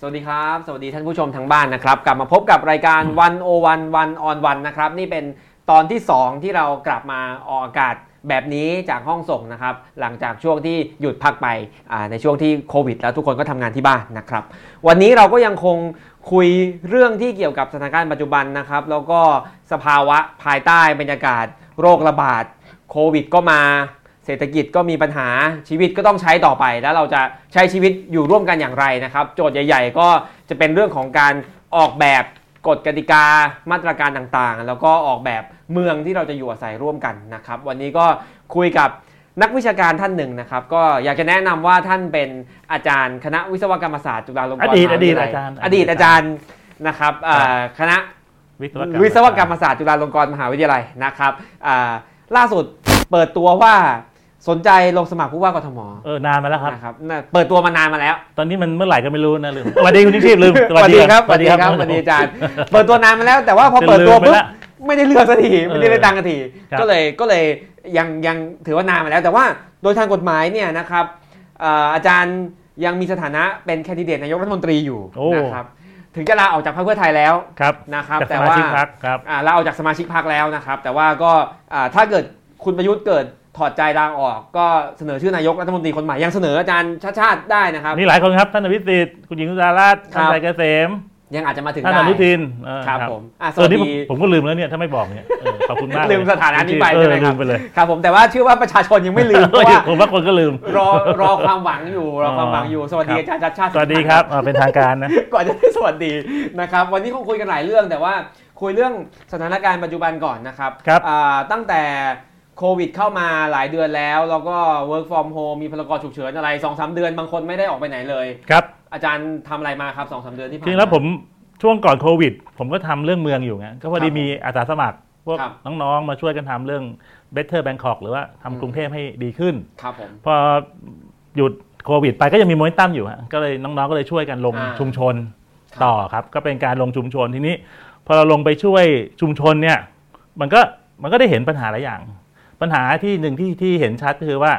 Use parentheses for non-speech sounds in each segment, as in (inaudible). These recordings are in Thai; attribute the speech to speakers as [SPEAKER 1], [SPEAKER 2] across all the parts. [SPEAKER 1] สวัสดีครับ สวัสดีท่านผู้ชมทางบ้านนะครับ กลับมาพบกับรายการวันโอวันวันออนวันนะครับ นี่เป็นตอนที่ 2 ที่เรากลับมาออกอากาศแบบนี้จากห้องส่งนะครับ หลังจากช่วงที่หยุดพักไปอ่าในช่วงที่โควิด แล้วทุกคนก็ทำงานที่บ้านนะครับ วันนี้เราก็ยังคงคุยเรื่องที่เกี่ยวกับสถานการณ์ปัจจุบันนะครับ แล้วก็สภาวะภายใต้บรรยากาศ โรคระบาดโควิดก็มา เศรษฐกิจก็มีปัญหาชีวิตก็ต้องใช้ต่อไปแล้วเราจะใช้ชีวิตอยู่ร่วมกันอย่างไรนะครับ โจทย์ใหญ่ ๆ ก็จะเป็นเรื่องของการออกแบบกฎกติกามาตรการต่างๆ แล้วก็ออกแบบเมืองที่เราจะอยู่อาศัยร่วมกันนะครับ วันนี้ก็คุยกับนักวิชาการท่านหนึ่งนะครับ ก็อยากจะแนะนำว่าท่านเป็นอาจารย์คณะวิศวกรรมศาสตร์จุฬาลงกรณ์
[SPEAKER 2] อดีต
[SPEAKER 1] มหวิท
[SPEAKER 2] อดีตอาจารย์
[SPEAKER 1] อดีตอาจารย์นะครับเอ่อคณะ
[SPEAKER 2] วิศวกรรม
[SPEAKER 1] วิศวกรรมศาสตร์จุฬาลงกรณ์มหาวิทยาลัยนะครับอ่าล่าสุดเปิดตัวว่าสนใจลงสมัครผู้ว่ากทม
[SPEAKER 2] เออนานมาแล้วครับ
[SPEAKER 1] นะครับน่ะเปิดตัวมานานมาแล้ว
[SPEAKER 2] ตอนนี้มันเมื่อไหร่ก็ไม่รู้นะลืม สวัสดีคุณนิทิพย์ลืม
[SPEAKER 1] ครับสวัสดีครับสวัสดีอาจารย์ เปิดตัวนานมาแล้วแต่ว่าพอเปิดตัวปุ๊บไม่ได้เลือกสักทีไม่ได้เลือกตั้งสักที
[SPEAKER 2] ครับ
[SPEAKER 1] ก็เลยก็เลยยังยังถือว่านานมาแล้ว แต่ว่าโดยทางกฎหมายเนี่ยนะครับอ่าอาจารย์ยังมีสถานะเป็นแคนดิเดตนายกรัฐมนตรีอยู่
[SPEAKER 2] โอ้
[SPEAKER 1] นะครับถึงจะลาออกจากพรรคเพื่อไทยแล้ว
[SPEAKER 2] ครับ
[SPEAKER 1] นะครับ
[SPEAKER 2] จากส
[SPEAKER 1] แต่
[SPEAKER 2] มา
[SPEAKER 1] ว่า
[SPEAKER 2] ชิกพรรคครับ
[SPEAKER 1] อ่าลาออกจากสมาชิกพักแล้วนะครับ แต่ว่าก็อ่าถ้าเกิดคุณประยุทธ์เกิดถอดใจลาออก ก็เสนอชื่อนายกรัฐมนตรีคนใหม่ยังเสนออาจารย์ชาติชาติได้นะครับ
[SPEAKER 2] นี่หลายคนครับ ท่านอภิสิทธิ์คุณหญิงสุดารัตน์
[SPEAKER 1] ครั
[SPEAKER 2] ท่าน
[SPEAKER 1] บ
[SPEAKER 2] ชัยเกษม
[SPEAKER 1] ยังอาจจะมาถึง
[SPEAKER 2] ท่าน
[SPEAKER 1] ได้
[SPEAKER 2] อนุทินเออ
[SPEAKER 1] ครับผมอ่ะส
[SPEAKER 2] ส่ว
[SPEAKER 1] วัน ส
[SPEAKER 2] นี้ผม
[SPEAKER 1] ดี
[SPEAKER 2] ผมก็ลืมแล้วเนี่ยถ้าไม่บอกเนี่ยเออขอบคุณมากเย
[SPEAKER 1] ลืมสถานะนี้ไป
[SPEAKER 2] เอ
[SPEAKER 1] ใช่
[SPEAKER 2] อ
[SPEAKER 1] ไหมครับ
[SPEAKER 2] ลืมไปเลย
[SPEAKER 1] ครับผมแต่ว่าเชื่อว่าประชาชนยังไม่ลืมเพราะ
[SPEAKER 2] (laughs)
[SPEAKER 1] ว่า
[SPEAKER 2] ผมว่าคนก็ลืม
[SPEAKER 1] รอรอความหวังอยู่รอความหวังอยู่ สวัสดี
[SPEAKER 2] ครับ
[SPEAKER 1] อาจารย์ชาติชาติ
[SPEAKER 2] สวัสดีครับเออเป็นทางการนะ
[SPEAKER 1] ก่อนจะได้สวัสดีนะครับ วันนี้คงคุยกันหลายเรื่องแต่ว่าคุยเรื่องสถานการณ์ปัจจุบันก่อนนะครับ
[SPEAKER 2] ครับ
[SPEAKER 1] อ่าตั้งแต่โควิดเข้ามาหลายเดือนแล้ว แล้วก็ work from home มีพลกรฉุกเฉินอะไร2อสเดือนบางคนไม่ได้ออกไปไหนเลย
[SPEAKER 2] ครับ
[SPEAKER 1] อาจารย์ทำอะไรมาครับ2อสเดือนที่ผ่า
[SPEAKER 2] จ
[SPEAKER 1] น
[SPEAKER 2] ริง
[SPEAKER 1] มา
[SPEAKER 2] แล้วผมช่วงก่อนโควิด ผมก็ทำเรื่องเมืองอยู่ไงก็พอ
[SPEAKER 1] ค
[SPEAKER 2] ดี
[SPEAKER 1] รับผม
[SPEAKER 2] มีอาสาสมัคร พวก
[SPEAKER 1] ครับ
[SPEAKER 2] น้องๆ มาช่วยกันทำเรื่อง Better Bangkok หรือว่า
[SPEAKER 1] อืม
[SPEAKER 2] ทำกรุงเทพให้ดีขึ้น
[SPEAKER 1] ครับผม
[SPEAKER 2] พอหยุดโควิดไปก็ยังมีโมเมนตัมอยู่ฮะก็เลยน้องๆก็เลยช่วยกันลง
[SPEAKER 1] อ่า
[SPEAKER 2] ชุมชน
[SPEAKER 1] ครับ
[SPEAKER 2] ต่อครับ ก็เป็นการลงชุมชนทีนี้ พอเราลงไปช่วยชุมชนเนี่ยมันก็มันก็ได้เห็นปัญหาหลายอย่าง ปัญหาที่หนึ่งที่ที่เห็นชัดก็คือว่า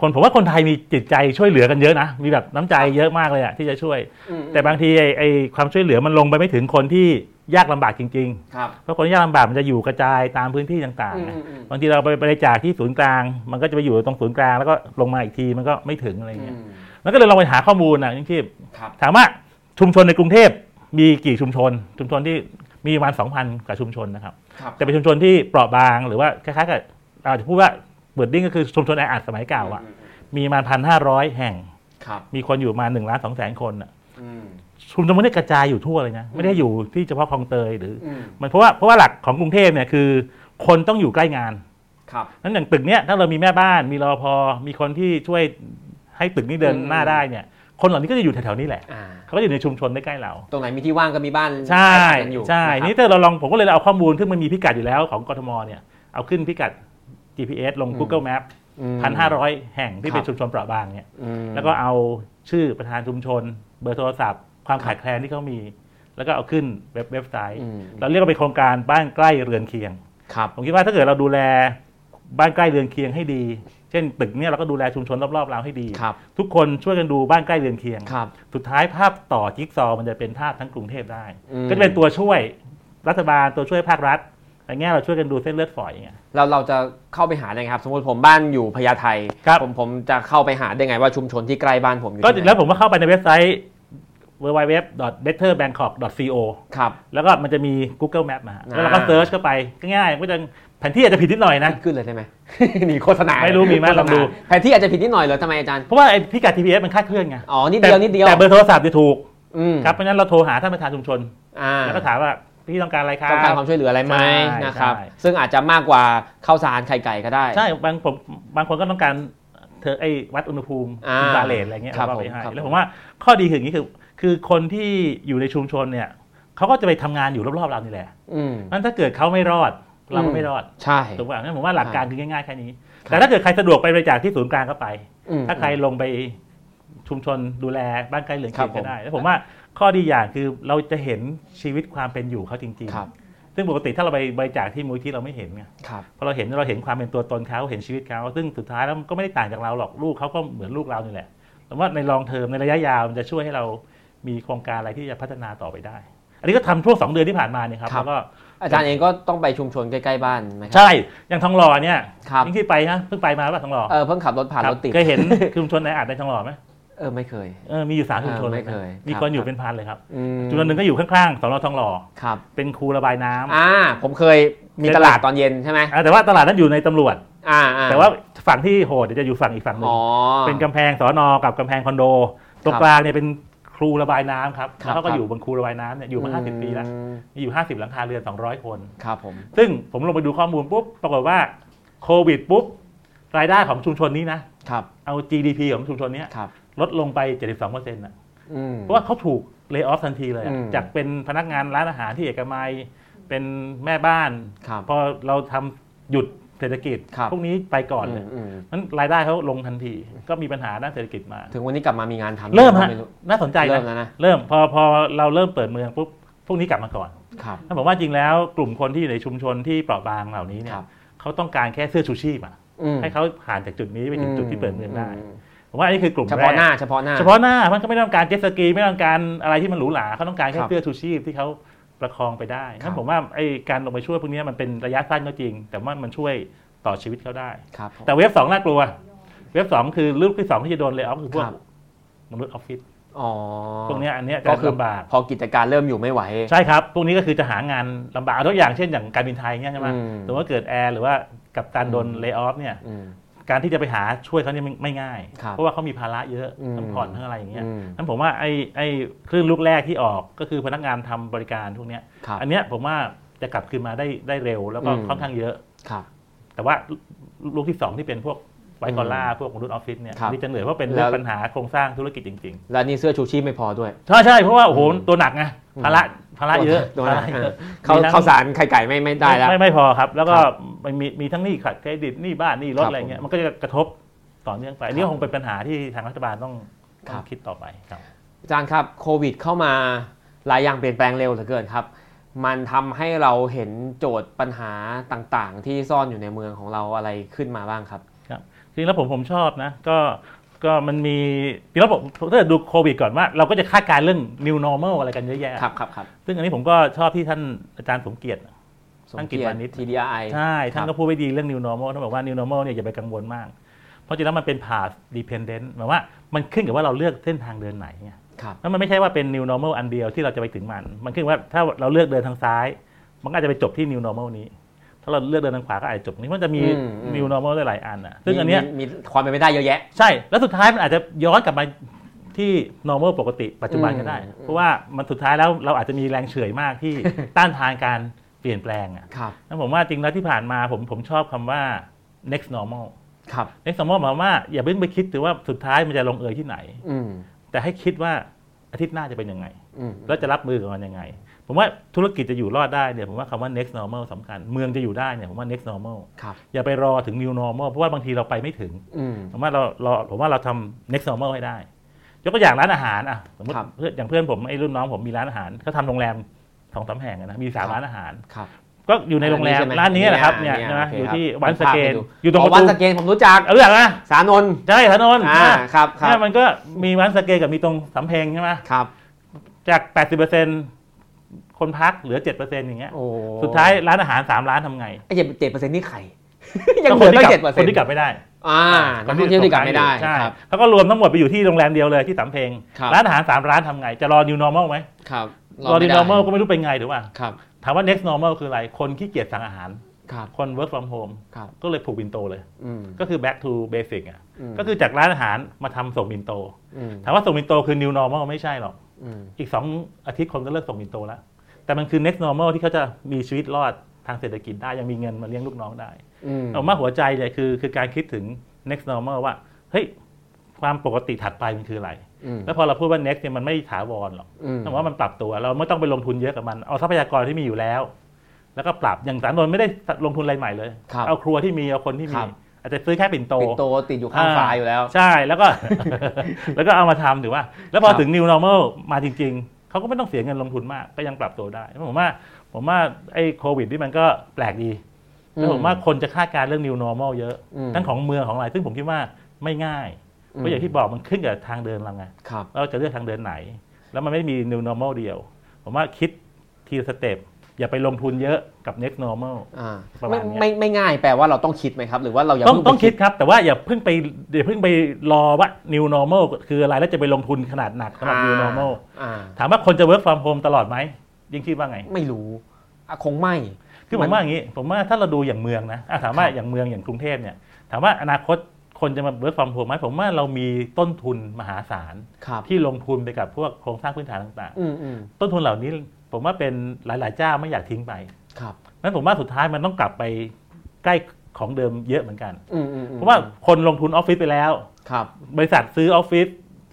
[SPEAKER 2] คนผมว่าคนไทยมีจิตใจช่วยเหลือกันเยอะนะมีแบบน้ำใจเยอะมากเลยอะที่จะช่วย
[SPEAKER 1] อืม
[SPEAKER 2] แต่บางทีไอ้ไอ้ความช่วยเหลือมันลงไปไม่ถึงคนที่ยากลำบากจริง
[SPEAKER 1] ครับ
[SPEAKER 2] ๆ เพราะคนยากลำบากมันจะอยู่กระจายตามพื้นที่ต่าง
[SPEAKER 1] อืม
[SPEAKER 2] ๆไง
[SPEAKER 1] อืมอืม
[SPEAKER 2] บางทีเราไปบริจาคที่ศูนย์กลาง มันก็จะไปอยู่ตรงศูนย์กลางแล้วก็ลงมาอีกทีมันก็ไม่ถึงอะไรเงี้ย
[SPEAKER 1] อืม
[SPEAKER 2] แล้วก็เลยลองไปหาข้อมูลนะจริง
[SPEAKER 1] ครับ
[SPEAKER 2] ๆถามว่าชุมชนในกรุงเทพมีกี่ชุมชน ชุมชนที่มีประมาณ2,000กว่าชุมชนนะครับ
[SPEAKER 1] ครับ
[SPEAKER 2] แต่เป็นชุมชนที่เปราะบางหรือว่าคล้ายๆกับอาจจะพูดว่าเบิร์ดดิ้งก็คือชุมชนแออัดสมัยเก่าอ่ะ
[SPEAKER 1] มม
[SPEAKER 2] มีประมาณพันห้าร้อยแห่ง
[SPEAKER 1] ครับ
[SPEAKER 2] มีคนอยู่ประมาหนึ่งล้านสองแสนคนอ่ะ
[SPEAKER 1] อืม
[SPEAKER 2] ชุมชนมันได้กระจายอยู่ทั่วเลยนะ
[SPEAKER 1] อืม
[SPEAKER 2] ไม่ได้อยู่ที่เฉพาะคลองเตยหรือ
[SPEAKER 1] อืม
[SPEAKER 2] มันเพราะว่าเพราะว่าหลักของกรุงเทพเนี่ยคือคนต้องอยู่ใกล้งาน
[SPEAKER 1] ครับ
[SPEAKER 2] นั้นอย่างตึกเนี้ยถ้าเรามีแม่บ้านมีรอพอมีคนที่ช่วยให้ตึกนี้เดินหน้าได้เนี่ย คนเหล่านี้ก็จะอยู่แถวๆนี้แหละ
[SPEAKER 1] อ่า
[SPEAKER 2] เขาก็อยู่ในชุมชนใกล้ๆเรา
[SPEAKER 1] ตรงไหนมีที่ว่างก็มีบ้าน
[SPEAKER 2] ใช่
[SPEAKER 1] อาศัยกันอยู่
[SPEAKER 2] ใช่
[SPEAKER 1] ะครับ
[SPEAKER 2] นี่ถ้าเราลองผมก็เลยเอาข้อมูลซึ่งมันมีพิกัดอยู่แล้วของกทมเนี่ยเอาขึ้นพิกัด GPS ลง
[SPEAKER 1] อืม
[SPEAKER 2] Google Map
[SPEAKER 1] อืม
[SPEAKER 2] 1,500 แห่งที่เป็
[SPEAKER 1] ครับ
[SPEAKER 2] นชุมชนเปราะบางเนี่ย
[SPEAKER 1] อืม
[SPEAKER 2] แล้วก็เอาชื่อประธานชุมชน เบอร์โทรศัพท์ ความ
[SPEAKER 1] ครับ
[SPEAKER 2] ขาดแคลนที่เขามี แล้วก็เอาขึ้นเว็บเว็บไซต์
[SPEAKER 1] อืม
[SPEAKER 2] เราเรียกว่าเป็นโครงการบ้านใกล้เรือนเคียง
[SPEAKER 1] ครับ
[SPEAKER 2] ผมคิดว่าถ้าเกิดเราดูแลบ้านใกล้เรือนเคียงให้ดี เช่นตึกเนี่ยเราก็ดูแลชุมชนรอบๆเราให้ดี
[SPEAKER 1] ครับ
[SPEAKER 2] ทุกคนช่วยกันดูบ้านใกล้เรือนเคียง
[SPEAKER 1] ครับ
[SPEAKER 2] สุดท้ายภาพต่อจิ๊กซอว์มันจะเป็นภาพทั้งกรุงเทพได้
[SPEAKER 1] อืม
[SPEAKER 2] ก็จะเป็นตัวช่วยรัฐบาลตัวช่วยภาครัฐในแง่เราช่วยกันดูเส้นเลือดฝอยไง
[SPEAKER 1] เราเราจะเข้าไปหาได้ไงครับ สมมติผมบ้านอยู่พญาไท
[SPEAKER 2] ครับ
[SPEAKER 1] ผมผมจะเข้าไปหาได้ไงว่าชุมชนที่ใกล้บ้านผมอยู่
[SPEAKER 2] ก็
[SPEAKER 1] ที่ไหน
[SPEAKER 2] แล้วผมก็เข้าไปในเว็บไซต์ www.betterbangkok.co
[SPEAKER 1] ครับ
[SPEAKER 2] แล้วก็มันจะมี Google Map มาฮะ
[SPEAKER 1] อ่า
[SPEAKER 2] แล้วเราก็เซิร์ชเข้าไปก็ง่ายก็จะแผนที่อาจจะผิดนิดหน่อยนะ
[SPEAKER 1] ขึ้นเลยได้ไหม (laughs) นี่โฆษณา
[SPEAKER 2] ไม่รู้มีไหม
[SPEAKER 1] โฆษณา
[SPEAKER 2] ลองดู
[SPEAKER 1] แผนที่อาจจะผิดนิดหน่อยเหรอทำไมอาจารย์
[SPEAKER 2] เพราะว่าไอ้พิกัด TPS มันคลาดเคลื่อนไง
[SPEAKER 1] อ๋อ นิดเดียว นิดเดียว
[SPEAKER 2] แต่แต่เบอร์โทรศัพท์จะถูก
[SPEAKER 1] อืม
[SPEAKER 2] ครับ เพราะฉะนั้นเราโทรหาท่านประธานชุมชน
[SPEAKER 1] อ่า
[SPEAKER 2] แล้วก็ถามว่าพี่ต้องการอะไรครับ
[SPEAKER 1] ต้องการความช่วยเหลืออะไรไหม
[SPEAKER 2] ใช่
[SPEAKER 1] นะครับ
[SPEAKER 2] ใช่
[SPEAKER 1] ซึ่งอาจจะมากกว่าข้าวสารไข่ไก่ก็ได้
[SPEAKER 2] ใช่บางผมบางคนก็ต้องการเธอไอ้วัดอุณหภูมิ
[SPEAKER 1] อ่า
[SPEAKER 2] อินฟราเรดอะไรเงี้ย
[SPEAKER 1] ครับ
[SPEAKER 2] เราก็ไป
[SPEAKER 1] ผม
[SPEAKER 2] ให้
[SPEAKER 1] ครับ
[SPEAKER 2] แล้วผมว่าข้อดีคืออย่างนี้คือ คือคนที่อยู่ในชุมชนเนี่ยเขาก็จะไปทำงานอยู่รอบๆเรานี่แหละ
[SPEAKER 1] อืม
[SPEAKER 2] งั้นถ้าเกิดเขาไม่รอดเราก็ไม่รอด
[SPEAKER 1] ใช่
[SPEAKER 2] ถูกป่ะงั้นผมว่าหลักการคือง่ายๆแค่นี้ แต่ถ้าเกิดใครสะดวกไปบริจาคที่ศูนย์กลางก็ไป
[SPEAKER 1] อืม
[SPEAKER 2] ถ้าใครลงไปชุมชนดูแลบ้านใกล้เรือน
[SPEAKER 1] ครั
[SPEAKER 2] เคีย
[SPEAKER 1] บ
[SPEAKER 2] ง
[SPEAKER 1] ผม
[SPEAKER 2] ก็ได้ แล้วผมว่าข้อดีอย่างคือเราจะเห็นชีวิตความเป็นอยู่เขาจริง
[SPEAKER 1] ครับ
[SPEAKER 2] ๆ ซึ่งปกติถ้าเราไปบริจาคที่มูลที่เราไม่เห็นไง
[SPEAKER 1] ครับ
[SPEAKER 2] พอเราเห็นเราเห็นความเป็นตัวตนเขาเห็นชีวิตเขาซึ่งสุดท้ายแล้วมันก็ไม่ได้ต่างจากเราหรอกลูกเขาก็เหมือนลูกเรานี่แหละแต่ว่าในลองเทอมในระยะยาวมันจะช่วยให้เรา มีโครงการอะไรที่จะพัฒนาต่อไปได้ อันนี้ก็ทำช่วงสองเดือนที่ผ่านมาเนี่ยครับ
[SPEAKER 1] ครับ
[SPEAKER 2] แล้วก็
[SPEAKER 1] อาจารย์เองก็ต้องไปชุมชนใกล้ๆบ้านไหมครับ
[SPEAKER 2] ใช่ อย่างทองหล่อเนี่ย
[SPEAKER 1] ครับ
[SPEAKER 2] ยิ่งที่ไปนะเพิ่งไปมาป่ะทองหล่อ
[SPEAKER 1] เออเพิ่งขับรถผ่าน
[SPEAKER 2] ครั
[SPEAKER 1] ร
[SPEAKER 2] บ
[SPEAKER 1] ถติด
[SPEAKER 2] เคยเห็น ชุมชนในอาดในทองหล่อไหม
[SPEAKER 1] เออไม่เคย
[SPEAKER 2] เออมีอยู่สามชุมชน
[SPEAKER 1] เออไม่
[SPEAKER 2] นะ
[SPEAKER 1] เคย
[SPEAKER 2] มี
[SPEAKER 1] ครับ
[SPEAKER 2] คนอ
[SPEAKER 1] ครั
[SPEAKER 2] ยู่
[SPEAKER 1] บ
[SPEAKER 2] เป็นพันเลยครับ
[SPEAKER 1] อืม
[SPEAKER 2] จุดหนึ่งก็อยู่ข้างๆสอนอทองหล่อ
[SPEAKER 1] ครับ
[SPEAKER 2] เป็นคูระบายน้ำ
[SPEAKER 1] อ่าผมเคยมี
[SPEAKER 2] เคย
[SPEAKER 1] ตลาดตอนเย็นใช่ไหม
[SPEAKER 2] อ่าแต่ว่าตลาดนั้นอยู่ในตำรวจ
[SPEAKER 1] อ่าอ่
[SPEAKER 2] แต่ว่าฝั่งที่โหดเดี๋ยวจะอยู่ฝั่งอีกฝั่งหนึ่ง
[SPEAKER 1] อ๋อ
[SPEAKER 2] เป็นกำแพงสอนอกับกำแพงคอนโด ตรง
[SPEAKER 1] ครับ
[SPEAKER 2] กลางเนี่ยเป็นครูระบายน้ำครับ
[SPEAKER 1] ครับ
[SPEAKER 2] แล้วเขาก็
[SPEAKER 1] ครับ
[SPEAKER 2] อยู่บนครูระบายน้ำเนี่ยอยู่มา 50 ปีแล้ว
[SPEAKER 1] อืม
[SPEAKER 2] มีอยู่ 50 หลังคาเรือน 200 คน
[SPEAKER 1] ครับผม
[SPEAKER 2] ซึ่งผมลงไปดูข้อมูลปุ๊บ ปรากฏว่าโควิดปุ๊บ รายได้ของชุมชนนี้นะ
[SPEAKER 1] ครับ
[SPEAKER 2] เอา GDP ของชุมชนเนี้ย
[SPEAKER 1] ครับ
[SPEAKER 2] ลดลงไป 72%นะ
[SPEAKER 1] อืม
[SPEAKER 2] เพราะว่าเขาถูกเลิกออฟทันทีเลยอะ
[SPEAKER 1] อืม
[SPEAKER 2] จากเป็นพนักงานร้านอาหารที่เอกมัยเป็นแม่บ้าน
[SPEAKER 1] ครับ
[SPEAKER 2] พอเราทำหยุดเศรษฐกิจ
[SPEAKER 1] ครับ
[SPEAKER 2] พวกนี้ไปก่อนเลย
[SPEAKER 1] มม
[SPEAKER 2] นั้นรายได้เขาลงทันที ก็มีปัญหาด้านเศรษฐกิจมา
[SPEAKER 1] ถึงวันนี้กลับมามีงานทำ
[SPEAKER 2] เริ่ม
[SPEAKER 1] ไ
[SPEAKER 2] ฮะน่าสนใจ
[SPEAKER 1] เริ่ม
[SPEAKER 2] นะ
[SPEAKER 1] แล้วนะ
[SPEAKER 2] เริ่มพอพอเราเริ่มเปิดเมืองปุ๊บพวกนี้กลับมาก่อน
[SPEAKER 1] ครับ
[SPEAKER 2] นั่นบอกว่าจริงแล้วกลุ่มคนที่อยู่ในชุมชนที่เปราะบางเหล่านี้เนี่
[SPEAKER 1] ค
[SPEAKER 2] ย
[SPEAKER 1] รับ
[SPEAKER 2] เขาต้องการแค่เสื้อชูชีพอะ
[SPEAKER 1] อืม
[SPEAKER 2] ให้เขาผ่านจากจุดนี้ไปถึงจุดที่เปิดเมืองได้
[SPEAKER 1] ม
[SPEAKER 2] ผมว่าอันนี้คือกลุ่ม
[SPEAKER 1] เฉ
[SPEAKER 2] แร
[SPEAKER 1] พาะ
[SPEAKER 2] ก
[SPEAKER 1] หน้าเฉพาะหน้า
[SPEAKER 2] เฉพาะหน้ามันก็ไม่ต้องการเจ็ตสกีไม่ต้องการอะไรที่มันหรูหราเขาต้องการแค่
[SPEAKER 1] ครับ
[SPEAKER 2] เสื้อชูชีพที่เขาประคองไปได้
[SPEAKER 1] ครั
[SPEAKER 2] นั่
[SPEAKER 1] บ
[SPEAKER 2] นผมว่าไอ้การลงไปช่วยพวกนี้มันเป็นระยะสั้นก็จริง แต่ว่ามันช่วยต่อชีวิตเขาได้
[SPEAKER 1] ครับผม
[SPEAKER 2] แต่เว็บสองน่ากลัว เว็บสองคือลูกที่สองที่จะโดนเลยออฟคือพวก
[SPEAKER 1] ครับ
[SPEAKER 2] มนุษย์ออฟฟิศ
[SPEAKER 1] อ๋อ
[SPEAKER 2] พวกเนี้ยอันเนี้ยจะ
[SPEAKER 1] ก็คือ
[SPEAKER 2] ลำบาก
[SPEAKER 1] พอกิจการเริ่มอยู่ไม่ไหว
[SPEAKER 2] ใช่ครับ พวกนี้ก็คือจะหางานลำบากเอาตัวอย่างเช่นอย่างการบินไทยเนี่ยใช่ไหม
[SPEAKER 1] อืม
[SPEAKER 2] สมมติว่าเกิดแอร์หรือว่ากับการโดน
[SPEAKER 1] อืม
[SPEAKER 2] เลิกออฟเนี่ย
[SPEAKER 1] อืม
[SPEAKER 2] การที่จะไปหาช่วยเขาเนี่ยไม่ไม่ง่าย
[SPEAKER 1] ครับ
[SPEAKER 2] เพราะว่าเขามีภาระเยอะ
[SPEAKER 1] อืม
[SPEAKER 2] ทั้งผ่อนทั้งอะไรอย่างเงี้ย
[SPEAKER 1] อืม
[SPEAKER 2] นั้นผมว่าไอ้ไอ้คลื่นลูกแรกที่ออกก็คือพนักงานทำบริการพวกเนี้ย
[SPEAKER 1] ครับ
[SPEAKER 2] อันเนี้ยผมว่าจะกลับคืนมาได้ได้เร็วแล้วก็
[SPEAKER 1] อืม
[SPEAKER 2] ค่อนข้างเยอะ
[SPEAKER 1] ครับ
[SPEAKER 2] แต่ว่าลูกที่สองที่เป็นพวกไวท์คอล่าพวกมนุษย์ออฟฟิศเนี่ย
[SPEAKER 1] ครับ
[SPEAKER 2] อันนี่จะเหนื่อยเพราะเป็นเรื่อง
[SPEAKER 1] แล้ว
[SPEAKER 2] ปัญหาโครงสร้างธุรกิจจริง ๆ
[SPEAKER 1] แล้วนี่เสื้อชูชีพไม่พอด้วย
[SPEAKER 2] ใช่ใช่เพราะว่าโอ้โห
[SPEAKER 1] อืม
[SPEAKER 2] ตัวหนักไง
[SPEAKER 1] อืม
[SPEAKER 2] ภาระภาระเยอะ
[SPEAKER 1] ตัวหนัก
[SPEAKER 2] ภาระยอะ
[SPEAKER 1] เขา
[SPEAKER 2] มีทั้ง
[SPEAKER 1] เขาวสารไข่ไก่ไม่ไม่ได้แล้ว
[SPEAKER 2] ไม่ไม่พอครับ แล้วก็
[SPEAKER 1] ครับ
[SPEAKER 2] มันมีมีทั้งหนี้ขัดเครดิตหนี้บ้านหนี้ร
[SPEAKER 1] ค
[SPEAKER 2] ถ
[SPEAKER 1] รับ
[SPEAKER 2] อะไรเงี้ยมันก็จะกระทบต่อเนื่องไปอัน
[SPEAKER 1] ค
[SPEAKER 2] นี่
[SPEAKER 1] รับ
[SPEAKER 2] คงเป็นปัญหาที่ทางรัฐบาลต้อง
[SPEAKER 1] ค
[SPEAKER 2] ต้
[SPEAKER 1] รั
[SPEAKER 2] อง
[SPEAKER 1] บ
[SPEAKER 2] คิดต่อไปครับ
[SPEAKER 1] อาจารย์ครับโควิดเข้ามาหลายอย่างเปลี่ยนแปลงเร็วเหลือเกินครับ มันทำให้เราเห็นโจทย์ปัญหาต่างๆ ที่ซ่อนอยู่ในเมืองของเราอะไรขึ้นมาบ้างครับ
[SPEAKER 2] จริงแล้วผมผมชอบนะก็ก็มันมีจริงแล้วผมถ้าดูโควิดก่อนว่า เราก็จะคาดการณ์เรื่อง new normal อะไรกันเยอะแยะ
[SPEAKER 1] ครับครับครับ
[SPEAKER 2] ซึ่งอันนี้ผมก็ชอบที่ท่านอาจารย์สมเกียรติ
[SPEAKER 1] สมเกียร
[SPEAKER 2] ท่านกิตติวานิช
[SPEAKER 1] ติ TDI
[SPEAKER 2] ใช่ ท่านก็พูดไว้ดีเรื่อง new normal ท่านบอกว่า new normal เนี่ยอย่าไปกังวลมาก เพราะจริงแล้วมันเป็น path dependent หมายว่ามันขึ้นกับว่าเราเลือกเส้นทางเดินไหนไง
[SPEAKER 1] ครับ
[SPEAKER 2] แล้วมันไม่ใช่ว่าเป็น new normal อันเดียวที่เราจะไปถึงมัน มันขึ้นว่าถ้าเราเลือกเดินทางซ้าย มันก็อาจจะไปจบที่ new normal นี้ ถ้าเราเลือกเดินทางขวาก็อาจจะจบนี้มันจะมี
[SPEAKER 1] อืมอืม
[SPEAKER 2] new normal ได้หลายอันนะซึ่งอันเนี้ย
[SPEAKER 1] มีมีมีความเป็นไปได้เยอะแยะ
[SPEAKER 2] ใช่แล้วสุดท้ายมันอาจจะย้อนกลับมาที่ normal ปกติปัจจุบันก็ได้
[SPEAKER 1] อืม
[SPEAKER 2] เพราะว่ามันสุดท้ายแล้วเราอาจจะมีแรงเฉื่อยมากที่
[SPEAKER 1] (laughs)
[SPEAKER 2] ต้านทานการเปลี่ยนแปลงอะ
[SPEAKER 1] ครับ
[SPEAKER 2] แล้วผมว่าจริงแล้วที่ผ่านมาผมผมชอบคำว่า next normal
[SPEAKER 1] ครับ
[SPEAKER 2] next normal หมายความว่าอย่าเพิ่งไปคิดถึงว่าสุดท้ายมันจะลงเอยที่ไหน
[SPEAKER 1] อืม
[SPEAKER 2] แต่ให้คิดว่าอาทิตย์หน้าจะเป็นยังไง
[SPEAKER 1] อืม
[SPEAKER 2] แล้วจะรับมือกับมันยังไง ผมว่าธุรกิจจะอยู่รอดได้เนี่ยผมว่าคำว่า next normal สำคัญ เมืองจะอยู่ได้เนี่ยผมว่า next normal
[SPEAKER 1] ครับ
[SPEAKER 2] อย่าไปรอถึง new normal เพราะว่าบางทีเราไปไม่ถึง
[SPEAKER 1] อืม
[SPEAKER 2] ผมว่าเราเราผมว่าเราทำ next normal ให้ได้ ยกตัวอย่างร้านอาหารอ่ะสมมติ
[SPEAKER 1] ครับ
[SPEAKER 2] เพื่อนอย่างเพื่อนผมไอ้รุ่นน้องผมมีร้านอาหารเขาทำโรงแรมสองสามแห่งอะนะมีสา
[SPEAKER 1] ค
[SPEAKER 2] ม
[SPEAKER 1] รับ
[SPEAKER 2] ร้านอาหาร
[SPEAKER 1] ครับ
[SPEAKER 2] ก็อยู่ในโรงแรมร้านนี้แหละครับเนี่ย
[SPEAKER 1] อ่า
[SPEAKER 2] ใช่ไหม
[SPEAKER 1] โเค
[SPEAKER 2] อ
[SPEAKER 1] ค
[SPEAKER 2] ยู่
[SPEAKER 1] รับ
[SPEAKER 2] ที่วันสเก
[SPEAKER 1] ผ
[SPEAKER 2] น
[SPEAKER 1] มพาไปดู
[SPEAKER 2] อยู่ตรง
[SPEAKER 1] อ๋
[SPEAKER 2] ป
[SPEAKER 1] อ
[SPEAKER 2] ระ
[SPEAKER 1] วัน
[SPEAKER 2] ตู
[SPEAKER 1] สเกนผมรู้จัก
[SPEAKER 2] เอาเรื่องนะ
[SPEAKER 1] สานนท์
[SPEAKER 2] ใช่ถนน
[SPEAKER 1] อ่าครับครับ
[SPEAKER 2] เนี่ยมันก็มีวันสเกนกับมีตรงสำเพ็งใช่ไหม
[SPEAKER 1] ครับ
[SPEAKER 2] จาก 80%คนพักเหลือ 7%อย่างเงี้ย
[SPEAKER 1] โอ้
[SPEAKER 2] สุดท้ายร้านอาหาร 3 ร้านทำไง
[SPEAKER 1] ไอ้เจ็ดเจ็ดเปอร์เซ็นต์นี่ใคร (laughs) ยัง
[SPEAKER 2] ก็
[SPEAKER 1] เห
[SPEAKER 2] ค
[SPEAKER 1] ลื
[SPEAKER 2] น
[SPEAKER 1] อ
[SPEAKER 2] ที่
[SPEAKER 1] ตั้ง
[SPEAKER 2] กลั
[SPEAKER 1] เจ็ดเปอร์
[SPEAKER 2] ค
[SPEAKER 1] เซ็น
[SPEAKER 2] น
[SPEAKER 1] ต์
[SPEAKER 2] ที่กลับไม่ได้
[SPEAKER 1] อ่านักท่องเที่ยวที่กลับไม่ได้
[SPEAKER 2] ใช่
[SPEAKER 1] ครับ
[SPEAKER 2] แล้วก็รวมทั้งหมดไปอยู่ที่โรงแรมเดียวเลยที่สำเพ็ง
[SPEAKER 1] ครับ
[SPEAKER 2] ร้านอาหาร 3 ร้านทำไง จะรอ new normal ไหม
[SPEAKER 1] ครับ
[SPEAKER 2] รอ
[SPEAKER 1] ไได้
[SPEAKER 2] new normal ก็ไม่รู้เป็นไงถูกป่ะ
[SPEAKER 1] ครับ
[SPEAKER 2] ถามว่า next normal คืออะไรคนขี้เกียจสั่งอาหาร
[SPEAKER 1] ครับ
[SPEAKER 2] คน work from home
[SPEAKER 1] ครับ
[SPEAKER 2] ก็เลยผูกบินโตเลย
[SPEAKER 1] อืม
[SPEAKER 2] ก็คือ back to basic อ่ะ
[SPEAKER 1] ม
[SPEAKER 2] ก็คือจากร้านอาหารมาทำส่งมินโต
[SPEAKER 1] ม
[SPEAKER 2] ถามว่าส่งมินโตคือ new normal ไม่ใช่หรอก
[SPEAKER 1] อืม
[SPEAKER 2] อีก 2 อาทิตย์คนก็เลิกส่งมินโตแล้ว แต่มันคือ next normal ที่เขาจะมีชีวิตรอดทางเศรษฐกิจได้ ยังมีเงินมาเลี้ยงลูกน้องได้
[SPEAKER 1] อืม
[SPEAKER 2] เอามาหัวใจเลยคือคือการคิดถึง next normal ว่า เฮ้ย ความปกติถัดไปมันคืออะไร
[SPEAKER 1] อืม
[SPEAKER 2] แล้วพอเราพูดว่า next เนี่ยมันไม่ถาวรหรอก
[SPEAKER 1] อืม
[SPEAKER 2] แต่ว่ามันปรับตัวเราไม่ต้องไปลงทุนเยอะกับมัน เอาทรัพยากรที่มีอยู่แล้ว แล้วก็ปรับอย่างสารนนท์ไม่ได้ลงทุนอะไรใหม่เลย
[SPEAKER 1] ครับ
[SPEAKER 2] เอาครัวที่มีเอาคนที่
[SPEAKER 1] ค
[SPEAKER 2] มี
[SPEAKER 1] รับ
[SPEAKER 2] อาจจะซื้อแค่ปิ่นโต
[SPEAKER 1] ปิดโตติดอยู่ข้าง
[SPEAKER 2] อ่า
[SPEAKER 1] ฝาอยู่แล้ว
[SPEAKER 2] ใช่แล้วก็ (laughs) แล้วก็เอามาทำถือว่า แล้วพอ
[SPEAKER 1] ครับ
[SPEAKER 2] ถึง new normal มาจริง ๆ เขาก็ไม่ต้องเสียเงินลงทุนมาก ก็ยังปรับตัวได้ ผมว่า ผมว่าไอ้โควิดนี่มันก็แปลกดีแล้วผมว่าคนจะคาดการณ์เรื่อง new normal เยอะ
[SPEAKER 1] อืม
[SPEAKER 2] ทั้งของเมืองของอะไร ซึ่งผมคิดว่าไม่ง่าย เพราะอย่างที่บอกมันขึ้นกับทางเดินเราไง
[SPEAKER 1] ครับ
[SPEAKER 2] เราจะเลือกทางเดินไหน แล้วมันไม่ได้มี new normal เดียว ผมว่าคิดทีละสเต็ปอย่าไปลงทุนเยอะกับ next normal
[SPEAKER 1] อ่า
[SPEAKER 2] ประ
[SPEAKER 1] ไม่
[SPEAKER 2] มาณเนี้ย
[SPEAKER 1] ไม่ไม่ง่ายแปลว่าเราต้องคิดไหมครับ หรือว่าเราอย่า
[SPEAKER 2] ต้อง
[SPEAKER 1] เพิ่งไป
[SPEAKER 2] ต้องคิดครับ แต่ว่าอย่าเพิ่งไปอย่าเพิ่งไปรอว่า new normal คืออะไรแล้วจะไปลงทุนขนาดหนักสำหรับ new normal
[SPEAKER 1] อ่า
[SPEAKER 2] ถามว่าคนจะ work from home ตลอดไหมยิ่งคิดว่าไง
[SPEAKER 1] ไม่รู้อ่ะคงไม่
[SPEAKER 2] คือ
[SPEAKER 1] มั
[SPEAKER 2] ผ
[SPEAKER 1] น
[SPEAKER 2] มว่าอย่างนี้ผมว่าถ้าเราดูอย่างเมืองนะอ่ะถามว่า
[SPEAKER 1] ครับ
[SPEAKER 2] อย่างเมืองอย่างกรุงเทพเนี่ยถามว่าอนาคตคนจะมา work from home ไหมผมว่าเรามีต้นทุนมหาศาล
[SPEAKER 1] ครับ
[SPEAKER 2] ที่ลงทุนไปกับพวกโครงสร้างพื้นฐานต่าง
[SPEAKER 1] อืมอืม
[SPEAKER 2] ๆ ต้นทุนเหล่านี้ผมว่าเป็นหลายๆเจ้าไม่อยากทิ้งไป
[SPEAKER 1] ครับ
[SPEAKER 2] นั้นผมว่าสุดท้ายมันต้องกลับไปใกล้ของเดิมเยอะเหมือนกัน
[SPEAKER 1] อืมอืมอืม
[SPEAKER 2] เพราะว่าคนลงทุนออฟฟิศไปแล้ว
[SPEAKER 1] ครับ
[SPEAKER 2] บริษัทซื้อออฟฟิศ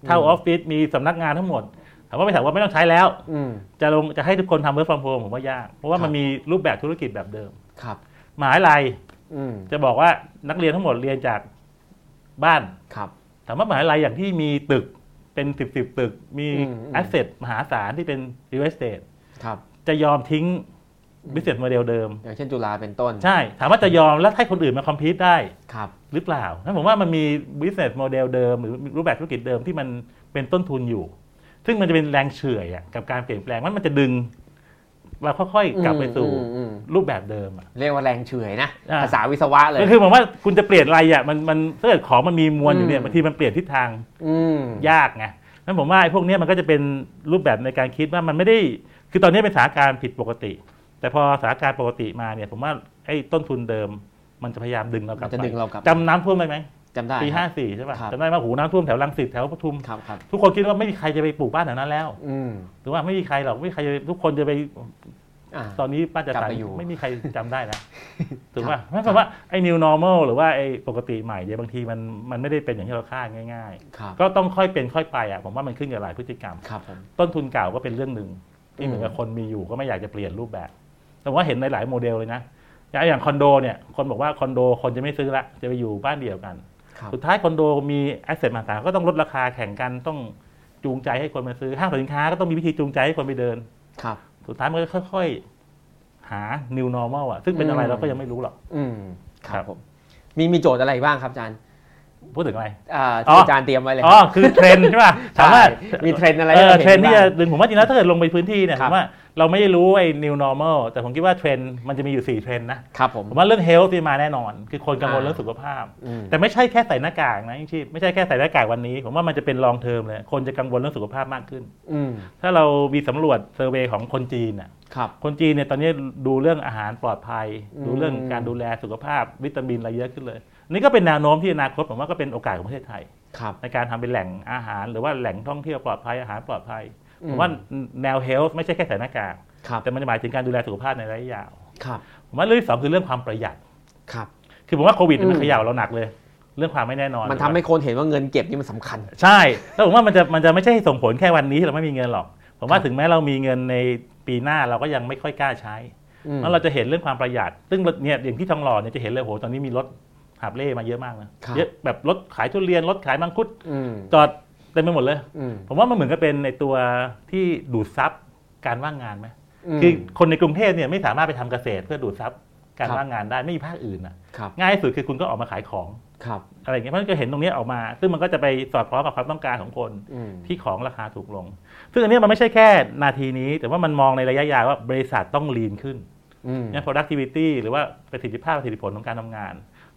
[SPEAKER 2] เท่า
[SPEAKER 1] อืม
[SPEAKER 2] ออฟฟิศมีสำนักงานทั้งหมดถามว่าบริษัทว่าไม่ต้องใช้แล้ว
[SPEAKER 1] อืม
[SPEAKER 2] จะลงจะให้ทุกคนทำ work from home ผมว่ายาก เพราะว่า
[SPEAKER 1] ครับ
[SPEAKER 2] มันมีรูปแบบธุรกิจแบบเดิม
[SPEAKER 1] ครับ
[SPEAKER 2] มหาวิทยาลัย
[SPEAKER 1] อืม
[SPEAKER 2] จะบอกว่านักเรียนทั้งหมดเรียนจากบ้าน
[SPEAKER 1] ครับ
[SPEAKER 2] ถามว่ามหาวิทยาลัยอย่างที่มีตึกเป็นสิบสิบตึก มี
[SPEAKER 1] อืมอืม
[SPEAKER 2] แอสเซทมหาศาลที่เป็น real estate
[SPEAKER 1] ครับ
[SPEAKER 2] จะยอมทิ้ง business model เดิม
[SPEAKER 1] อย่างเช่นจุฬาเป็นต้น
[SPEAKER 2] ใช่ ถามว่าจะยอมแล้วให้คนอื่นมาคอมพิวได้
[SPEAKER 1] ครับ
[SPEAKER 2] หรือเปล่านั้นผมว่ามันมี business model เดิม หรือรูปแบบธุรกิจเดิมที่มันเป็นต้นทุนอยู่ ซึ่งมันจะเป็นแรงเฉื่อยอะกับการเปลี่ยนแปลงว่ามันจะดึงเราค่อยๆกลับไปสู่
[SPEAKER 1] อืมอืมอืม
[SPEAKER 2] รูปแบบเดิมอะ
[SPEAKER 1] เรียกว่าแรงเฉื่อยนะ
[SPEAKER 2] อ่า
[SPEAKER 1] ภาษาวิศวะเลย
[SPEAKER 2] ก็คือผมว่าคุณจะเปลี่ยนอะไรอ่ะมันมันถ้าเกิดของมันมีมวลอยู่เนี่
[SPEAKER 1] อืม
[SPEAKER 2] ยบางทีมันเปลี่ยนทิศทาง
[SPEAKER 1] อืม
[SPEAKER 2] ยากไงนั้นผมว่าไอ้พวกเนี้ยมันก็จะเป็นรูปแบบในการคิดว่ามันไม่ได้ คือตอนนี้เป็นสถานการณ์ผิดปกติ แต่พอสถานการณ์ปกติมาเนี่ย ผมว่าไอ้ต้นทุนเดิม มันจะพยายามดึงเรากลับ
[SPEAKER 1] มันจะดึงเรากลับ
[SPEAKER 2] จำน้ำท่วมได้ไหม
[SPEAKER 1] จำได้
[SPEAKER 2] ปี
[SPEAKER 1] ค
[SPEAKER 2] ห้า
[SPEAKER 1] รับ
[SPEAKER 2] สี่ใช่ป่ะ
[SPEAKER 1] ครับ
[SPEAKER 2] จำได้ว่าหูน้ำท่วมแถวรังสิตแถวปทุม
[SPEAKER 1] ครับครับ
[SPEAKER 2] ทุกคนคิดว่าไม่มีใครจะไปปลูกบ้านแถวนั้นแล้ว
[SPEAKER 1] อืม
[SPEAKER 2] หรือว่าไม่มีใครหรอกไม่มีใครจะทุกคนจะไป
[SPEAKER 1] อ่า
[SPEAKER 2] ตอนนี้บ้านจะ
[SPEAKER 1] กลั
[SPEAKER 2] ตา
[SPEAKER 1] บ
[SPEAKER 2] ย
[SPEAKER 1] ไปอยู่
[SPEAKER 2] ไม่มีใครจำได้นะถูก
[SPEAKER 1] ครั
[SPEAKER 2] ป่ะ
[SPEAKER 1] บ
[SPEAKER 2] นั่นแปลว่าไอ้ new normal หรือว่าไอ้ปกติใหม่เนี่ยบางทีมันมันไม่ได้เป็นอย่างที่เราคาดง่าย ๆ
[SPEAKER 1] ครับ
[SPEAKER 2] ก็ต้องค่อยเป็นค่อยไปอ่ะผมว่ามันขึ้นกับหลายพฤติกรรม
[SPEAKER 1] ครับผม
[SPEAKER 2] ต้นทุนเก่าก็เป็นเรื่องหนึ่ง
[SPEAKER 1] อืม
[SPEAKER 2] ที่เหมือนกับคนมีอยู่ก็ไม่อยากจะเปลี่ยนรูปแบบ แต่ว่าเห็นในหลายโมเดลเลยนะอย่างอย่างคอนโดเนี่ยคนบอกว่าคอนโดคนจะไม่ซื้อละจะไปอยู่บ้านเดียวกัน
[SPEAKER 1] ครับ
[SPEAKER 2] สุดท้ายคอนโดมีแอสเซทมหาศาลก็ต้องลดราคาแข่งกันต้องจูงใจให้คนมาซื้อห้างสรรพสินค้าก็ต้องมีวิธีจูงใจให้คนไปเดิน
[SPEAKER 1] ครับ
[SPEAKER 2] สุดท้ายมันก็ค่อย ๆ หา new normal อ่ะซึ่งเป็นอะไร
[SPEAKER 1] อืม
[SPEAKER 2] เราก็ยังไม่รู้หรอก
[SPEAKER 1] อืมค
[SPEAKER 2] ครั
[SPEAKER 1] รับบ ผมมีมีโจทย์อะไรบ้างครับอาจารย์
[SPEAKER 2] พูดถึงอะไร
[SPEAKER 1] อ่า
[SPEAKER 2] อ๋อ
[SPEAKER 1] ที่อาจารย์เตรียมไว้เลย
[SPEAKER 2] อ๋อคือเทรนด์ใช่ป่ะถามว่า
[SPEAKER 1] ใช่มีเทรนด์อะไร
[SPEAKER 2] เออ
[SPEAKER 1] ให้าห็
[SPEAKER 2] เทรนด์ที่จะ
[SPEAKER 1] บ้าง
[SPEAKER 2] ดึงผมว่าจริงแล้วถ้าเกิดลงไปพื้นที่เนี่ย
[SPEAKER 1] ค
[SPEAKER 2] ผ
[SPEAKER 1] รับ
[SPEAKER 2] มว่าเราไม่ได้รู้ไอ้ new normal แต่ผมคิดว่าเทรนด์มันจะมีอยู่ 4 เทรนด์นะครับ
[SPEAKER 1] ผม
[SPEAKER 2] ผมว่าเรื่อง health ที่มาแน่นอน คือคนกังวล
[SPEAKER 1] อ่า
[SPEAKER 2] เรื่องสุขภาพ
[SPEAKER 1] อืม
[SPEAKER 2] แต่ไม่ใช่แค่ใส่หน้ากากนะยิ่งชีพไม่ใช่แค่ใส่หน้ากากวันนี้ ผมว่ามันจะเป็น long term เลย คนจะกังวลเรื่องสุขภาพมากขึ้น
[SPEAKER 1] อืม
[SPEAKER 2] ถ้าเรามีสำรวจเซอร์เวยของคนจีนน่ะ
[SPEAKER 1] ครับ
[SPEAKER 2] คนจีนเนี่ยตอนนี้ดูเรื่องอาหารปลอดภัย
[SPEAKER 1] อืม
[SPEAKER 2] ดูเรื่องการดูแลสุขภาพวิตามินอะไรเยอะขึ้นเลยอันนี่ก็เป็นแนวโน้มที่อนาคตผมว่าก็เป็นโอกาสของประเทศไทย
[SPEAKER 1] ครับ
[SPEAKER 2] ในการทำเป็นแหล่งอาหารหรือว่าแหล่งท่องเที่ยวปลอดภัยอาหารปลอดภัย
[SPEAKER 1] อื
[SPEAKER 2] ผมว่าแนวเฮลท์ไม่ใช่แค่ใส่หน้ากาก
[SPEAKER 1] ครับ
[SPEAKER 2] แต่มันจะหมายถึงการดูแลสุขภาพในระยะยาว
[SPEAKER 1] ครับ
[SPEAKER 2] ผมว่าเรื่องที่สองคือเรื่องความประหยัด
[SPEAKER 1] ครับ
[SPEAKER 2] คือผมว่าโควิดเนี่ยมั
[SPEAKER 1] อื
[SPEAKER 2] น
[SPEAKER 1] ม
[SPEAKER 2] เขย่าเราหนักเลย เรื่องความไม่แน่นอน
[SPEAKER 1] มันทำให้คนเห็นว่าเงินเก็บนี่มันสำคัญ
[SPEAKER 2] ใช่ แล้วผมว่ามันจะมันจะไม่ใช่ส่งผลแค่วันนี้ที่เราไม่มีเงินหรอก ผมว่าถึงแม้เรามีเงินในปีหน้าเราก็ยังไม่ค่อยกล้าใช้
[SPEAKER 1] อืม
[SPEAKER 2] แล้วเราจะเห็นเรื่องความประหยัด ซึ่งเนี่ยอย่างที่ทองหล่อเนี่ยจะเห็นเลยโหตอนนี้มีรถหาบเล่มาเยอะมากนะเยอะแบบรถขายทุเรียนรถขายมังคุด
[SPEAKER 1] อืม
[SPEAKER 2] จอดเต็มไปหมดเลย
[SPEAKER 1] อืม
[SPEAKER 2] ผมว่ามันเหมือนกับเป็นในตัวที่ดูดซับการว่างงานไหม
[SPEAKER 1] ม
[SPEAKER 2] คือคนในกรุงเทพเนี่ยไม่สามารถไปทำเกษตรเพื่อดูดซับการ
[SPEAKER 1] ครับ
[SPEAKER 2] ว่างงานได้ไม่มีภาคอื่นนะครับ ง่ายที่สุดคือคุณก็ออกมาขายของ
[SPEAKER 1] ครับ
[SPEAKER 2] อะไรอย่างเงี้ยเพราะฉะนั้นก็เห็นตรงเนี้ยออกมา ซึ่งมันก็จะไปสอดคล้องกับความต้องการของคน
[SPEAKER 1] อืม
[SPEAKER 2] ที่ของราคาถูกลง ซึ่งอันเนี้ยมันไม่ใช่แค่นาทีนี้ แต่ว่ามันมองในระยะยาวว่าบริษัทต้อง lean ขึ้น
[SPEAKER 1] อืม
[SPEAKER 2] เนี่ย productivity หรือว่าประสิทธิภาพประสิทธิผลของการทำงาน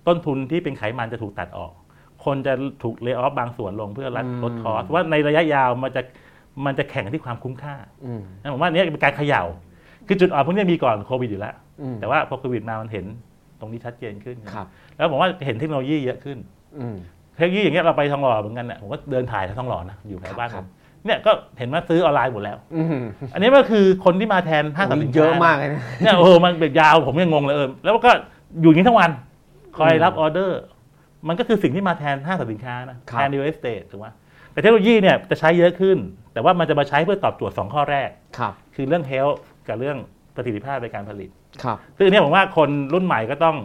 [SPEAKER 2] ต้นทุนที่เป็นไขมันจะถูกตัดออก คนจะถูกเลิกออฟบางส่วนลงเพื่อลดลดคอสว่าในระยะยาวมันจะมันจะแข่งกันที่ความคุ้มค่า
[SPEAKER 1] อืม
[SPEAKER 2] นะผมว่าอันเนี้ยเป็นการเขย่า คือจุดอ่อนพวกเนี้ยมีก่อนโควิดอยู่แล้ว
[SPEAKER 1] อืม
[SPEAKER 2] แต่ว่าพอโควิดมามันเห็นตรงนี้ชัดเจนขึ้น
[SPEAKER 1] ครับ
[SPEAKER 2] แล้วผมว่าเห็นเทคโนโลยีเยอะขึ้น
[SPEAKER 1] อืม
[SPEAKER 2] เทคโนโลยีอย่างเงี้ยเราไปทองหล่อเหมือนกันน่ะผมก็เดินถ่ายทองหล่อนะอยู่แถวบ้าน
[SPEAKER 1] ค
[SPEAKER 2] ผ
[SPEAKER 1] รับ
[SPEAKER 2] มเนี่ยก็เห็นว่าซื้อออนไลน์หมดแล้ว
[SPEAKER 1] อืม
[SPEAKER 2] อันนี้ก็คือคนที่มาแทนห้างสรรพสินค้า
[SPEAKER 1] เยอะมากเลยนะ
[SPEAKER 2] เนี่ยโอ้โหมันแบบยาวผมยังงงเลยเออแล้วก็อยู่อย่างนี้ทั้งวันคอยรับออเดอร์ มันก็คือสิ่งที่มาแทนห้างสรรพสินค้านะครับ แทนดิวเอสเตทถูกไหมแต่เทคโนโลยีเนี่ยจะใช้เยอะขึ้น แต่ว่ามันจะมาใช้เพื่อตอบโจทย์สองข้อแรก
[SPEAKER 1] ครับ
[SPEAKER 2] คือเรื่อง health กับเรื่องประสิทธิภาพในการผลิต
[SPEAKER 1] ครับ
[SPEAKER 2] ซึ่งอันเนี่ยผมว่าคนรุ่นใหม่ก็ต้อง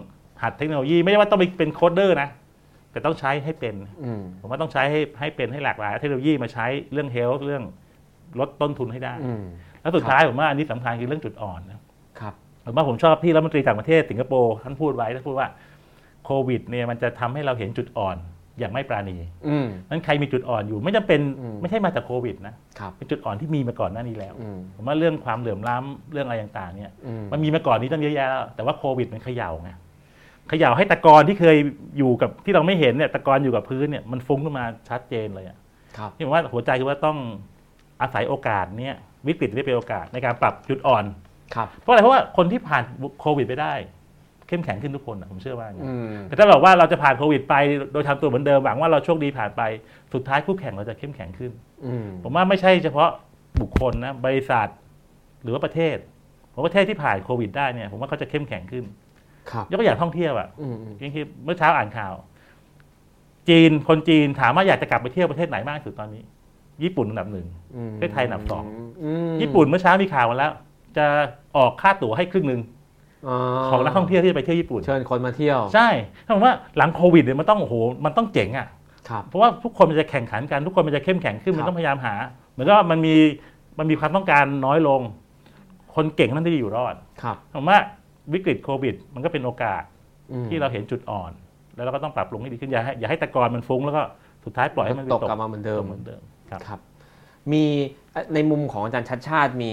[SPEAKER 2] หัดเทคโนโลยี ไม่ได้ว่าต้องไปเป็นโคดเดอร์นะ แต่ต้องใช้ให้เป็น
[SPEAKER 1] อืม
[SPEAKER 2] ผมว่าต้องใช้ให้ให้เป็นให้หลากหลายเทคโนโลยีมาใช้เรื่อง health เรื่องลดต้นทุนให้ได้
[SPEAKER 1] อืม
[SPEAKER 2] แล้วสุดท้ายผมว่าอันนี้สำคัญคือเรื่องจุดอ่อนนะครับ ผมว่าผมชอบที่รัฐมนตรีต่างประเทศสิงคโปร์ท่านพูดไว้ท่านพูดว่าโควิดเนี่ยมันจะทำให้เราเห็นจุดอ่อน อย่างไม่ปราณี
[SPEAKER 1] อืม
[SPEAKER 2] นั้นใครมีจุดอ่อนอยู่ ไม่จำเป็น
[SPEAKER 1] อืม
[SPEAKER 2] ไม่ใช่มาจากโควิดนะครับ เป็นจุดอ่อนที่มีมาก่อนหน้านี้แล้ว
[SPEAKER 1] อืม
[SPEAKER 2] ผมว่าเรื่องความเหลื่อมล้ำเรื่องอะไรต่างๆเนี่ย
[SPEAKER 1] อืม
[SPEAKER 2] มันมีมาก่อนนี้ตั้งเยอะแยะแล้วแต่ว่าโควิดมันเขย่าไงเขย่าให้ตะกอนที่เคยอยู่กับที่เราไม่เห็นเนี่ยตะกอนอยู่กับพื้นเนี่ยมันฟุ้งขึ้นมาชัดเจนเลยอะ
[SPEAKER 1] ครับ
[SPEAKER 2] ที่ผมว่าหัวใจคือว่าต้องอาศัยโอกาสเนี่ยวิกฤตได้เป็นโอกาสในการปรับจุดอ่อน
[SPEAKER 1] ครับ
[SPEAKER 2] เพราะอะไรเพราะว่าคนที่ผ่านโควิดไปได้ เข้มแข็งขึ้นทุกคนอะผมเชื่อว่าอย่างนั้น
[SPEAKER 1] อืม
[SPEAKER 2] แต่ถ้าบอกว่าเราจะผ่านโควิดไปโดยทำตัวเหมือนเดิมหวังว่าเราโชคดีผ่านไปสุดท้ายคู่แข่งเราจะเข้มแข็งขึ้น
[SPEAKER 1] อืม
[SPEAKER 2] ผมว่าไม่ใช่เฉพาะบุคคลนะบริษัทหรือว่าประเทศผมว่าประเทศที่ผ่านโควิดได้เนี่ยผมว่าเขาจะเข้มแข็งขึ้น
[SPEAKER 1] ครับ
[SPEAKER 2] ยกตัวอย่างท่องเที่ยวอะ
[SPEAKER 1] อืมอืม
[SPEAKER 2] จริงๆเมื่อเช้าอ่านข่าว จีนคนจีนถามว่าอยากจะกลับไปเที่ยวประเทศไหนมากที่สุดตอนนี้ ญี่ปุ่นอันดับหนึ่ง
[SPEAKER 1] อืม
[SPEAKER 2] ประเทศไทยอันดับสอง
[SPEAKER 1] ม
[SPEAKER 2] ญี่ปุ่นเมื่อเช้ามีข่าวมาแล้ว จะออกค่าตั๋วให้ครึ่งหนึ่งของนักท่องเที่ยวที่จะไปเที่ยวญี่ปุ่น
[SPEAKER 1] เชิญคนมาเที่ยว
[SPEAKER 2] ใช่ถ้าผมว่าหลังโควิดเนี่ยมันต้องโอ้โหมันต้องเจ๋งอ่ะ
[SPEAKER 1] ครับ
[SPEAKER 2] เพราะว่าทุกคนมันจะแข่งขันกัน ทุกคนมันจะเข้มแข็งขึ้
[SPEAKER 1] ค
[SPEAKER 2] น
[SPEAKER 1] รับ
[SPEAKER 2] มันต้องพยายามหา เหมือนก็มันมีมันมีความต้องการน้อยลง คนเก่งนั่นที่จะอยู่รอด
[SPEAKER 1] ครับ
[SPEAKER 2] ผมว่าวิกฤตโควิด มันก็เป็นโอกาส
[SPEAKER 1] อืม
[SPEAKER 2] ที่เราเห็นจุดอ่อน แล้วเราก็ต้องปรับปรุงให้ดีขึ้นอย่าให้อย่าให้ตะกอนมันฟุ้งแล้วก็สุดท้ายปล่อยให้มันไป
[SPEAKER 1] ตกกลับมาเหมือนเดิม
[SPEAKER 2] เหมือนเดิมครับ
[SPEAKER 1] ครับมีเอ่อในมุมของอาจารย์ชัดชาติมี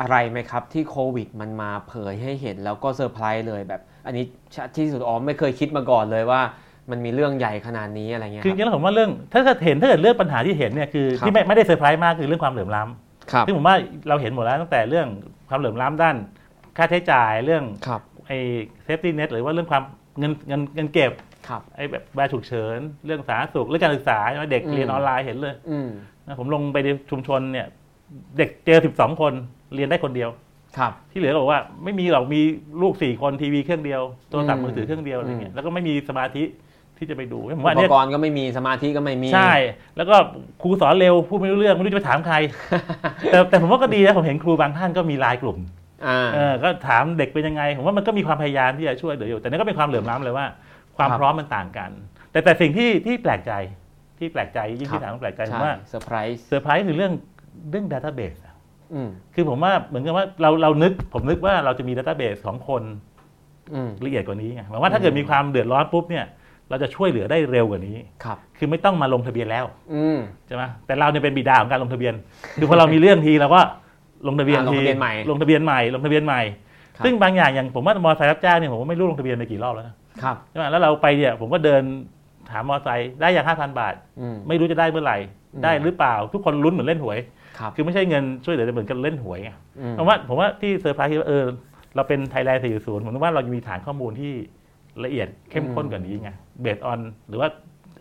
[SPEAKER 1] อะไรไหมครับ ที่โควิดมันมาเผยให้เห็นแล้วก็เซอร์ไพรส์เลยแบบ อันนี้ชัดที่สุดอ๋อไม่เคยคิดมาก่อนเลยว่า มันมีเรื่องใหญ่ขนาดนี้อะไรเงี้ย
[SPEAKER 2] คือจ
[SPEAKER 1] ค
[SPEAKER 2] ริ
[SPEAKER 1] รับ
[SPEAKER 2] งๆแล้วผมว่าเรื่องถ้าเกิดเห็นถ้าเกิดเรื่องปัญหาที่เห็นเนี่ยคือ
[SPEAKER 1] ครับ
[SPEAKER 2] ที่ไม่ไม่ได้เซอร์ไพรส์มากคือเรื่องความเหลื่อมล้
[SPEAKER 1] ครับ
[SPEAKER 2] ำซึ่งผมว่าเราเห็นหมดแล้วตั้งแต่เรื่องความเหลื่อมล้ำด้าน ค่าใช้จ่ายเรื่อง
[SPEAKER 1] ครับ
[SPEAKER 2] ไอ้เซฟตี้เน็ตหรือว่าเรื่องความเงินเงินเงินเก็บ
[SPEAKER 1] ครับ
[SPEAKER 2] ไอ้แบบบาฉุกเฉิน เรื่องสาธารณสุขเรื่องการศึกษาใช่ไหมเด็ก
[SPEAKER 1] อืม
[SPEAKER 2] เรียนออนไลน์เห็นเลย
[SPEAKER 1] อืม
[SPEAKER 2] นะผมลงไปในชุมชนเนี่ยเด็กเจอ 12 คนเรียนได้คนเดียว
[SPEAKER 1] ครับ
[SPEAKER 2] ที่เหลือก็บอกว่าไม่มีหรอกมีลูกสี่คนทีวีเครื่องเดียวโทรศัพท์มือถือเครื่องเดียวอะไรเงี้
[SPEAKER 1] อื
[SPEAKER 2] ย
[SPEAKER 1] ม
[SPEAKER 2] แล้วก็ไม่มีสมาธิที่จะไปดูผม
[SPEAKER 1] อุ
[SPEAKER 2] ว่าอั
[SPEAKER 1] ป
[SPEAKER 2] นเนี้ย
[SPEAKER 1] กรณ์ก็ไม่มีสมาธิก็ไม่มี
[SPEAKER 2] ใช่ แล้วก็ครูสอนเร็วพูดไม่รู้เรื่องไม่รู้จะไปถาม
[SPEAKER 1] (laughs)
[SPEAKER 2] ใคร แต่แต่ผมว่าก็ดีนะผมเห็นครูบางท่านก็มีไลน์กลุ่ม
[SPEAKER 1] อ่า
[SPEAKER 2] เออก็ถามเด็กเป็นยังไง ผมว่ามันก็มีความพยายามที่จะช่วยเหลืออยู่ แต่นี่ก็เป็นความเหลื่อมล้ำเลยว่า ความ
[SPEAKER 1] ครับ
[SPEAKER 2] พร้อมมันต่างกัน แต่แต่สิ่งที่ที่แปลกใจที่แปลกใจยิ่งที่ถามว่าแปลกใจผมว่า
[SPEAKER 1] เซอร์ไพรส์
[SPEAKER 2] เซอร์ไพรส์คือเรื่องเรื่องดัตเตอร์เบส
[SPEAKER 1] อืม
[SPEAKER 2] คือผมว่าเหมือนกับว่าเราเรานึกผมนึกว่าเราจะมีดัตเตอร์เบสของคน
[SPEAKER 1] อืม
[SPEAKER 2] ละเอียดกว่านี้ไงหมายว่าถ้า
[SPEAKER 1] อืม
[SPEAKER 2] เกิดมีความเดือดร้อนปุ๊บเนี่ยเราจะช่วยเหลือได้เร็วกว่านี้
[SPEAKER 1] ครับ
[SPEAKER 2] คือไม่ต้องมาลงทะเบียนแล้ว
[SPEAKER 1] อืม
[SPEAKER 2] ใช่ไหมแต่เราเนี่ยเป็นบิดาของการลงทะเบียนคือพอเรามีเรื่องทีเราก็ลงทะเบียน
[SPEAKER 1] อ่าลง
[SPEAKER 2] ที
[SPEAKER 1] ทะเบียนใหม่
[SPEAKER 2] ลงทะเบียนใหม่ลงทะเบียนใหม่
[SPEAKER 1] ครับ
[SPEAKER 2] ซึ่งบางอย่างอย่างผมว่ามอเตอร์ไซค์รับจ้างเนี่ยผมว่าไม่รู้ลงทะเบียนไปกี่รอบแล้วนะครับ ใช่ไหมแล้วเราไปเนี่ยผมก็เดินถามมอเตอร์ไซค์ได้อย่างห้าพันบาท
[SPEAKER 1] อืม
[SPEAKER 2] ไม่รู้จะได้เมื่อไหร่
[SPEAKER 1] อืม
[SPEAKER 2] ได้หรือเปล่าทุกคนลุ้นเหมือนเล่นหวย
[SPEAKER 1] ครับ
[SPEAKER 2] คือไม่ใช่เงินช่วยเหลือแต่เหมือนกันเล่นหวยไง
[SPEAKER 1] อืม
[SPEAKER 2] ผมว่าผมว่าที่เซอร์ไพรส์คือว่าเออเราเป็นไทยแลนด์40ผมว่าเรายังมีฐานข้อมูลที่ละเอียดเข้มข้นกว่านี้ไงเบสออนหรือว่า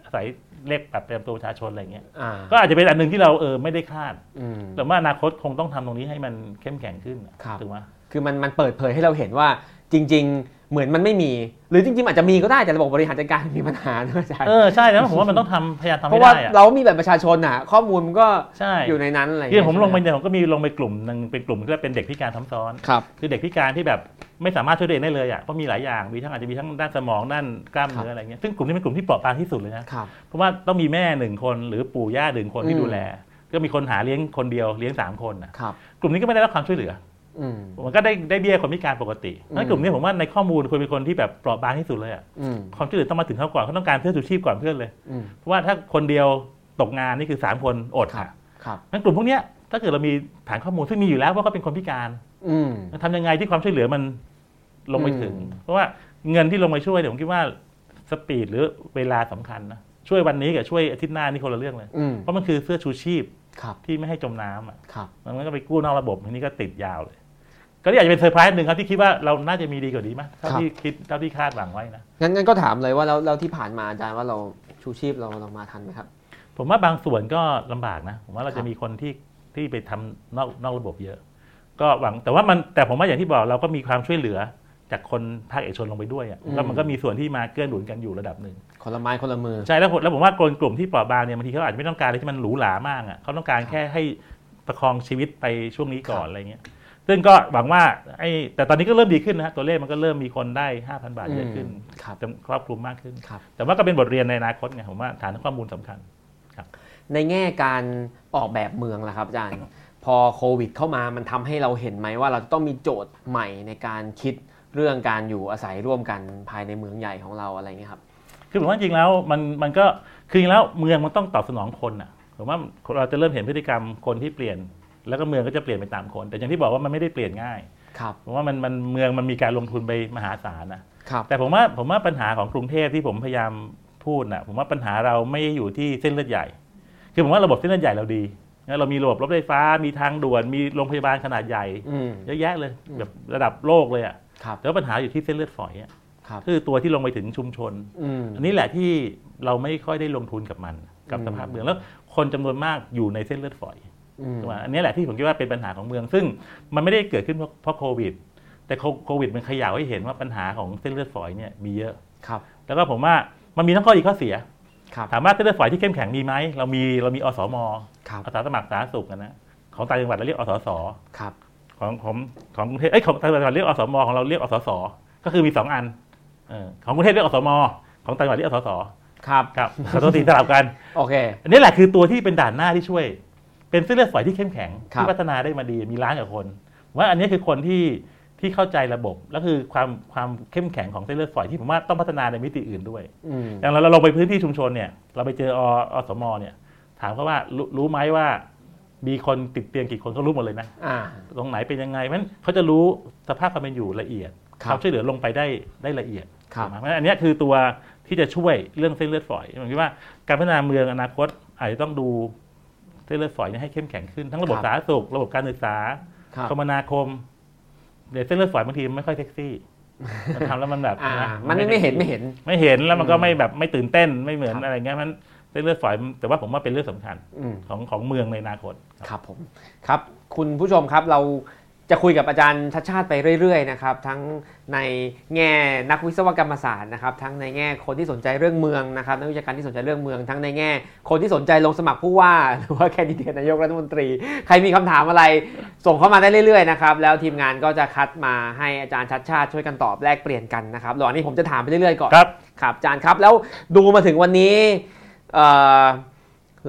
[SPEAKER 2] อาศัยเลขบัตรประจำตัวประชาชนอะไรเงี้ย
[SPEAKER 1] อ่า
[SPEAKER 2] ก็อาจจะเป็นอันหนึ่งที่เราเออไม่ได้คาด
[SPEAKER 1] อืม
[SPEAKER 2] แต่ว่าอนาคตคงต้องทำตรงนี้ให้มันเข้มแข็งขึ้น
[SPEAKER 1] ครับ
[SPEAKER 2] ถูกไหม
[SPEAKER 1] คือมันมันเปิดเผยให้เราเห็นว่าจริง ๆ เหมือนมันไม่มี หรือจริง ๆ อาจจะมีก็ได้แต่ระบบบริหารจัดการมีปัญหาด้วยอาจารย์
[SPEAKER 2] เออใช่แล้วผมว่ามันต้องทำพยายามทำ
[SPEAKER 1] เพ
[SPEAKER 2] ให้
[SPEAKER 1] ราะว่า
[SPEAKER 2] ได้อะ
[SPEAKER 1] เรามีแบบประชาชนอ่ะ ข้อมูลมันก็
[SPEAKER 2] ใช่
[SPEAKER 1] อยู่ในนั้นอะไรอย่าง
[SPEAKER 2] คือ
[SPEAKER 1] เงี้ย
[SPEAKER 2] ผมลงไป
[SPEAKER 1] ใช่ห
[SPEAKER 2] เนี่ยผมก็มีลงไปกลุ่มหนึ่งเป็นกลุ่มที่เป็นเด็กพิการซ้ำซ้อน
[SPEAKER 1] ครับ
[SPEAKER 2] คือเด็กพิการที่แบบไม่สามารถช่วยตัวเองได้เลยอ่ะเพราะมีหลายอย่างมีทั้งอาจจะมีทั้งด้านสมองด้านกล้ามเนื้ออะไรเงี้ยซึ่งกลุ่มนี้เป็นกลุ่มที่เปราะบางที่สุดเลยนะ
[SPEAKER 1] ครับ
[SPEAKER 2] เพราะว่าต้องมีแม่หนึ่งคนหรือปู่ย่าหนึ่งคน
[SPEAKER 1] อื
[SPEAKER 2] ที่
[SPEAKER 1] ม
[SPEAKER 2] ดูแล ก็มีคนหาเลี้ยงคนเดียวเลี้ยงสามคนนะครับ กลุ่มนี้ก็ไม่ได้รับความช่วยเหลือ
[SPEAKER 1] อืม
[SPEAKER 2] มันก็ได้ได้เบี้ยคนพิการปกติ
[SPEAKER 1] อืม
[SPEAKER 2] นั้นกลุ่มนี้ผมว่าในข้อมูลควรเป็นคนที่แบบเปราะบางที่สุดเลยอะ
[SPEAKER 1] อืม
[SPEAKER 2] ความช่วยเหลือต้องมาถึงเขาก่อนเขาต้องการเพื่อนสุชีพก่อนเพื่อนเลย
[SPEAKER 1] อืม
[SPEAKER 2] เพราะว่าถ้าคนเดียวตกงานนี่คือสามคนอดค่ะ
[SPEAKER 1] ครับ
[SPEAKER 2] นั้นกลุ่มพวกเนี้ยถ้าเกิดเรามีฐานข้อมูลซึ่งมีอยู่แล้วว่าเขาเป็นคนพิการ
[SPEAKER 1] อืม
[SPEAKER 2] ทำยังไงที่ความช่วยเหลือมันลงไปถึง
[SPEAKER 1] อืม
[SPEAKER 2] เพราะว่าเงินที่ลงไปช่วยเนี่ยผมคิดว่าสปีดหรือเวลาสำคัญนะช่วยวันนี้กับช่วยอาทิตย์หน้านี่คนละเรื่องเลย
[SPEAKER 1] อืม
[SPEAKER 2] เพราะมันคือเสื้อชูชีพ
[SPEAKER 1] ครับ
[SPEAKER 2] ที่ไม่ให้จมน้ำอ่ะ
[SPEAKER 1] ครับ
[SPEAKER 2] มันก็ไปกู้นอกระบบทีนี้ก็ติดยาวเลย ก็อยากจะเป็นเซอร์ไพรส์หนึ่งครับที่คิดว่าเราน่าจะมีดีกว่านี้มั้ยเท่าที่คิดเท่าที่คาดหวังไว้นะ
[SPEAKER 1] งั้นงั้นก็ถามเลยว่าแล้วแล้วที่ผ่านมาอาจารย์ว่าเราชูชีพเราเรามาทันไหมครับ
[SPEAKER 2] ผมว่าบางส่วนก็ลำบากนะ ผมว่าเรา
[SPEAKER 1] ครั
[SPEAKER 2] จะ
[SPEAKER 1] บ
[SPEAKER 2] มีคนที่ที่ไปทำนอกนอกระบบเยอะ ก็หวังแต่ว่ามันแต่ผมว่าอย่างที่บอกเราก็มีความช่วยเหลือจากคนภาคเอกชนลงไปด้วยอ่ะแล้วมันก็มีส่วนที่มาเกื้อหนุนกันอยู่ระดับหนึ่ง
[SPEAKER 1] คนละไม้คนละมือ
[SPEAKER 2] ใช่แล้วผมแล้วผมว่ากลุ่มกลุ่มที่เปราะบางเนี่ยบางทีเขาอาจจะไม่ต้องการอะไรที่มันหรูหรามากอ่ะเขาต้องการแค่ให้ประคองชีวิตไปช่วงนี้ก่อนอะไรเงี้ยซึ่งก็หวังว่าไอ้แต่ตอนนี้ก็เริ่มดีขึ้นนะฮะตัวเลขมันก็เริ่มมีคนได้ 5,000 บาทเยอะขึ้น
[SPEAKER 1] อืมครับ
[SPEAKER 2] จำครอบคลุมมากขึ้น
[SPEAKER 1] ครับ
[SPEAKER 2] แต่ว่าก็เป็นบทเรียนในอนาคตไงผมว่าฐานข้อมูลสำคัญ
[SPEAKER 1] ในแง่การออกแบบเมืองล่ะครับอาจารย์ พอโควิดเข้ามามันทำให้เราเห็นไหมว่าเราจะต้องมีโจทย์ใหม่ในการคิดเรื่องการอยู่อาศัยร่วมกันภายในเมืองใหญ่ของเราอะไรเงี้ยครับ
[SPEAKER 2] คือ คือผมว่าจริงแล้วมันมันก็คือจริงแล้วเมืองมันต้องตอบสนองคนอ่ะผมว่าเราจะเริ่มเห็นพฤติกรรมคนที่เปลี่ยน แล้วก็เมืองก็จะเปลี่ยนไปตามคน แต่อย่างที่บอกว่ามันไม่ได้เปลี่ยนง่าย
[SPEAKER 1] ครับ
[SPEAKER 2] ผมว่ามันมันเมืองมันมีการลงทุนไปมหาศาลนะ
[SPEAKER 1] ครับ
[SPEAKER 2] แต่ผมว่าผมว่าปัญหาของกรุงเทพที่ผมพยายามพูดนะผมว่าปัญหาเราไม่ได้อยู่ที่เส้นเลือดใหญ่ คือผมว่าระบบเส้นเลือดใหญ่เราดีนะเรามีระบบรถไฟฟ้ามีทางด่วนมีโรงพยาบาลขนาดใหญ่
[SPEAKER 1] อืม
[SPEAKER 2] เยอะแยะเลย
[SPEAKER 1] อืม
[SPEAKER 2] แบบระดับโลกเลยอะ
[SPEAKER 1] ครับ
[SPEAKER 2] แต่ว่าปัญหาอยู่ที่เส้นเลือดฝอยอะ
[SPEAKER 1] ครับ
[SPEAKER 2] คือตัวที่ลงไปถึงชุมชน
[SPEAKER 1] อืม
[SPEAKER 2] อันนี้แหละที่เราไม่ค่อยได้ลงทุนกับมันกับ
[SPEAKER 1] อืม
[SPEAKER 2] สภาพเมืองแล้วคนจำนวนมากอยู่ในเส้นเลือดฝอย
[SPEAKER 1] อืม
[SPEAKER 2] ถูกไหมอันนี้แหละที่ผมคิดว่าเป็นปัญหาของเมือง ซึ่งมันไม่ได้เกิดขึ้นเพราะเพราะโควิด แต่โควิดมันเขย่าให้เห็นว่าปัญหาของเส้นเลือดฝอยเนี่ยมีเยอะ
[SPEAKER 1] ครับ
[SPEAKER 2] แล้วก็ผมว่ามันมีทั้งข้อดีข้อเสีย
[SPEAKER 1] ครับ
[SPEAKER 2] ถามว่าเส้นเลือดฝอยที่เข้มแข็งมีไหมเรามีเรามีอสม
[SPEAKER 1] ครับ
[SPEAKER 2] อาสาสมัครสาธารณสุขนะนะของต่างจังหวัดเราเรียกอสส
[SPEAKER 1] ครับ
[SPEAKER 2] ของของของกรุงเทพเอ้ยของต่างจังหวัดเรียกอสมของเราเรียกอสสก็คือมีสองอันเออของกรุงเทพเรียกอสมของต่างจังหวัดเรียกอสส
[SPEAKER 1] ครับ
[SPEAKER 2] ครับขอโทษทีสลับกัน
[SPEAKER 1] โอเค
[SPEAKER 2] อันนี้แหละคือตัวที่เป็นด่านหน้าที่ช่วย เป็นเส้นเลือดฝอยที่เข้มแข็ง
[SPEAKER 1] ครับ
[SPEAKER 2] ที่พัฒนาได้มาดีมีล้านกับคนผมว่าอันนี้คือคนที่ที่เข้าใจระบบและคือความความเข้มแข็งของเส้นเลือดฝอยที่ผมว่าต้องพัฒนาในมิติอื่นด้วย
[SPEAKER 1] อืม
[SPEAKER 2] อย่างเราเราลงไปพื้นที่ชุมชนเนี่ยเราไปเจอออสมเนี่ย ถามเขาว่ารู้รู้ไหมว่า มีคนติดเตียงกี่คนเขารู้หมดเลยนะ
[SPEAKER 1] อ่า
[SPEAKER 2] ตรงไหนเป็นยังไงเพราะฉะนั้นเขาจะรู้สภาพความเป็นอยู่ละเอียด
[SPEAKER 1] ครับ
[SPEAKER 2] เขามช่วยเหลือลงไปได้ได้ละเอียด
[SPEAKER 1] ครับ
[SPEAKER 2] ถูกไหมเพราะฉะนั้นอันเนี้ยคือตัวที่จะช่วยเรื่องเส้นเลือดฝอยผมคิดว่าการพัฒนาเมืองอนาคตอาจจะต้องดูเส้นเลือดฝอยเนี่ยให้เข้มแข็งขึ้นทั้งระบ
[SPEAKER 1] ค
[SPEAKER 2] บ
[SPEAKER 1] รับ
[SPEAKER 2] สาธารณสุขระบบการศึกษา
[SPEAKER 1] ครับ
[SPEAKER 2] คมนาคมเดี๋ยวเส้นเลือดฝอยบางทีมันไม่ค่อยเซ็กซี่มันทำแล้วมันแบบ
[SPEAKER 1] อ่า
[SPEAKER 2] ะ
[SPEAKER 1] มันไม่
[SPEAKER 2] ซ็ก
[SPEAKER 1] เห็น
[SPEAKER 2] ซี่
[SPEAKER 1] ไม่เห็น
[SPEAKER 2] ไม่เห็นแล้วมันก็
[SPEAKER 1] อืม
[SPEAKER 2] ไม่แบบไม่ตื่นเต้นไม่เหมือน
[SPEAKER 1] ครับ
[SPEAKER 2] อะไรเงี้ยมันเส้นเลือดฝอยมันแต่ว่าผมว่าเป็นเรื่องสำคัญ
[SPEAKER 1] อืม
[SPEAKER 2] ของของเมืองในอนาคต
[SPEAKER 1] ครับผมครับคุณผู้ชมครับเราจะคุยกับอาจารย์ชัดชาติไปเรื่อยๆนะครับทั้งในแง่นักวิศวกรรมศาสตร์นะครับทั้งในแง่คนที่สนใจเรื่องเมืองนะครับนักวิชาการที่สนใจเรื่องเมือง ทั้งในแง่ คนที่สนใจลงสมัครผู้ว่า (laughs) หรือว่าแคนดิเดตนายกรัฐมนตรี ใครมีคำถามอะไรส่งเข้ามาได้เรื่อยๆนะครับแล้วทีมงานก็จะคัดมาให้อาจารย์ชัดชาติช่วยกันตอบแลกเปลี่ยนกันนะครับระหว่างนี้ผมจะถามไปเรื่อยๆก่อน
[SPEAKER 2] ครับ
[SPEAKER 1] ครับอาจารย์ครับแล้วดูมาถึงวันนี้เอ่อ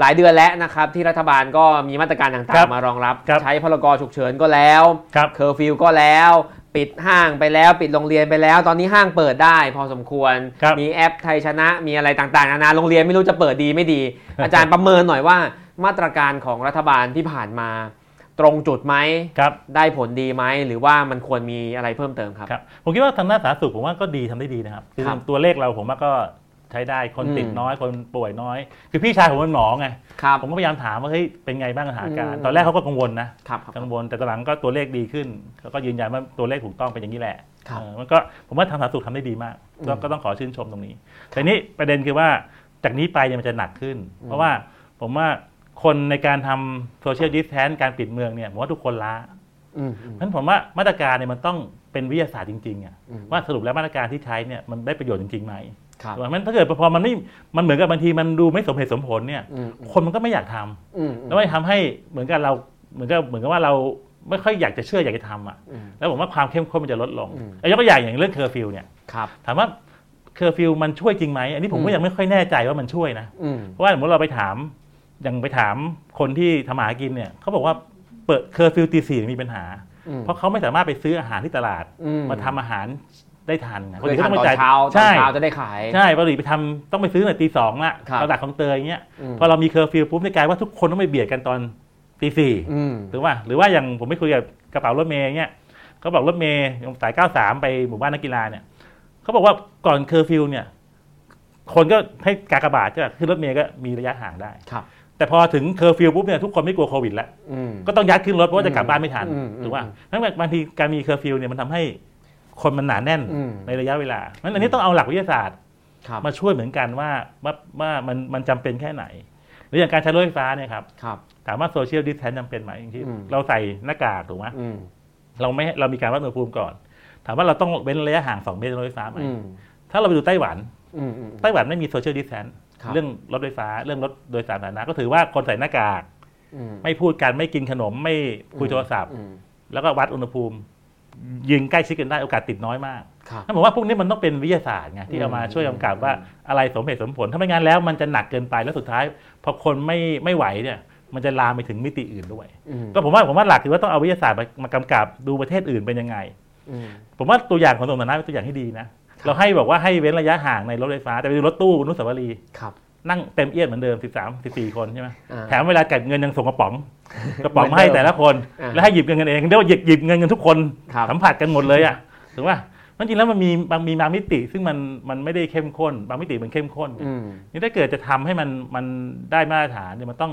[SPEAKER 1] หลายเดือนแล้วนะครับ ที่รัฐบาลก็มีมาตรการต่า
[SPEAKER 2] ครั
[SPEAKER 1] ง
[SPEAKER 2] บ
[SPEAKER 1] ๆ มารองรับ
[SPEAKER 2] ครับ
[SPEAKER 1] ใช้พรกฉุกเฉินก็แล้ว
[SPEAKER 2] ครับ
[SPEAKER 1] เคอร์ฟิวก็แล้ว ปิดห้างไปแล้ว ปิดโรงเรียนไปแล้ว ตอนนี้ห้างเปิดได้พอสมควร
[SPEAKER 2] ครับ
[SPEAKER 1] มีแอปไทยชนะมีอะไรต่างๆนานาโรงเรียนไม่รู้จะเปิดดีไม่ดี อาจารย์ประเมินหน่อยว่ามาตรการของรัฐบาลที่ผ่านมา ตรงจุดไหม
[SPEAKER 2] ครับ
[SPEAKER 1] ได้ผลดีไหมหรือว่ามันควรมีอะไรเพิ่มเติมครับ
[SPEAKER 2] ครับผมคิดว่าทางด้านสาธารณสุขผมว่าก็ดีทำได้ดีนะครับคือ
[SPEAKER 1] ครับ
[SPEAKER 2] ตัวเลขเราผมว่าก็ใช้ได้คน
[SPEAKER 1] อืม
[SPEAKER 2] ติดน้อยคนป่วยน้อย คือพี่ชายผมเป็นหมอไง
[SPEAKER 1] ครับ
[SPEAKER 2] ผมก็พยายามถามว่าเฮ้ยเป็นไงบ้างสถานการณ์
[SPEAKER 1] อืม
[SPEAKER 2] ตอนแรกเขาก็กังวลนะครับ กังวลแต่ตอนหลังก็ตัวเลขดีขึ้นเขาก็ยืนยันว่าตัวเลขถูกต้องเป็นอย่างนี้แหละ
[SPEAKER 1] ครับ
[SPEAKER 2] เออมันก็ผมว่าทางสาธารณสุขทำได้ดีมาก
[SPEAKER 1] อืม
[SPEAKER 2] ก็ก็ต้องขอชื่นชมตรงนี้ แต่นี่ประเด็นคือว่าจากนี้ไปเนี่ยมันจะหนักขึ้น
[SPEAKER 1] อืม
[SPEAKER 2] เพราะว่าผมว่าคนในการทำโซเชียลดิสแทนการปิดเมืองเนี่ยผมว่าทุกคนล้า
[SPEAKER 1] อืม
[SPEAKER 2] เพราะฉะนั้นผมว่ามาตรการเนี่ยมันต้องเป็นวิทยาศาสตร์จริงๆอะ
[SPEAKER 1] อืม
[SPEAKER 2] ว่าสรุปแล้วมาตรการที่ใช้เนี่ยมันได้ประโยชน์จริงๆไหม
[SPEAKER 1] ครับ
[SPEAKER 2] ถูกไหมมันถ้าเกิดพอมันไม่มันเหมือนกับบางทีมันดูไม่สมเหตุสมผลเนี่ย
[SPEAKER 1] อืม
[SPEAKER 2] คนมันก็ไม่อยากทำ
[SPEAKER 1] อืม
[SPEAKER 2] แล้วมันทำให้เหมือนกับเราเหมือนกับเหมือนกับว่าเราไม่ค่อยอยากจะเชื่ออยากจะทำอะ
[SPEAKER 1] อืม
[SPEAKER 2] แล้วผมว่าความเข้มข้นมันจะลดลง
[SPEAKER 1] อืม
[SPEAKER 2] ยกตัวอย่างอย่างเรื่องเคอร์ฟิวเนี่ย
[SPEAKER 1] ครับ
[SPEAKER 2] ถามว่าเคอร์ฟิวมันช่วยจริงไหมอันนี้ผม
[SPEAKER 1] อื
[SPEAKER 2] ก็
[SPEAKER 1] ม
[SPEAKER 2] ยังไม่ค่อยแน่ใจว่ามันช่วยนะ
[SPEAKER 1] อืม
[SPEAKER 2] เพราะว่าสมมติเราไปถามอย่างไปถามคนที่ทำอาหารกินเนี่ยเขาบอกว่าเปิดเคอร์ฟิวตีสี่มีปัญหา
[SPEAKER 1] อืม
[SPEAKER 2] เพราะเขาไม่สามารถไปซื้ออาหารที่ตลาด
[SPEAKER 1] อื
[SPEAKER 2] มาทำอาหารได้ทันไง
[SPEAKER 1] เคย
[SPEAKER 2] ก็
[SPEAKER 1] ทำตอนเช้าตอน
[SPEAKER 2] ใช่
[SPEAKER 1] เช้าจะได้ขาย
[SPEAKER 2] ใช่ปกติไปทำต้องไปซื้อหน่อยตีสองละ
[SPEAKER 1] ครับ
[SPEAKER 2] ตลาดของเตยอย่างเงี้ย
[SPEAKER 1] ม
[SPEAKER 2] พอเรามีเคอร์ฟิวปุ๊บในยกลายว่าทุกคนต้องไปเบียดกันตอนตีสี่
[SPEAKER 1] อืม
[SPEAKER 2] หรือว่าหรือว่าอย่างผมไม่คุยกับกระเป๋ารถเมย์เนี่ยเขาบอกรถเมย์สาย 93 ไปหมู่บ้านนักกีฬาเนี่ยเขาบอกว่าก่อนเคอร์ฟิวเนี่ย คนก็ให้กากบาทใช่ไหมขึ้นรถเมย์ก็มีระยะห่างได้
[SPEAKER 1] ครับ
[SPEAKER 2] แต่พอถึงเคอร์ฟิวปุ๊บเนี่ยทุกคนไม่กลัวโควิดแล้ว
[SPEAKER 1] อืม
[SPEAKER 2] ก็ต้องยัดขึ้นรถเพราะว่าจะกลับบ้านไม่ทัน
[SPEAKER 1] อืม
[SPEAKER 2] ถูกป่ะนั่นแบบบางทีการมีเคอร์ฟิวเนี่ยมันทำให้คนมันหนาแน่น
[SPEAKER 1] อืม
[SPEAKER 2] ในระยะเวลานั้นอันนี้ต้องเอาหลักวิทยาศาสตร์
[SPEAKER 1] ครับ
[SPEAKER 2] มาช่วยเหมือนกันว่าว่าว่ามันมันจำเป็นแค่ไหน หรืออย่างการใช้รถไฟฟ้าเนี่ยครับ
[SPEAKER 1] ครับ
[SPEAKER 2] ถามว่าโซเชียลดิสแทนจำเป็นไหมอย่างที่
[SPEAKER 1] อืม
[SPEAKER 2] เราใส่หน้ากากถูกไหม
[SPEAKER 1] อืม
[SPEAKER 2] เราไม่เรามีการวัดอุณหภูมิก่อน ถามว่าเราต้องเว้นระยะห่าง 2 เมตรรถไฟฟ้าไหม
[SPEAKER 1] อืม
[SPEAKER 2] ถ้าเราไปดูไต้หวัน
[SPEAKER 1] อืมอืม
[SPEAKER 2] ไต้หวันไม่มีโซเชียลดิสแทน
[SPEAKER 1] ครับ
[SPEAKER 2] เรื่องรถไฟฟ้าเรื่องรถโดยสารสาธารณะก็ถือว่าคนใส่หน้ากาก
[SPEAKER 1] อืม
[SPEAKER 2] ไม่พูดกันไม่กินขนมไม่คุยโทรศัพท์
[SPEAKER 1] อืม
[SPEAKER 2] แล้วก็วัดอุณหภูมิ ยืนใกล้ชิดกันได้โอกาสติดน้อยมาก
[SPEAKER 1] ครับ
[SPEAKER 2] นั่นผมว่าพวกนี้มันต้องเป็นวิทยาศาสตร์ไงที่เอามาช่วยกำกับว่าอะไรสมเหตุสมผล ถ้าไม่งั้นแล้วมันจะหนักเกินไปแล้วสุดท้ายพอคนไม่ไม่ไหวเนี่ยมันจะลามไปถึงมิติอื่นด้วย
[SPEAKER 1] อืม
[SPEAKER 2] ก็ผมว่าผมว่าหลักคือว่าต้องเอาวิทยาศาสตร์มามากำกับดูประเทศอื่นเป็นยังไง
[SPEAKER 1] อืม
[SPEAKER 2] ผมว่าตัวอย่างของสมรรถนะเป็นตัวอย่างที่ดีนะ เราให้บอกว่าให้เว้นระยะห่างในรถไฟฟ้า แต่ไปดูรถตู้อนุสาวรีย์
[SPEAKER 1] ครับ
[SPEAKER 2] นั่งเต็มเอียดเหมือนเดิม 13 14 คนใช่ไหม
[SPEAKER 1] อ่า
[SPEAKER 2] แถมเวลาเก็บเงินยังส่งกระป๋ (laughs) องกระป๋อง
[SPEAKER 1] เหมื
[SPEAKER 2] มา
[SPEAKER 1] อนเดิม
[SPEAKER 2] ให้แต่ละคน
[SPEAKER 1] อ่า
[SPEAKER 2] แล้วให้หยิบเงินกันเองเรียกว่าหยิบหยิบเงินกันทุกคน
[SPEAKER 1] ครับ
[SPEAKER 2] สัมผัสกันหมดเลยอ่ะถูกป่ะนั่นจริงแล้วมันมีบางมีบางมิติ ซึ่งมันมันไม่ได้เข้มข้น บางมิติมันเข้มข้น
[SPEAKER 1] อืม
[SPEAKER 2] นี่ถ้าเกิดจะทำให้มันมันได้มาตรฐานเนี่ยมันต้อง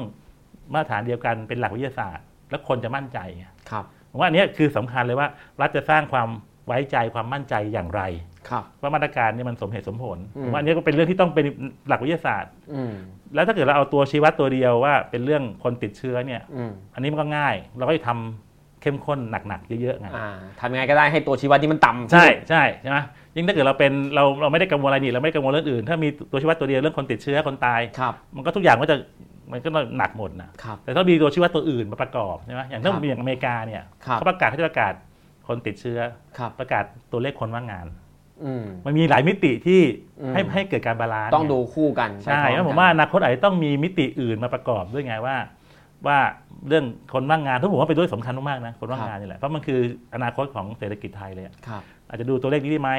[SPEAKER 2] มาตรฐานเดียวกันเป็นหลักวิทยาศาสตร์ แล้วคนจะมั่นใจไง
[SPEAKER 1] ครับ
[SPEAKER 2] ผมว่าอันเนี้ยคือสำคัญเลยว่ารัฐจะสร้างความไว้ใจความมั่นใจอย่างไร
[SPEAKER 1] ครับ
[SPEAKER 2] ว่ามาตรการเนี่ยมันสมเหตุสมผล
[SPEAKER 1] อืม
[SPEAKER 2] ผมว่าอันเนี้ยก็เป็นเรื่องที่ต้องเป็นหลักวิทยาศาสตร์
[SPEAKER 1] อืม
[SPEAKER 2] แล้วถ้าเกิดเราเอาตัวชี้วัดตัวเดียวว่าเป็นเรื่องคนติดเชื้อเนี่ย
[SPEAKER 1] อืม
[SPEAKER 2] อันนี้มันก็ง่าย เราก็จะทำเข้มข้นหนักๆเยอะๆไง
[SPEAKER 1] อ่าทำยังไงก็ได้ให้ตัวชี้วัดที่มันต่ำ
[SPEAKER 2] ใช่ใช่ใช่ไหมยิ่งถ้าเกิดเราเป็นเราเราไม่ได้กังวลอะไรนี่เราไม่ได้กังวลเรื่องอื่น ถ้ามีตัวชี้วัดตัวเดียวเรื่องคนติดเชื้อคนตาย
[SPEAKER 1] ครับ
[SPEAKER 2] มันก็ทุกอย่างก็จะมันก็หนักหมดนะครับ แต่ถ้ามีตัวชี้วัดตัวอื่นมาประกอบใช่ไหมอย่างถ้า
[SPEAKER 1] ครับ
[SPEAKER 2] มีอย่างอเมริกาเนี่ย
[SPEAKER 1] ครับ
[SPEAKER 2] เขาประกาศเขาจะประกาศคนติดเชื้อ
[SPEAKER 1] ครับ
[SPEAKER 2] ประกาศตัวเลขคนว่างงาน
[SPEAKER 1] อืม
[SPEAKER 2] มันมีหลายมิติที่
[SPEAKER 1] อืม
[SPEAKER 2] ให้ให้เกิดการบาลานซ์
[SPEAKER 1] ต้องดูคู่กัน
[SPEAKER 2] ใช่
[SPEAKER 1] ไปพร้
[SPEAKER 2] แล้
[SPEAKER 1] อ
[SPEAKER 2] ว
[SPEAKER 1] กั
[SPEAKER 2] ผมว่าอนาคตอาจจะต้องมีมิติอื่นมาประกอบด้วยไงว่า ว่าเรื่องคนว่างงานทุกผมว่าเป็นเรื่องสำคัญมากๆนะคนว่างงานนี่แหละเพราะมันคืออนาคตของเศรษฐกิจไทยเลยอะ
[SPEAKER 1] ครับ
[SPEAKER 2] อาจจะดูตัวเลขนี้ได้ไหม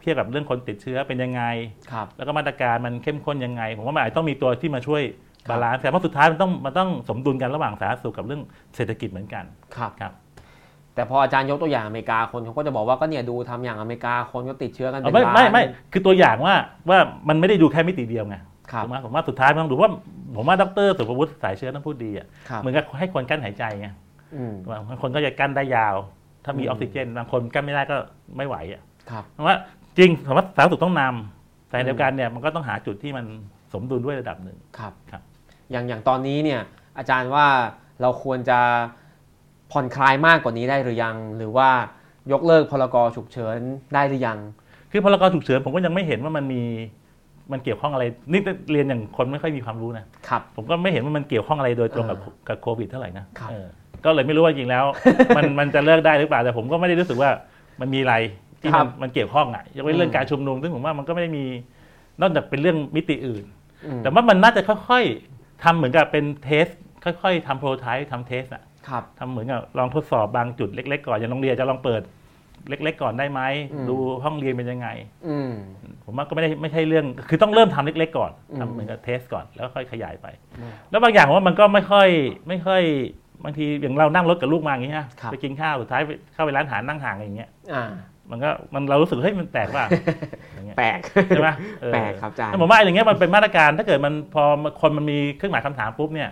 [SPEAKER 2] เทียบกับเรื่องคนติดเชื้อเป็นยังไง
[SPEAKER 1] ครับ
[SPEAKER 2] แล้วก็มาตรการมันเข้มข้นยังไง ผมว่ามันอาจจะต้องมีตัวที่มาช่วยบาลานซ์แต่ว่าสุดท้ายมันต้องมันต้องสมดุลกันระหว่างสาธารณสุขกับเรื่องเศรษฐกิจเหมือนกัน
[SPEAKER 1] ครับ
[SPEAKER 2] ครับ
[SPEAKER 1] แต่พออาจารย์ยกตัวอย่างอเมริกาคนเขาก็จะบอกว่าก็เนี่ยดูทำอย่างอเมริกาคนก็ติดเชื้อกันเป็
[SPEAKER 2] เอา
[SPEAKER 1] น
[SPEAKER 2] ไม่
[SPEAKER 1] ล้าน
[SPEAKER 2] ไม่ไม่คือตัวอย่างว่าว่ามันไม่ได้ดูแค่มิติเดียวไง
[SPEAKER 1] ครับ
[SPEAKER 2] ถูกไหมผมว่าสุดท้ายมันต้องดูว่าผมว่าดรสุภวุฒิสายเชื้อต้องพูดดีอ่ะ
[SPEAKER 1] ครับ
[SPEAKER 2] เหมือนกับให้คนกั้นหายใจไง
[SPEAKER 1] อืม
[SPEAKER 2] บางคนก็จะกั้นได้ยาว ถ้ามี
[SPEAKER 1] อืม
[SPEAKER 2] ออกซิเจนบางคนกั้นไม่ได้ก็ไม่ไหวอ่ะ
[SPEAKER 1] ครับ
[SPEAKER 2] ผมว่าจริงผมว่าสาธารณสุขต้องนำแต่เดียวกันเนี่ยมันก็ต้องหาจุดที่มันสมดุลด้วยระดับหนึ่ง
[SPEAKER 1] ครับ
[SPEAKER 2] ครับ
[SPEAKER 1] อย่างอย่างตอนนี้เนี่ยอาจารย์ว่าเราควรจะผ่อนคลายมากกว่านี้ได้หรือยัง หรือว่ายกเลิกพรกฉุกเฉินได้หรือยัง
[SPEAKER 2] คือพรกฉุกเฉินผมก็ยังไม่เห็นว่ามันมีมันเกี่ยวข้องอะไรนี่เรียนอย่างคนไม่ค่อยมีความรู้นะครับ ผมก็ไม่เห็นว่ามันเกี่ยวข้องอะไรโดยตรงกับ
[SPEAKER 1] อ่า
[SPEAKER 2] กับโควิดเท่าไหร่นะครับ เออก็เลยไม่รู้ว่าจริงแล้ว มันมันจะเลิกได้หรือเปล่าแต่ผมก็ไม่ได้รู้สึกว่ามันมีอะไรที่
[SPEAKER 1] ครั
[SPEAKER 2] มัน
[SPEAKER 1] บ
[SPEAKER 2] มันเกี่ยวข้องอ่ะยกเว้นเรื่อง
[SPEAKER 1] อืม
[SPEAKER 2] การชุมนุมซึ่งผมว่ามันก็ไม่ได้มีนอกจากเป็นเรื่องมิติอื่น
[SPEAKER 1] อืม
[SPEAKER 2] แต่ว่ามันน่าจะค่อยๆทำเหมือนกับเป็นเทสค่อยๆทำโปรไทป์ทำเทสอะ
[SPEAKER 1] ครับ
[SPEAKER 2] ทำเหมือนกับลองทดสอบบางจุดเล็ก ๆ ก่อนอย่างโรงเรียนจะลองเปิดเล็ก ๆ ก่อนได้ไหม
[SPEAKER 1] อืม
[SPEAKER 2] ดูห้องเรียนเป็นยังไง
[SPEAKER 1] อืม
[SPEAKER 2] ผมว่าก็ไม่ได้ไม่ใช่เรื่อง คือต้องเริ่มทำเล็ก ๆ ก่อน
[SPEAKER 1] อืม
[SPEAKER 2] ทำเหมือนกับเทสก่อนแล้วค่อยขยายไป
[SPEAKER 1] อืม
[SPEAKER 2] แล้วบางอย่างผมว่ามันก็ไม่ค่อยไม่ค่อยบางทีอย่างเรานั่งรถกับลูกมาอย่างนี้นะครับ ไปกินข้าวสุดท้ายไปเข้าไปร้านอาหารนั่งห่างอย่างเงี้ย
[SPEAKER 1] อ่า
[SPEAKER 2] มันก็มันเรารู้สึกเฮ้ยมันแปลกว่า อย่างเงี้ย
[SPEAKER 1] แปลก
[SPEAKER 2] ใช่ไหมเออ
[SPEAKER 1] แปลกครับอาจารย์
[SPEAKER 2] แต่ผมว่าอย่างเงี้ยมันเป็นมาตรการถ้าเกิดมันพอคนมันมีเครื่องหมายคำถามปุ๊บเนี่ย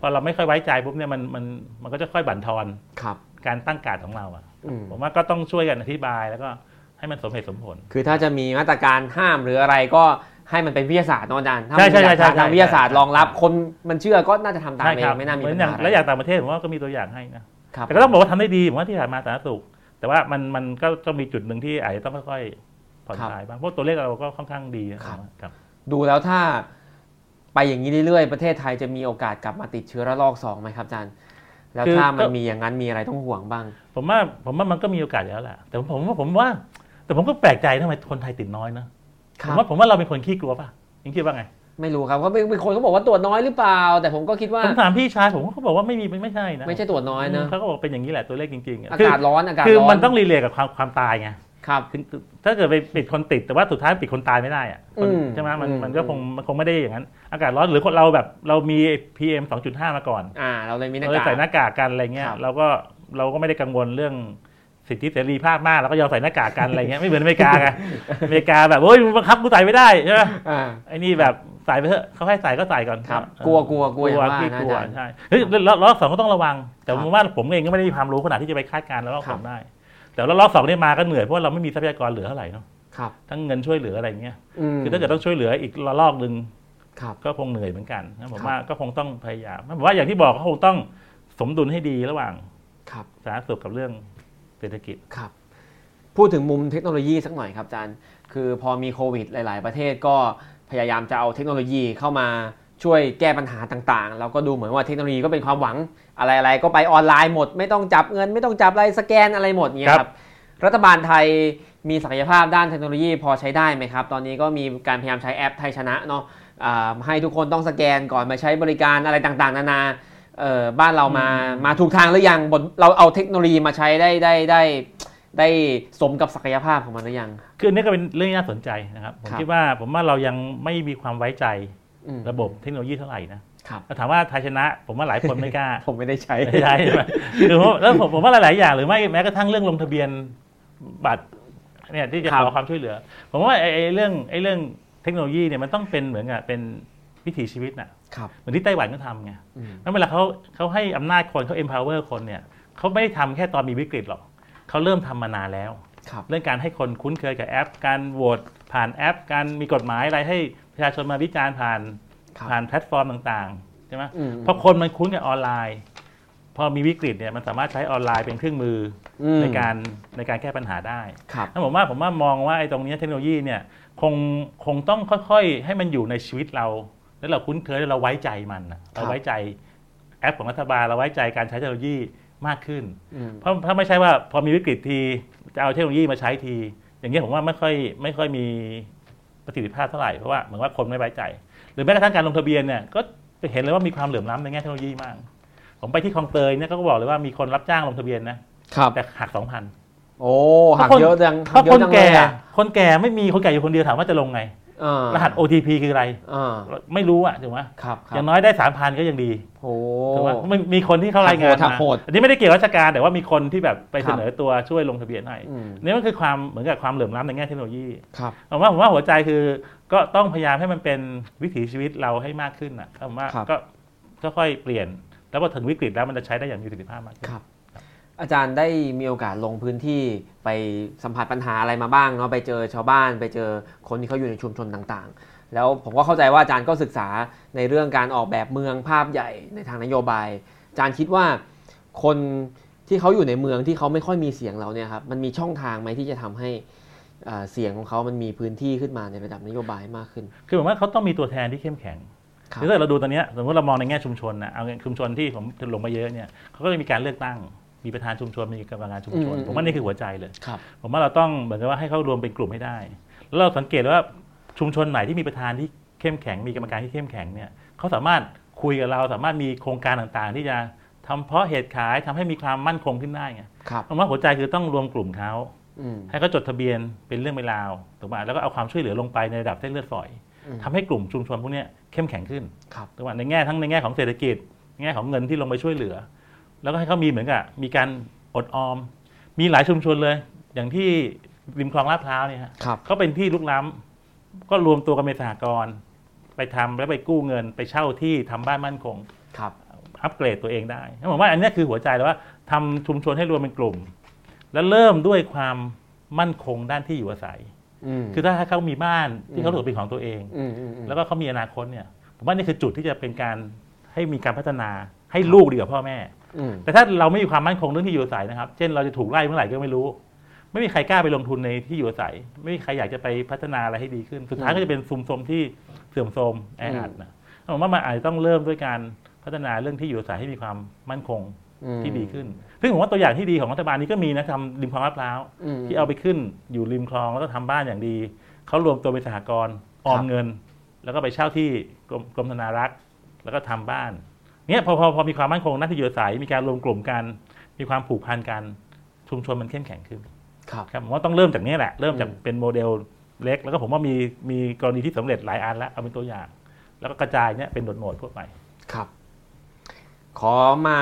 [SPEAKER 2] พอเราไม่ค่อยไว้ใจปุ๊บเนี่ยมันมันมันก็จะค่อยบั่นทอน
[SPEAKER 1] ครับ
[SPEAKER 2] การตั้งการของเราอะ
[SPEAKER 1] อืม
[SPEAKER 2] ผมว่าก็ต้องช่วยกันอธิบายแล้วก็ให้มันสมเหตุสมผล
[SPEAKER 1] คือถ้าจะมีมาตรการห้ามหรืออะไรก็ให้มันเป็นวิทยาศาสตร์เนอะอาจารย์ถ้า
[SPEAKER 2] ใช่
[SPEAKER 1] มันมีห
[SPEAKER 2] ใช่
[SPEAKER 1] ลักฐา
[SPEAKER 2] ใช่
[SPEAKER 1] นทาง
[SPEAKER 2] ใช่
[SPEAKER 1] วิทยาศาสตร์
[SPEAKER 2] ใช่
[SPEAKER 1] รองรับคนมันเชื่อก็น่าจะทำตาม
[SPEAKER 2] ใช่
[SPEAKER 1] เอ
[SPEAKER 2] ค
[SPEAKER 1] ง
[SPEAKER 2] รับ
[SPEAKER 1] ไม่น่ามี
[SPEAKER 2] เหมือ
[SPEAKER 1] ปัญ
[SPEAKER 2] นอย่าง
[SPEAKER 1] หาอะไร
[SPEAKER 2] และอย่างต่างประเทศผมว่าก็มีตัวอย่างให้นะครับ แต่ก็ต้องบอกว่าทำได้ดีผมว่าที่ผ่านมาสาธารณสุข แต่ว่ามันมันก็ต้องมีจุดหนึ่งที่อาจจะต้องค่อยๆผ่อนคลายบ้างเพราะตัวเลขเราก็ค่อนข้างดีนะครับครับ
[SPEAKER 1] ดูแล้วถ้าไปอย่างนี้เรื่อยๆประเทศไทยจะมีโอกาสกลับมาติดเชื้อระลอกสองไหมครับอาจารย์ แล้ว
[SPEAKER 2] คือ
[SPEAKER 1] ถ้ามัน
[SPEAKER 2] ก็
[SPEAKER 1] มีอย่างนั้นมีอะไรต้องห่วงบ้าง
[SPEAKER 2] ผมว่าผมว่ามันก็มีโอกาสอยู่แล้วแหละแต่ผมว่าผมว่า แต่ผมก็แปลกใจนะทำไมคนไทยติดน้อยนะ
[SPEAKER 1] ค
[SPEAKER 2] ผ
[SPEAKER 1] รั
[SPEAKER 2] ม
[SPEAKER 1] บ
[SPEAKER 2] ว่าผมว่าเราเป็นคนขี้กลัวป่ะยิงคิดว่าไง
[SPEAKER 1] ไม่รู้ครับก็ไม่มีคนก็บอกว่าตรวจน้อยหรือเปล่า แต่ผมก็คิดว่า
[SPEAKER 2] ผมถามพี่ชายผมเขาบอกว่าไม่มีไม่ใช่นะ
[SPEAKER 1] ไม่ใช่ตรวจน้อยนะ
[SPEAKER 2] เขาก็บอกเป็นอย่างนี้แหละตัวเลขจริงๆอะ
[SPEAKER 1] อา
[SPEAKER 2] คื
[SPEAKER 1] กาศร้อนอากาศ
[SPEAKER 2] คือ
[SPEAKER 1] ร้อน
[SPEAKER 2] มันต้องรีเลทกับความความตายไง
[SPEAKER 1] ครับ
[SPEAKER 2] ถึงถ้าเกิดไปปิดคนติดแต่ว่าสุดท้ายปิดคนตายไม่ได้อะคน
[SPEAKER 1] อืม
[SPEAKER 2] ใช่ไหมมัน
[SPEAKER 1] อืม
[SPEAKER 2] มันก็คงมันคงไม่ได้อย่างนั้น อากาศร้อนหรือคนเราแบบเรามี PM 2.5 มาก่อน
[SPEAKER 1] อ่า เราเลยมีหน้า
[SPEAKER 2] เราเลย
[SPEAKER 1] กา
[SPEAKER 2] ใส่ห
[SPEAKER 1] ก
[SPEAKER 2] น้ากากกันอะไรเงี้ย
[SPEAKER 1] ครับ
[SPEAKER 2] เราก็เราก็ไม่ได้กังวลเรื่องสิทธิเสรีภาพมากเราก็ยอมใส่หน้ากากกันอะไรเงี้ยไม่เหมือนอเมริกาไงอเมริกาแบบโอ้ยมึงบังคับกูใส่ไม่ได้ใช่ไหม
[SPEAKER 1] อ่า
[SPEAKER 2] ไอ้นี่แบบใส่ไปเถอะเขาให้ใส่ก็ใส่ก่อน
[SPEAKER 1] ครับ
[SPEAKER 2] เออก
[SPEAKER 1] ลัวกลัวกลัวอย่างว่า
[SPEAKER 2] ขี้
[SPEAKER 1] นะ
[SPEAKER 2] กลั
[SPEAKER 1] อาว จารย์
[SPEAKER 2] ใช่เฮ้ยแล้วแล้วรอบสองก็ต้องระวัง แต่
[SPEAKER 1] ค
[SPEAKER 2] ผ
[SPEAKER 1] รับ
[SPEAKER 2] มว่าผมเองก็ไม่ได้มีความรู้ขนาดที่จะไปคาดการณ์แล้วรอบ
[SPEAKER 1] ค
[SPEAKER 2] ส
[SPEAKER 1] รั
[SPEAKER 2] อบ งได้ แต่แล้วรอบสองเนี่ยมาก็เหนื่อยเพราะว่าเราไม่มีทรัพยากรเหลือเท่าไหร่เนอะ
[SPEAKER 1] ครับ
[SPEAKER 2] ทั้งเงินช่วยเหลืออะไรเงี้ย
[SPEAKER 1] ม
[SPEAKER 2] คือถ้าเกิดต้องช่วยเหลืออีกระลอกหนึ่ง
[SPEAKER 1] ครับ
[SPEAKER 2] ก็คงเหนื่อยเหมือนกันนะผ
[SPEAKER 1] ค
[SPEAKER 2] ม
[SPEAKER 1] รับ
[SPEAKER 2] ว่าก็คงต้องพยายามผมว่าอย่างที่บอกก็คงต้องสมดุลให้ดีระหว่าง
[SPEAKER 1] ครับ
[SPEAKER 2] สาธารณสุขกับเรื่องเศรษฐกิจ
[SPEAKER 1] ครับ พูดถึงมุมเทคโนโลยีสักหน่อยครับอาจารย์ คือพอมีโควิดหลาย ๆ ประเทศก็พยายามจะเอาเทคโนโลยีเข้ามาช่วยแก้ปัญหาต่าง ๆ แล้วก็ดูเหมือนว่าเทคโนโลยีก็เป็นความหวังอะไร ๆ ก็ไปออนไลน์หมด ไม่ต้องจับเงิน ไม่ต้องจับอะไรสแกนอะไรหมดเนี่ยค
[SPEAKER 2] ครั
[SPEAKER 1] รับ
[SPEAKER 2] บ
[SPEAKER 1] รัฐบาลไทยมีศักยภาพด้านเทคโนโลยีพอใช้ได้ไหมครับ ตอนนี้ก็มีการพยายามใช้แอปไทยชนะเนาะอ่าให้ทุกคนต้องสแกนก่อนมาใช้บริการอะไรต่าง ๆ นานา เอ่อบ้านเรามามาถูกทางหรือยังบนเราเอาเทคโนโลยีมาใช้ได้ได้ได้ ได้สมกับศักยภาพของมันหรือยัง
[SPEAKER 2] คืออันนี้ก็เป็นเรื่องที่น่าสนใจนะครับ ผม
[SPEAKER 1] ครับ
[SPEAKER 2] คิดว่าผมว่าเรายังไม่มีความไว้ใจ
[SPEAKER 1] อืม
[SPEAKER 2] ระบบเทคโนโลยีเท่าไหร่นะครับ แต่ถามว่าไทยชนะ ผมว่าหลายคนไม่กล้า
[SPEAKER 1] ผมไม่ได้ใช้
[SPEAKER 2] ไม่ใช่ใช่ไหมคือผมแล้วผมผมว่าหลาย ๆ อย่างหรือไม่แม้กระทั่งเรื่องลงทะเบียนบัตรเนี่ยที่จะ
[SPEAKER 1] ครั
[SPEAKER 2] ขอบ ความช่วยเหลือ ผมว่าไอ้ไอ้เรื่องไอ้เรื่องเทคโนโลยีเนี่ยมันต้องเป็นเหมือนกับเป็นวิถีชีวิตน่ะ
[SPEAKER 1] ครับ
[SPEAKER 2] เหมือนที่ไต้หวันก็ทำไง
[SPEAKER 1] อืม
[SPEAKER 2] แล้วเวลาเขาเขาให้อำนาจคนเขา empower คนเนี่ยเขาไม่ได้ทำแค่ตอนมีวิกฤตหรอกเขาเริ่มทำมานานแล้ว
[SPEAKER 1] ครับ
[SPEAKER 2] เรื่องการให้คนคุ้นเคยกับแอป การโหวตผ่านแอป การมีกฎหมายอะไรให้ประชาชนมาวิจารณ์ผ่าน
[SPEAKER 1] ครับ
[SPEAKER 2] ผ่านแพลตฟอร์มต่าง ๆ ใช่ไหม
[SPEAKER 1] อืม
[SPEAKER 2] พอคนมันคุ้นกับออนไลน์ พอมีวิกฤตเนี่ยมันสามารถใช้ออนไลน์เป็นเครื่องมือ
[SPEAKER 1] อื
[SPEAKER 2] อ
[SPEAKER 1] ม
[SPEAKER 2] ในการในการแก้ปัญหาได้
[SPEAKER 1] ครับ
[SPEAKER 2] ถ้าผมว่าผมว่ามองว่าไอ้ตรงเนี้ยเทคโนโลยีเนี่ยคงคงต้องค่อยๆ ให้มันอยู่ในชีวิตเรา แล้วเราคุ้นเคยแล้วเราไว้ใจมันน่ะเราไว้ใจแอปของรัฐบาลเราไว้ใจการใช้เทคโนโลยีมากขึ้น
[SPEAKER 1] อืม
[SPEAKER 2] เพราะถ้าไม่ใช่ว่าพอมีวิกฤตทีจะเอาเทคโนโลยีมาใช้ที อย่างเงี้ยผมว่าไม่ค่อยไม่ค่อยมีประสิทธิภาพเท่าไหร่เพราะว่าเหมือนว่าคนไม่ไว้ใจ หรือแม้กระทั่งการลงทะเบียนเนี่ยก็เห็นเลยว่ามีความเหลื่อมล้ำในแง่เทคโนโลยีมาก ผมไปที่คลองเตยเนี่ยเขาก็บอกเลยว่ามีคนรับจ้างลงทะเบียนนะครับ แต่หักสองพัน
[SPEAKER 1] โอ้หักเยอะจัง
[SPEAKER 2] เพ
[SPEAKER 1] หั
[SPEAKER 2] ราะ
[SPEAKER 1] กเยอะ
[SPEAKER 2] คน
[SPEAKER 1] จังเล
[SPEAKER 2] แก่
[SPEAKER 1] ยอะ
[SPEAKER 2] คนแก่ไม่มีคนแก่อยู่คนเดียวถามว่าจะลงไง
[SPEAKER 1] อ่าร
[SPEAKER 2] หัส OTP คืออะไร
[SPEAKER 1] อ่า
[SPEAKER 2] ไม่รู้อะถูกไหม
[SPEAKER 1] ครับค
[SPEAKER 2] อ
[SPEAKER 1] รับ
[SPEAKER 2] ย่างน้อยได้สามพันก็ยังดี
[SPEAKER 1] โอ้
[SPEAKER 2] ถูกไหมมันมีคนที่เข้ารายงาน
[SPEAKER 1] หั
[SPEAKER 2] มาก
[SPEAKER 1] โหด
[SPEAKER 2] อันนี้ไม่ได้เกี่ยวกับราชการแต่ว่ามีคนที่แบบไป
[SPEAKER 1] ครับ
[SPEAKER 2] เสนอตัวช่วยลงทะเบียนให้
[SPEAKER 1] อืม
[SPEAKER 2] นี่มันคือความเหมือนกับความเหลื่อมล้ำในแง่เทคโนโลยี
[SPEAKER 1] ครับ
[SPEAKER 2] ผมว่าผมว่าหัวใจคือก็ต้องพยายามให้มันเป็นวิถีชีวิตเราให้มากขึ้นนะผมว่าก็ก็ค่อยเปลี่ยน แล้วพอถึงวิกฤตแล้วมันจะใช้ได้อย่างมีประสิทธิภาพมากขึ้น
[SPEAKER 1] ครับ อาจารย์ได้มีโอกาสลงพื้นที่ไปสัมผัสปัญหาอะไรมาบ้างเนาะไปเจอชาวบ้าน ไปเจอคนที่เขาอยู่ในชุมชนต่างๆ แล้วผมก็เข้าใจว่าอาจารย์ก็ศึกษาในเรื่องการออกแบบเมืองภาพใหญ่ในทางนโยบาย อาจารย์คิดว่าคนที่เขาอยู่ในเมืองที่เขาไม่ค่อยมีเสียงเราเนี่ยครับมันมีช่องทางไหมที่จะทำให้เอ่อเสียงของเขามันมีพื้นที่ขึ้นมาในระดับนโยบายมากขึ้น
[SPEAKER 2] คือผมว่าเขาต้องมีตัวแทนที่เข้มแข็ง
[SPEAKER 1] ครับ
[SPEAKER 2] คือถ้าเราดูตอนเนี้ยสมมติเรามองในแง่ชุมชนนะเอาชุมชนที่ผมลงมาเยอะเนี่ยเขาก็จะมีการเลือกตั้ง มีประธานชุมชนมีกรรมการชุมชน
[SPEAKER 1] อืม
[SPEAKER 2] ผมว่านี่คือหัวใจเลย
[SPEAKER 1] ครับ
[SPEAKER 2] ผมว่าเราต้องเหมือนกับว่าให้เขารวมเป็นกลุ่มให้ได้ แล้วเราสังเกตว่าชุมชนไหนที่มีประธานที่เข้มแข็ง มีกรรมการที่เข้มแข็งเนี่ยเขาสามารถคุยกับเราสามารถมีโครงการต่างๆ ที่จะทำเพาะเหตุขายทำให้มีความมั่นคงขึ้นได้ไง
[SPEAKER 1] ครับ
[SPEAKER 2] ผมว่าหัวใจคือต้องรวมกลุ่มเขา
[SPEAKER 1] อืม
[SPEAKER 2] ให้เขาจดทะเบียนเป็นเรื่องเป็นราวถูกป่ะแล้วก็เอาความช่วยเหลือลงไปในระดับเส้นเลือดฝอย
[SPEAKER 1] อืม
[SPEAKER 2] ทำให้กลุ่มชุมชนพวกเนี้ยเข้มแข็งขึ้น
[SPEAKER 1] ครับ
[SPEAKER 2] ถูกป่ะในแง่ทั้งในแง่ของเศรษฐกิจในแง่ของเงินที่ลงไปช่วยเหลือ แล้วก็ให้เขามีเหมือนกับมีการอดออม มีหลายชุมชนเลย อย่างที่ริมคลองลาดพร้าวเนี่ยฮะ
[SPEAKER 1] ครับ
[SPEAKER 2] เขาเป็นที่ลุกล้ำก็รวมตัวกันเป็นสหกรณ์ไปทำแล้วไปกู้เงิน ไปเช่าที่ทำบ้านมั่นคง
[SPEAKER 1] ครับ
[SPEAKER 2] อัปเกรดตัวเองได้แล้วผมว่าอันเนี้ยคือหัวใจแล้วว่าทำชุมชนให้รวมเป็นกลุ่ม แล้วเริ่มด้วยความมั่นคงด้านที่อยู่อาศัย
[SPEAKER 1] อืม
[SPEAKER 2] คือถ้าให้เขามีบ้านที่เขาถือเป็นของตัวเอง
[SPEAKER 1] อืมอืมอืม
[SPEAKER 2] แล้วก็เขามีอนาคตเนี่ยผมว่านี่คือจุดที่จะเป็นการให้มีการพัฒนาให้ลูกดีกว่าพ่อแม่
[SPEAKER 1] อืม
[SPEAKER 2] แต่ถ้าเราไม่มีความมั่นคงเรื่องที่อยู่อาศัยนะครับ เช่นเราจะถูกไล่เมื่อไหร่ก็ไม่รู้ ไม่มีใครกล้าไปลงทุนในที่อยู่อาศัย ไม่มีใครอยากจะไปพัฒนาอะไรให้ดีขึ้น สุดท้ายก็จะเป็นซุมโทรมที่เสื่อมโทรมแออัดนะผมว่ามันอาจจะต้องเริ่มด้วยการพัฒนาเรื่องที่อยู่อาศัยให้มีความมั่นคง
[SPEAKER 1] อืม
[SPEAKER 2] ที่ดีขึ้น ซึ่งผมว่าตัวอย่างที่ดีของรัฐบาลนี้ก็มีนะทำริมคลองลาดพร้าว
[SPEAKER 1] ม
[SPEAKER 2] ที่เอาไปขึ้นอยู่ริมคลองแล้วก็ทำบ้านอย่างดี เขารวมตัวเป็นสหกรณ์ออ
[SPEAKER 1] ครั
[SPEAKER 2] ม
[SPEAKER 1] บ
[SPEAKER 2] เงิน แล้วก็ไปเช่าที่กรมกรมธนารักษ์แล้วก็ทำบ้านเนี่ยพอพอพอมีความมั่นคงน่าที่อยู่อาศัยมีการรวมกลุ่มกัน มีความผูกพันกันชุมชนมันเข้มแข็งขึ้น
[SPEAKER 1] ครับ
[SPEAKER 2] ครับผมว่าต้องเริ่มจากเนี้ยแหละ เริ่มจาก
[SPEAKER 1] อืม
[SPEAKER 2] เป็นโมเดลเล็ก แล้วก็ผมว่ามีมีกรณีที่สำเร็จหลายอันแล้วเอาเป็นตัวอย่าง แล้วก็กระจายเนี่ยเป็นโหนดๆทั่วไป
[SPEAKER 1] ครับ ขอมา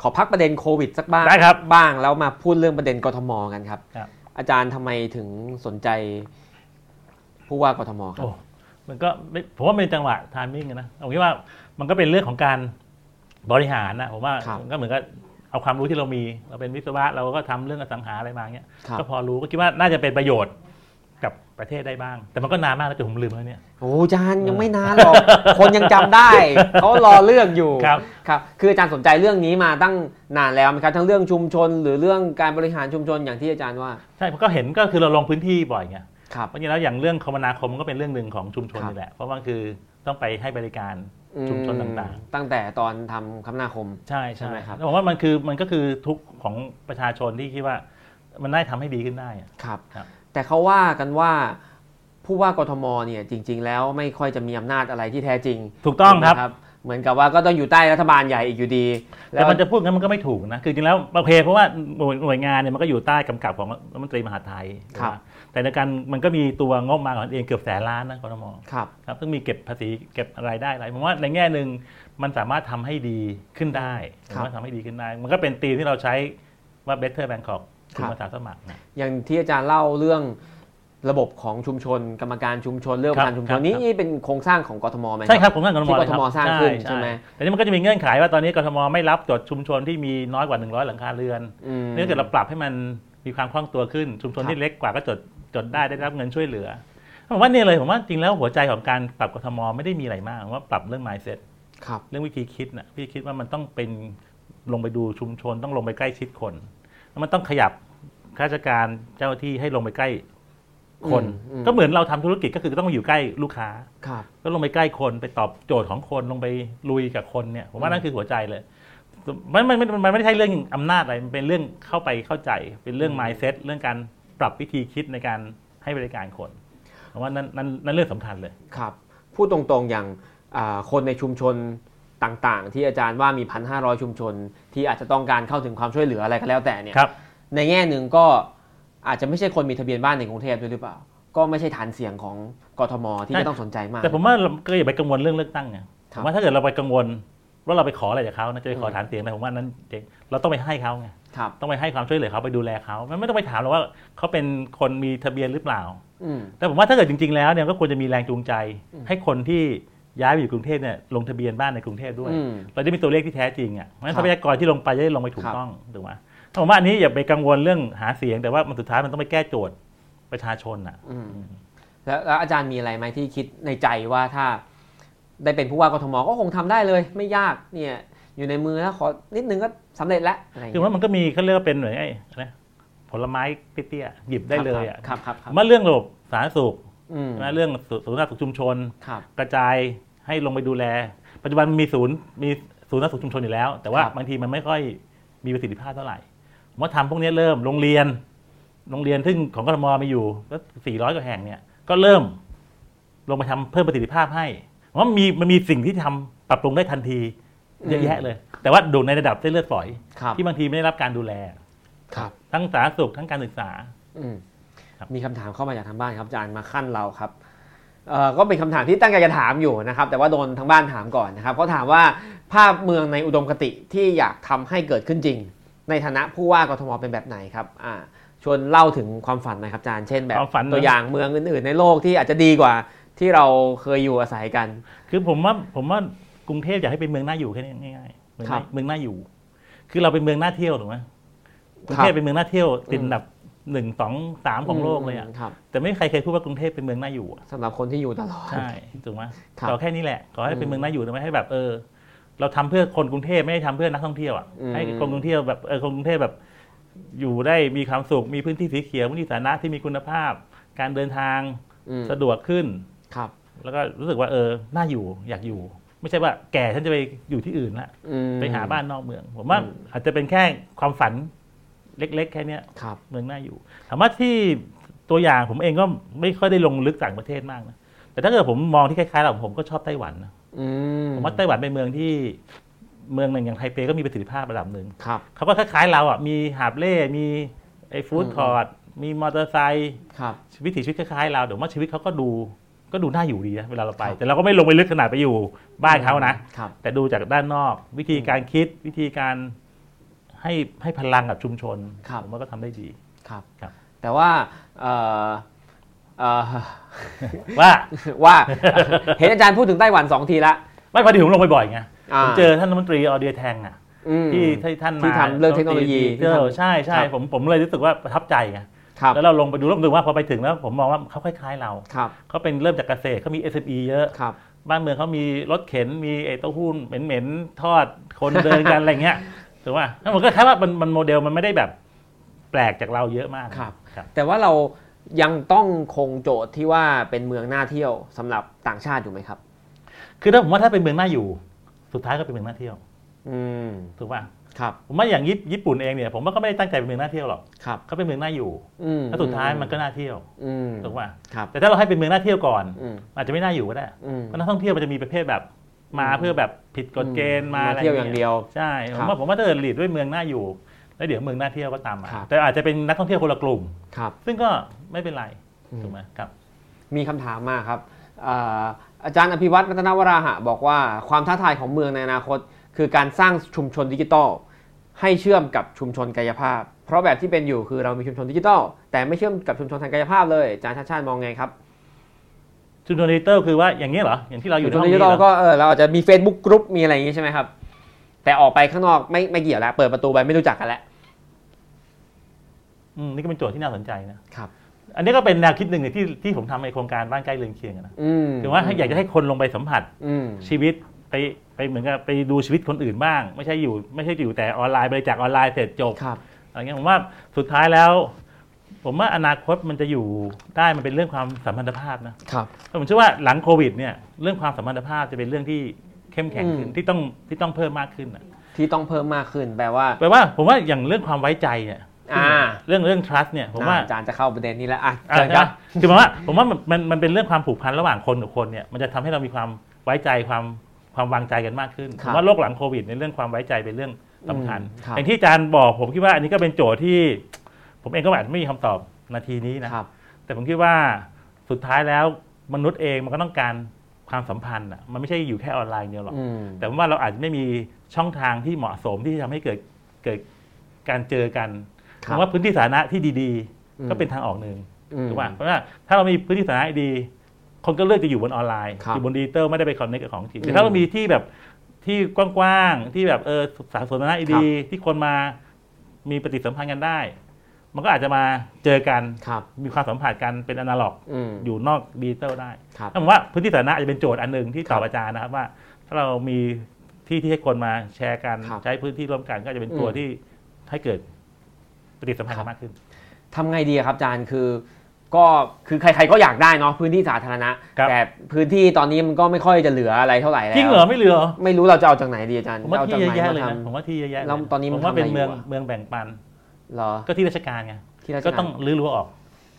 [SPEAKER 1] ขอพักประเด็นโควิดสักบ้าง
[SPEAKER 2] ได้ครับ
[SPEAKER 1] งแล้วมาพูดเรื่องประเด็นกทมกันครับ
[SPEAKER 2] ครับ
[SPEAKER 1] อาจารย์ทำไมถึงสนใจผู้ว่ากทมครั
[SPEAKER 2] โอ้
[SPEAKER 1] บ
[SPEAKER 2] มันก็ไม่ผมว่าเป็นจังหวะทามมิ่งนะผมคิดว่ามันก็เป็นเรื่องของการบริหารนะผมว่า
[SPEAKER 1] ครับ
[SPEAKER 2] มันก็เหมือนกับเอาความรู้ที่เรามี เราเป็นวิศวะเราก็ทำเรื่องอสังหาอะไรมาเงี้ย
[SPEAKER 1] ครับ
[SPEAKER 2] ก็พอรู้ก็คิดว่าน่าจะเป็นประโยชน์กับประเทศได้บ้าง แต่มันก็นานมากแล้วจนผมลืมแล้วเนี่ย
[SPEAKER 1] โอ้อาจารย์ยังไม่นานหรอก (laughs) คนยังจำได้เขารอเรื่องอยู่
[SPEAKER 2] ครับ
[SPEAKER 1] ครับ คืออาจารย์สนใจเรื่องนี้มาตั้งนานแล้วไหมครับ ทั้งเรื่องชุมชน หรือเรื่องการบริหารชุมชนอย่างที่อาจารย์ว่า
[SPEAKER 2] ใช่ผมก็เห็นก็คือเราลงพื้นที่บ่อยไง
[SPEAKER 1] ครับ
[SPEAKER 2] เพราะฉะนั้นแล้วอย่างเรื่องคมนาคมมันก็เป็นเรื่องหนึ่งของชุมชน
[SPEAKER 1] ครับ
[SPEAKER 2] นี่แหละเพราะว่าคือต้องไปให้บริการ ชุมชนต่าง
[SPEAKER 1] อืมตั้งแต่ตอนทำคมนาคม
[SPEAKER 2] ใช่
[SPEAKER 1] ใช่ไหมครับ
[SPEAKER 2] แล้วผมว่ามันคือมันก็คือทุกข์ของประชาชนที่คิดว่ามันน่าจะทำให้ดีขึ้นได้อะ
[SPEAKER 1] ครับ
[SPEAKER 2] ครับ
[SPEAKER 1] แต่เขาว่ากันว่าผู้ว่ากทมเนี่ยจริง ๆ แล้วไม่ค่อยจะมีอำนาจอะไรที่แท้จริง
[SPEAKER 2] ถูกต้องครับ
[SPEAKER 1] นะ เหมือนกับว่าก็ต้องอยู่ใต้รัฐบาลใหญ่อีกอยู่ดี
[SPEAKER 2] แต่มันจะพูดงั้นมันก็ไม่ถูกนะ คือจริงแล้วโอเคเพราะว่าหน่วยหน่วยงานเนี่ยมันก็อยู่ใต้กำกับของรัฐมนตรีมหาดไทย
[SPEAKER 1] ครับ
[SPEAKER 2] นะแต่ในการมันก็มีตัวงบประมาของมันเองเกือบแสนล้านนะกทม
[SPEAKER 1] ครับ
[SPEAKER 2] ครับซึ่งมีเก็บภาษีเก็บรายได้อะไรผมว่าในแง่หนึ่งมันสามารถทำให้ดีขึ้นได้
[SPEAKER 1] ครับ
[SPEAKER 2] สามารถทำให้ดีขึ้นได้ มันก็เป็นธีมที่เราใช้ว่า better Bangkok
[SPEAKER 1] ครั
[SPEAKER 2] คื
[SPEAKER 1] บ
[SPEAKER 2] อภาษาสมัครนะ
[SPEAKER 1] อย่างที่อาจารย์เล่าเรื่องระบบของชุมชน กรรมการชุมชนเรื่องประธานชุมช
[SPEAKER 2] ครั
[SPEAKER 1] น
[SPEAKER 2] บ
[SPEAKER 1] นี่นี่เป็นโครงสร้างของกทมไหม
[SPEAKER 2] ใช่ครับผมก็กทม
[SPEAKER 1] ที่
[SPEAKER 2] เลยค
[SPEAKER 1] กท
[SPEAKER 2] บ
[SPEAKER 1] มสร้างขึ้นใช่ไหม
[SPEAKER 2] แต่นี่มันก็จะมีเงื่อนไขว่าตอนนี้กทมไม่รับจดชุมชนที่มีน้อยกว่า 100 หลังคาเรือน
[SPEAKER 1] อืม
[SPEAKER 2] เนื่องจากเราปรับให้มันมีความคล่องตัวขึ้น ชุมชน
[SPEAKER 1] ครับ
[SPEAKER 2] ที่เล็กกว่าก็จดจดได้ได้รับเงินช่วยเหลือผมว่าเนี่ยเลยผมว่าจริงแล้วหัวใจของการปรับกทมไม่ได้มีอะไรมากผมว่าปรับเรื่อง mindset
[SPEAKER 1] ครับ
[SPEAKER 2] เรื่องวิธีคิดนะพี่คิดว่ามันต้องเป็นลงไปดูชุมชนต้องลงไปใกล้ชิดคนแล้วมันต้องขยับข้าราชการเจ้าหน้าที่ให้ลงไปใกล้คน
[SPEAKER 1] อืมอืม
[SPEAKER 2] ก็เหมือนเราทำธุรกิจก็คือต้องมาอยู่ใกล้ลูกค้า
[SPEAKER 1] ครับ
[SPEAKER 2] ก็ลงไปใกล้คนไปตอบโจทย์ของคนลงไปลุยกับคนเนี่ยผมว่านั่นคือหัวใจเลย มันมันมันมันไม่ใช่เรื่องอำนาจอะไรมันเป็นเรื่องเข้าไปเข้าใจ เป็นเรื่อง mindset เรื่องการปรับวิธีคิดในการให้บริการคนผมว่านั่นนั่นนั่นเรื่องสำคัญเลย
[SPEAKER 1] ครับพูดตรงๆอย่างอ่าคนในชุมชนต่างๆ ที่อาจารย์ว่ามี 1,500 ชุมชน ที่อาจจะต้องการเข้าถึงความช่วยเหลืออะไรก็แล้วแต่เนี่ย
[SPEAKER 2] ครับ
[SPEAKER 1] ในแง่หนึ่งก็อาจจะไม่ใช่คนมีทะเบียนบ้านในกรุงเทพด้วยหรือเปล่า ก็ไม่ใช่ฐานเสียงของกทมที่
[SPEAKER 2] ใช่
[SPEAKER 1] จะต้องสนใจมาก
[SPEAKER 2] แต่ผมว่าเราก็อย่าไปกังวลเรื่องเลือกตั้งไง
[SPEAKER 1] ค
[SPEAKER 2] ผ
[SPEAKER 1] รับ
[SPEAKER 2] มว่าถ้าเกิดเราไปกังวลว่าเราไปขออะไรจากเขานะจะไปขอ
[SPEAKER 1] อืม
[SPEAKER 2] ฐานเสียงอะไรผมว่านั้นเจ๊งเราต้องไปให้เขาไง
[SPEAKER 1] ครับ
[SPEAKER 2] ต้องไปให้ความช่วยเหลือเขาไปดูแลเขามันไม่ต้องไปถามหรอกว่าเขาเป็นคนมีทะเบียนหรือเปล่า
[SPEAKER 1] อืม
[SPEAKER 2] แต่ผมว่าถ้าเกิดจริงๆแล้วเนี่ยก็ควรจะมีแรงจูงใจ
[SPEAKER 1] อืม
[SPEAKER 2] ให้คนที่ย้ายไปอยู่กรุงเทพเนี่ยลงทะเบียนบ้านในกรุงเทพด้วย
[SPEAKER 1] อืม
[SPEAKER 2] เราจะมีตัวเลขที่แท้จริงอ่ะเพราะฉะนั้
[SPEAKER 1] คน รับ
[SPEAKER 2] ทรัพยากรที่ลงไปจะได้ลงไปถู
[SPEAKER 1] ค
[SPEAKER 2] ก
[SPEAKER 1] รับ
[SPEAKER 2] ต้องถูกไหมผมว่าอันนี้อย่าไปกังวลเรื่องหาเสียง แต่ว่ามันสุดท้ายมันต้องไปแก้โจทย์ประชาชนอ่ะ
[SPEAKER 1] อืมแล้วแล้วอาจารย์มีอะไรไหมที่คิดในใจว่าถ้าได้เป็นผู้ว่ากทมก็คงทำได้เลย ไม่ยากเนี่ยอยู่ในมือแล้วขอนิดนึงก็สำเร็จแล้วอะไรอย่าง
[SPEAKER 2] คือ
[SPEAKER 1] เงี้ย
[SPEAKER 2] ว่ามันก็มีเขาเรียกว่าเป็นเหมือนไอ้อะไรนะผลไม้เตี้ยๆหยิบได้เลยอ่ะ
[SPEAKER 1] ครับครับครับ
[SPEAKER 2] เมื่อเรื่องระบบสาธารณสุข
[SPEAKER 1] อืม
[SPEAKER 2] นะเรื่องศูนย์สาธารณสุขชุมชน
[SPEAKER 1] ครับ
[SPEAKER 2] กระจายให้ลงไปดูแล ปัจจุบันมีศูนย์มีศูนย์สาธารณสุขชุมชนอยู่แล้ว แต่ว่า
[SPEAKER 1] ครับ
[SPEAKER 2] บางทีมันไม่ค่อยมีประสิทธิภาพเท่าไหร่ผมว่าทำพวกนี้เริ่มโรงเรียน โรงเรียนซึ่งของกทมมีอยู่ก็400กว่าแห่งเนี่ยก็เริ่มลงไปทำเพิ่มประสิทธิภาพให้ผมว่ามีมันมีสิ่งที่ทำปรับปรุงได้ทันทีเยอะแยะเลย แต่ว่าดูในระดับเส้นเลือดฝอย
[SPEAKER 1] ครับ
[SPEAKER 2] ที่บางทีไม่ได้รับการดูแล
[SPEAKER 1] ครับ
[SPEAKER 2] ทั้งสาธารณสุขทั้งการศึกษา
[SPEAKER 1] อืม
[SPEAKER 2] ครับ
[SPEAKER 1] มีคำถามเข้ามาจากทางบ้านครับอาจารย์มาขั้นเราครับเอ่อก็เป็นคำถามที่ตั้งใจจะถามอยู่นะครับ แต่ว่าโดนทางบ้านถามก่อนนะครับเขาถามว่าภาพเมืองในอุดมคติที่อยากทำให้เกิดขึ้นจริง ในฐานะผู้ว่ากทมเป็นแบบไหนครับอ่าชวนเล่าถึงความฝันหน่อยครับอาจารย์เช่นแบบ
[SPEAKER 2] ความฝันนะ
[SPEAKER 1] ตัวอย่างเมืองอื่นๆ ในโลกที่อาจจะดีกว่าที่เราเคยอยู่อาศัยกัน
[SPEAKER 2] คือผมว่าผมว่ากรุงเทพอยากให้เป็นเมืองน่าอยู่แค่นี้ง่ายๆเมือง
[SPEAKER 1] ครับ
[SPEAKER 2] น่าเมืองน่าอยู่ คือเราเป็นเมืองน่าเที่ยวถูกไหมกรุงเท
[SPEAKER 1] ครั
[SPEAKER 2] พ
[SPEAKER 1] บ
[SPEAKER 2] เป็นเมืองน่าเที่ยวติดอันดับหนึ่งสองสามของโลกเลยอ่ะ
[SPEAKER 1] มครับ
[SPEAKER 2] แต่ไม่มีใครเคยพูดว่ากรุงเทพเป็นเมืองน่าอยู่อะ
[SPEAKER 1] สำหรับคนที่อยู่ตลอด
[SPEAKER 2] ใช่ถูกไหม
[SPEAKER 1] ครับ
[SPEAKER 2] ขอแค่นี้แหละขอให้
[SPEAKER 1] อื
[SPEAKER 2] เป็
[SPEAKER 1] ม
[SPEAKER 2] นเมืองน่าอยู่ทำไมให้แบบเออ เราทำเพื่อคนกรุงเทพไม่ได้ทำเพื่อนักท่องเที่ยวอ่ะ
[SPEAKER 1] อืม
[SPEAKER 2] ให้คนกรุงเทพแบบเออคนกรุงเทพแบบ อยู่ได้มีความสุขมีพื้นที่สีเขียวพื้นที่สาธารณะที่มีคุณภาพ การเดินทาง
[SPEAKER 1] อืม
[SPEAKER 2] สะดวกขึ้น
[SPEAKER 1] ครับ
[SPEAKER 2] แล้วก็รู้สึกว่าเออ น่าอยู่ อยากอยู่ ไม่ใช่ว่าแก่ฉันจะไปอยู่ที่อื่นละ
[SPEAKER 1] อืม
[SPEAKER 2] ไปหาบ้านนอกเมือง ผมว่า
[SPEAKER 1] อืม
[SPEAKER 2] อาจจะเป็นแค่ความฝันเล็ก ๆ แค่เนี้ย
[SPEAKER 1] ครับ
[SPEAKER 2] เมืองน่าอยู่ ถามว่าที่ตัวอย่างผมเองก็ไม่ค่อยได้ลงลึกต่างประเทศมากนะ แต่ถ้าเกิดผมมองที่คล้ายๆเราผมก็ชอบไต้หวันนะ
[SPEAKER 1] อืม
[SPEAKER 2] ผมว่าไต้หวันเป็นเมืองที่เมืองหนึ่งอย่างไทเปก็มีประสิทธิภาพระดับหนึ่ง
[SPEAKER 1] ครับ
[SPEAKER 2] เขาก็คล้ายๆเราอ่ะ มีหาบเล่ มีไอ้ฟู้ดคอร์ทมีมอเตอร์ไซค์
[SPEAKER 1] ครับ
[SPEAKER 2] วิถีชีวิตคล้ายๆเราเดี๋ยวว่าชีวิตเขาก็ดูก็ดูน่าอยู่ดีนะเวลาเราไป
[SPEAKER 1] ครับ
[SPEAKER 2] แต่เราก็ไม่ลงไปลึกขนาดไปอยู่บ้านเขานะ
[SPEAKER 1] ครับ
[SPEAKER 2] แต่ดูจากด้านนอก วิธีการคิดวิธีการให้ให้พลังกับชุมชน
[SPEAKER 1] ครับ
[SPEAKER 2] ผมว่าก็ทำได้ดี
[SPEAKER 1] ครับ
[SPEAKER 2] ครับ
[SPEAKER 1] แต่ว่าเอ่อเอ่อ (laughs)
[SPEAKER 2] ว่า
[SPEAKER 1] ว่า (laughs) เห็นอาจารย์พูดถึงไต้หวันสองทีละ
[SPEAKER 2] ไม่พอดีผมลงไปบ่อยไง
[SPEAKER 1] า
[SPEAKER 2] ผมเจอท่านรัฐมนตรีออเดียแทงอ่ะ
[SPEAKER 1] ม
[SPEAKER 2] ที่ที่ท่านมา
[SPEAKER 1] ที่ทำเรื่องเทคโนโลยี
[SPEAKER 2] เออใช่ใช่
[SPEAKER 1] ครับ
[SPEAKER 2] ผมผมเลยรู้สึกว่าประทับใจไง
[SPEAKER 1] ครับ
[SPEAKER 2] แล้วเราลงไปดูแล้วผมรู้สึกว่าพอไปถึงแล้วผมมองว่าเขาคล้ายๆเรา
[SPEAKER 1] ครับ
[SPEAKER 2] เขาเป็นเริ่มจากเกษตรเขามี SME เยอะ
[SPEAKER 1] ครับ
[SPEAKER 2] บ้านเมืองเขามีรถเข็นมีไอ้เต้าหู้เหม็นๆทอดคนเดินกัน อะไร
[SPEAKER 1] (laughs)
[SPEAKER 2] เงี้ยถือว่าแล้วมันก็แค่ว่ามันมันโมเดลมันไม่ได้แบบแปลกจากเราเยอะมาก
[SPEAKER 1] ครับ
[SPEAKER 2] ครับ
[SPEAKER 1] แต่ว่าเรายังต้องคงโจทย์ที่ว่าเป็นเมืองน่าเที่ยวสำหรับต่างชาติอยู่ไหมครับ
[SPEAKER 2] คือถ้าผมว่าถ้าเป็นเมืองน่าอยู่ สุดท้ายก็เป็นเมืองน่าเที่ยว
[SPEAKER 1] อืม
[SPEAKER 2] ถูกป่ะ
[SPEAKER 1] ครับ
[SPEAKER 2] ผมว่าอย่างญี่ญี่ปุ่นเองเนี่ยผมว่าก็ไม่ได้ตั้งใจเป็นเมืองน่าเที่ยวหรอก
[SPEAKER 1] ครับ
[SPEAKER 2] เขาเป็นเมืองน่าอยู่
[SPEAKER 1] อืม
[SPEAKER 2] แล้วสุดท้ายมันก็น่าเที่ยว
[SPEAKER 1] อืม
[SPEAKER 2] ถูกป่ะ
[SPEAKER 1] ครับ
[SPEAKER 2] แต่ถ้าเราให้เป็นเมืองน่าเที่ยวก่อน
[SPEAKER 1] อืม
[SPEAKER 2] อาจจะไม่น่าอยู่ก็ได้
[SPEAKER 1] อืม
[SPEAKER 2] เพราะนักท่องเที่ยวมันจะมีประเภทแบบ มาเพื่อแบบผิดกฎเกณฑ์มาอะไร
[SPEAKER 1] เที่ยวอย่างเดียว
[SPEAKER 2] ใช่ผม
[SPEAKER 1] ครั
[SPEAKER 2] ว่า
[SPEAKER 1] บ
[SPEAKER 2] ผมว่าถ้าเกิดหลีดด้วยเมืองน่าอยู่ แล้วเดี๋ยวเมืองน่าเที่ยวก็ตามมา
[SPEAKER 1] ครับ
[SPEAKER 2] แต่อาจจะเป็นนักท่องเที่ยวคนละกลุ่ม
[SPEAKER 1] ครับ
[SPEAKER 2] ซึ่งก็ไม่เป็นไร
[SPEAKER 1] อืม
[SPEAKER 2] ถูกไหมครับ
[SPEAKER 1] มีคำถามมาครับอ่าอาจารย์อภิวัตรรัตนวราหะบอกว่าความท้าทายของเมืองในอนาคต คือการสร้างชุมชนดิจิทัล ให้เชื่อมกับชุมชนกายภาพ เพราะแบบที่เป็นอยู่คือเรามีชุมชนดิจิทัล แต่ไม่เชื่อมกับชุมชนทางกายภาพเลยอาจารย์ชาติชาติมองไงครับ
[SPEAKER 2] ชุมชนดิจิตอลคือว่าอย่างนี้ยเหรออย่างที่เราอ
[SPEAKER 1] ชุ
[SPEAKER 2] ยู่
[SPEAKER 1] มชน
[SPEAKER 2] ในห้อง
[SPEAKER 1] ดิจิ
[SPEAKER 2] นี้
[SPEAKER 1] ทัล
[SPEAKER 2] เหรอ
[SPEAKER 1] ก็เออเราอาจจะมี Facebook กรุ๊ปมีอะไรอย่างงี้ใช่ไหมครับ แต่ออกไปข้างนอกไม่ไม่เกี่ยวแล้วเปิดประตูไปไม่รู้จักกันแล้ว
[SPEAKER 2] อืมนี่ก็เป็นโจทย์ที่น่าสนใจนะครับ อันนี้ก็เป็นแนวคิดหนึ่งเลยที่ที่ผมทำในโครงการบ้านใกล้เรือนเคียงอะนะ
[SPEAKER 1] อืม
[SPEAKER 2] คือว่าให้อยากจะให้คนลงไปสัมผัส
[SPEAKER 1] อืม
[SPEAKER 2] ชีวิตไปไปเหมือนกับไปดูชีวิตคนอื่นบ้าง ไม่ใช่อยู่ ไม่ใช่อยู่แต่ออนไลน์บริจาคออนไลน์เสร็จจบ
[SPEAKER 1] ครับ
[SPEAKER 2] อะไรเงี้ยผมว่าสุดท้ายแล้ว ผมว่าอนาคตมันจะอยู่ได้มันเป็นเรื่องความสัมพันธภาพนะครับ ผมเชื่อว่าหลังโควิดเนี่ยเรื่องความสัมพันธภาพจะเป็นเรื่องที่เข้มแข็งขึ้น
[SPEAKER 1] อืม
[SPEAKER 2] ที่ต้องที่ต้องเพิ่มมากขึ้นน่ะ
[SPEAKER 1] ที่ต้องเพิ่มมากขึ้นแปลว่า
[SPEAKER 2] แปลว่าผมว่าอย่างเรื่องความไว้ใจเนี่ย
[SPEAKER 1] อ่า
[SPEAKER 2] เรื่องเรื่อง trust เนี่ยผมว่า
[SPEAKER 1] อาจารย์จะเข้าประเด็นนี้แล้วอ่ะ
[SPEAKER 2] อ่ะ
[SPEAKER 1] เชิญครับ
[SPEAKER 2] ใช่ไหมคือผมว่าผมว่ามันมันมันเป็นเรื่องความผูกพันระหว่างคนกับคนเนี่ยมันจะทำให้เรามีความไว้ใจความความวางใจกันมากขึ้น
[SPEAKER 1] ค
[SPEAKER 2] ผ
[SPEAKER 1] รับ
[SPEAKER 2] มว่าโลกหลังโควิดในยเรื่องความไว้ใจเป็นเรื่อง สำคัญ
[SPEAKER 1] อืมครับ
[SPEAKER 2] อย่างที่อาจารย์บอกผมคิดว่าอันนี้ก็เป็นโจทย์ที่ ผมเองก็อาจจะไม่มีคำตอบนาทีนี้นะครับ แต่ผมคิดว่าสุดท้ายแล้วมนุษย์เองมันก็ต้องการความสัมพันธ์อ่ะมันไม่ใช่อยู่แค่ออนไลน์เดียวหรอก
[SPEAKER 1] อืม
[SPEAKER 2] แต่ผมว่าเราอาจจะไม่มีช่องทางที่เหมาะสมที่จะทำให้เกิดเกิดการเจอกัน
[SPEAKER 1] ค
[SPEAKER 2] ผ
[SPEAKER 1] รับ
[SPEAKER 2] มว่าพื้นที่สาธารณะที่ดี
[SPEAKER 1] อืม
[SPEAKER 2] ๆ ก็เป็นทางออกหนึ่ง
[SPEAKER 1] อืม
[SPEAKER 2] ถูกป่ะเพราะว่าถ้าเรามีพื้นที่สาธารณะดี คนก็เลือกจะอยู่บนออนไลน์
[SPEAKER 1] ครับ
[SPEAKER 2] อยู่บนดิจิตอลไม่ได้ไปคอนเนคกับของจริง
[SPEAKER 1] อื
[SPEAKER 2] แต่
[SPEAKER 1] ม
[SPEAKER 2] ถ้าเรามีที่แบบที่กว้างๆที่แบบเออสาธารณะ
[SPEAKER 1] ครั
[SPEAKER 2] ดี
[SPEAKER 1] บ
[SPEAKER 2] ที่คนมามีปฏิสัมพันธ์กันได้ มันก็อาจจะมาเจอกัน
[SPEAKER 1] ครับ
[SPEAKER 2] มีความสัมผัสกันเป็นอนาล็อก
[SPEAKER 1] อืม
[SPEAKER 2] อยู่นอกดิจิตอลได้
[SPEAKER 1] ครับ
[SPEAKER 2] ถ้าผมว่าพื้นที่สาธารณะอาจจะเป็นโจทย์อันหนึ่งที่ต
[SPEAKER 1] ครั
[SPEAKER 2] อบ
[SPEAKER 1] บ
[SPEAKER 2] อาจารย์นะครับว่า ถ้าเรามีที่ที่ให้คนมาแชร์กัน
[SPEAKER 1] ครับ
[SPEAKER 2] ใช้พื้นที่ร่วมกันก็อาจจะเป็นตัว
[SPEAKER 1] อืม
[SPEAKER 2] ที่ให้เกิดปฏิสัมพัน
[SPEAKER 1] ครับ
[SPEAKER 2] ธ์มากขึ้น
[SPEAKER 1] ทำไงดีอะครับอาจารย์คือก็คือใครๆก็อยากได้เนาะพื้นที่สาธารณะ
[SPEAKER 2] ครับ
[SPEAKER 1] แต่พื้นที่ตอนนี้มันก็ไม่ค่อยจะเหลืออะไรเท่าไหร่แล้ว
[SPEAKER 2] จริงเหรอไม่เหลือ
[SPEAKER 1] ไม่รู้เราจะเอาจากไหนดีอาจารย์
[SPEAKER 2] ผมว่า
[SPEAKER 1] จ
[SPEAKER 2] ที่
[SPEAKER 1] เอ
[SPEAKER 2] เย
[SPEAKER 1] จา
[SPEAKER 2] อะ
[SPEAKER 1] กไหนมา
[SPEAKER 2] แยะเลย
[SPEAKER 1] ท
[SPEAKER 2] นะผมว่าที่เยอะแยะ
[SPEAKER 1] แล้ว
[SPEAKER 2] เลยะ
[SPEAKER 1] ตอนนี้มัน
[SPEAKER 2] ผมว่าเป็น
[SPEAKER 1] ทำอะไรอยู่
[SPEAKER 2] เมือง
[SPEAKER 1] อะ
[SPEAKER 2] เมืองแบ่งปัน
[SPEAKER 1] ำเหรอ
[SPEAKER 2] ก็ที่ราชการไง
[SPEAKER 1] ที่ราช
[SPEAKER 2] ก็
[SPEAKER 1] การ
[SPEAKER 2] ต้องรื้อรั้วออก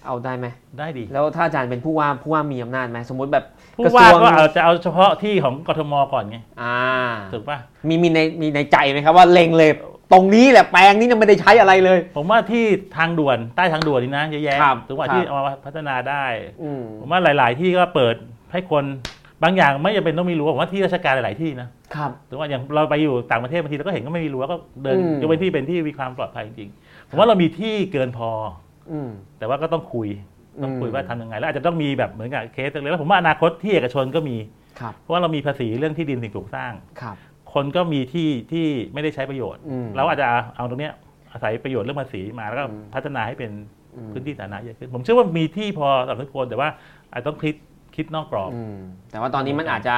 [SPEAKER 1] เอาได้ไหม
[SPEAKER 2] ได้ดี
[SPEAKER 1] แล้วถ้าอาจารย์เป็นผู้ว่าผู้ว่ามีอำนาจไหมสมมติแบบ
[SPEAKER 2] ผู้
[SPEAKER 1] กระท
[SPEAKER 2] ว่าร
[SPEAKER 1] วง
[SPEAKER 2] ก็เอาจะเอาเฉพาะที่ของกทมก่อนไง
[SPEAKER 1] อ่า
[SPEAKER 2] ถูกป่ะ
[SPEAKER 1] มีมีในมีในใจไหมครับว่าเล็งเลย ตรงนี้แหละแปลงนี้ยังไม่ได้ใช้อะไรเลย
[SPEAKER 2] ผมว่าที่ทางด่วนใต้ทางด่วนนี่นะเยอะแยะ
[SPEAKER 1] ครับ
[SPEAKER 2] ถูกป่ะ
[SPEAKER 1] ครับ
[SPEAKER 2] ที่เอามาพัฒนาได้
[SPEAKER 1] อืม
[SPEAKER 2] ผมว่าหลาย ๆ ที่ก็เปิดให้คนบางอย่างไม่จำเป็นต้องมีรั้วผมว่าที่ราชการหลาย ๆ ที่นะครับ หรือว่าอย่างเราไปอยู่ต่างประเทศบางทีเราก็เห็นก็ไม่มีรั้วก็เดิน
[SPEAKER 1] อืม
[SPEAKER 2] ยกเว้นที่เป็นที่มีความปลอดภัยจริงๆผมว่าเรามีที่เกินพอ
[SPEAKER 1] อืม
[SPEAKER 2] แต่ว่าก็ต้องคุยต้องคุย
[SPEAKER 1] อืม
[SPEAKER 2] ว่าทำยังไงแล้วอาจจะต้องมีแบบเหมือนกับเคสเลยแล้วผมว่าอนาคตที่เอกชนก็มี
[SPEAKER 1] ครับ
[SPEAKER 2] เพราะว่าเรามีภาษีเรื่องที่ดินสิ่งปลูกสร้าง
[SPEAKER 1] ครับ
[SPEAKER 2] คนก็มีที่ที่ไม่ได้ใช้ประโยชน์
[SPEAKER 1] อืม
[SPEAKER 2] เราอาจจะเอาตรงเนี้ยอาศัยประโยชน์เรื่องภาษีมาแล้วก็
[SPEAKER 1] อืม
[SPEAKER 2] พัฒนาให้เป็น
[SPEAKER 1] อืม
[SPEAKER 2] พื้นที่สาธารณะเยอะขึ้นผมเชื่อว่ามีที่พอสำหรับทุกคนแต่ว่าอาจจะต้องคิดคิดนอกกรอบ
[SPEAKER 1] อืมแต่ว่าตอนนี้มันอาจจะ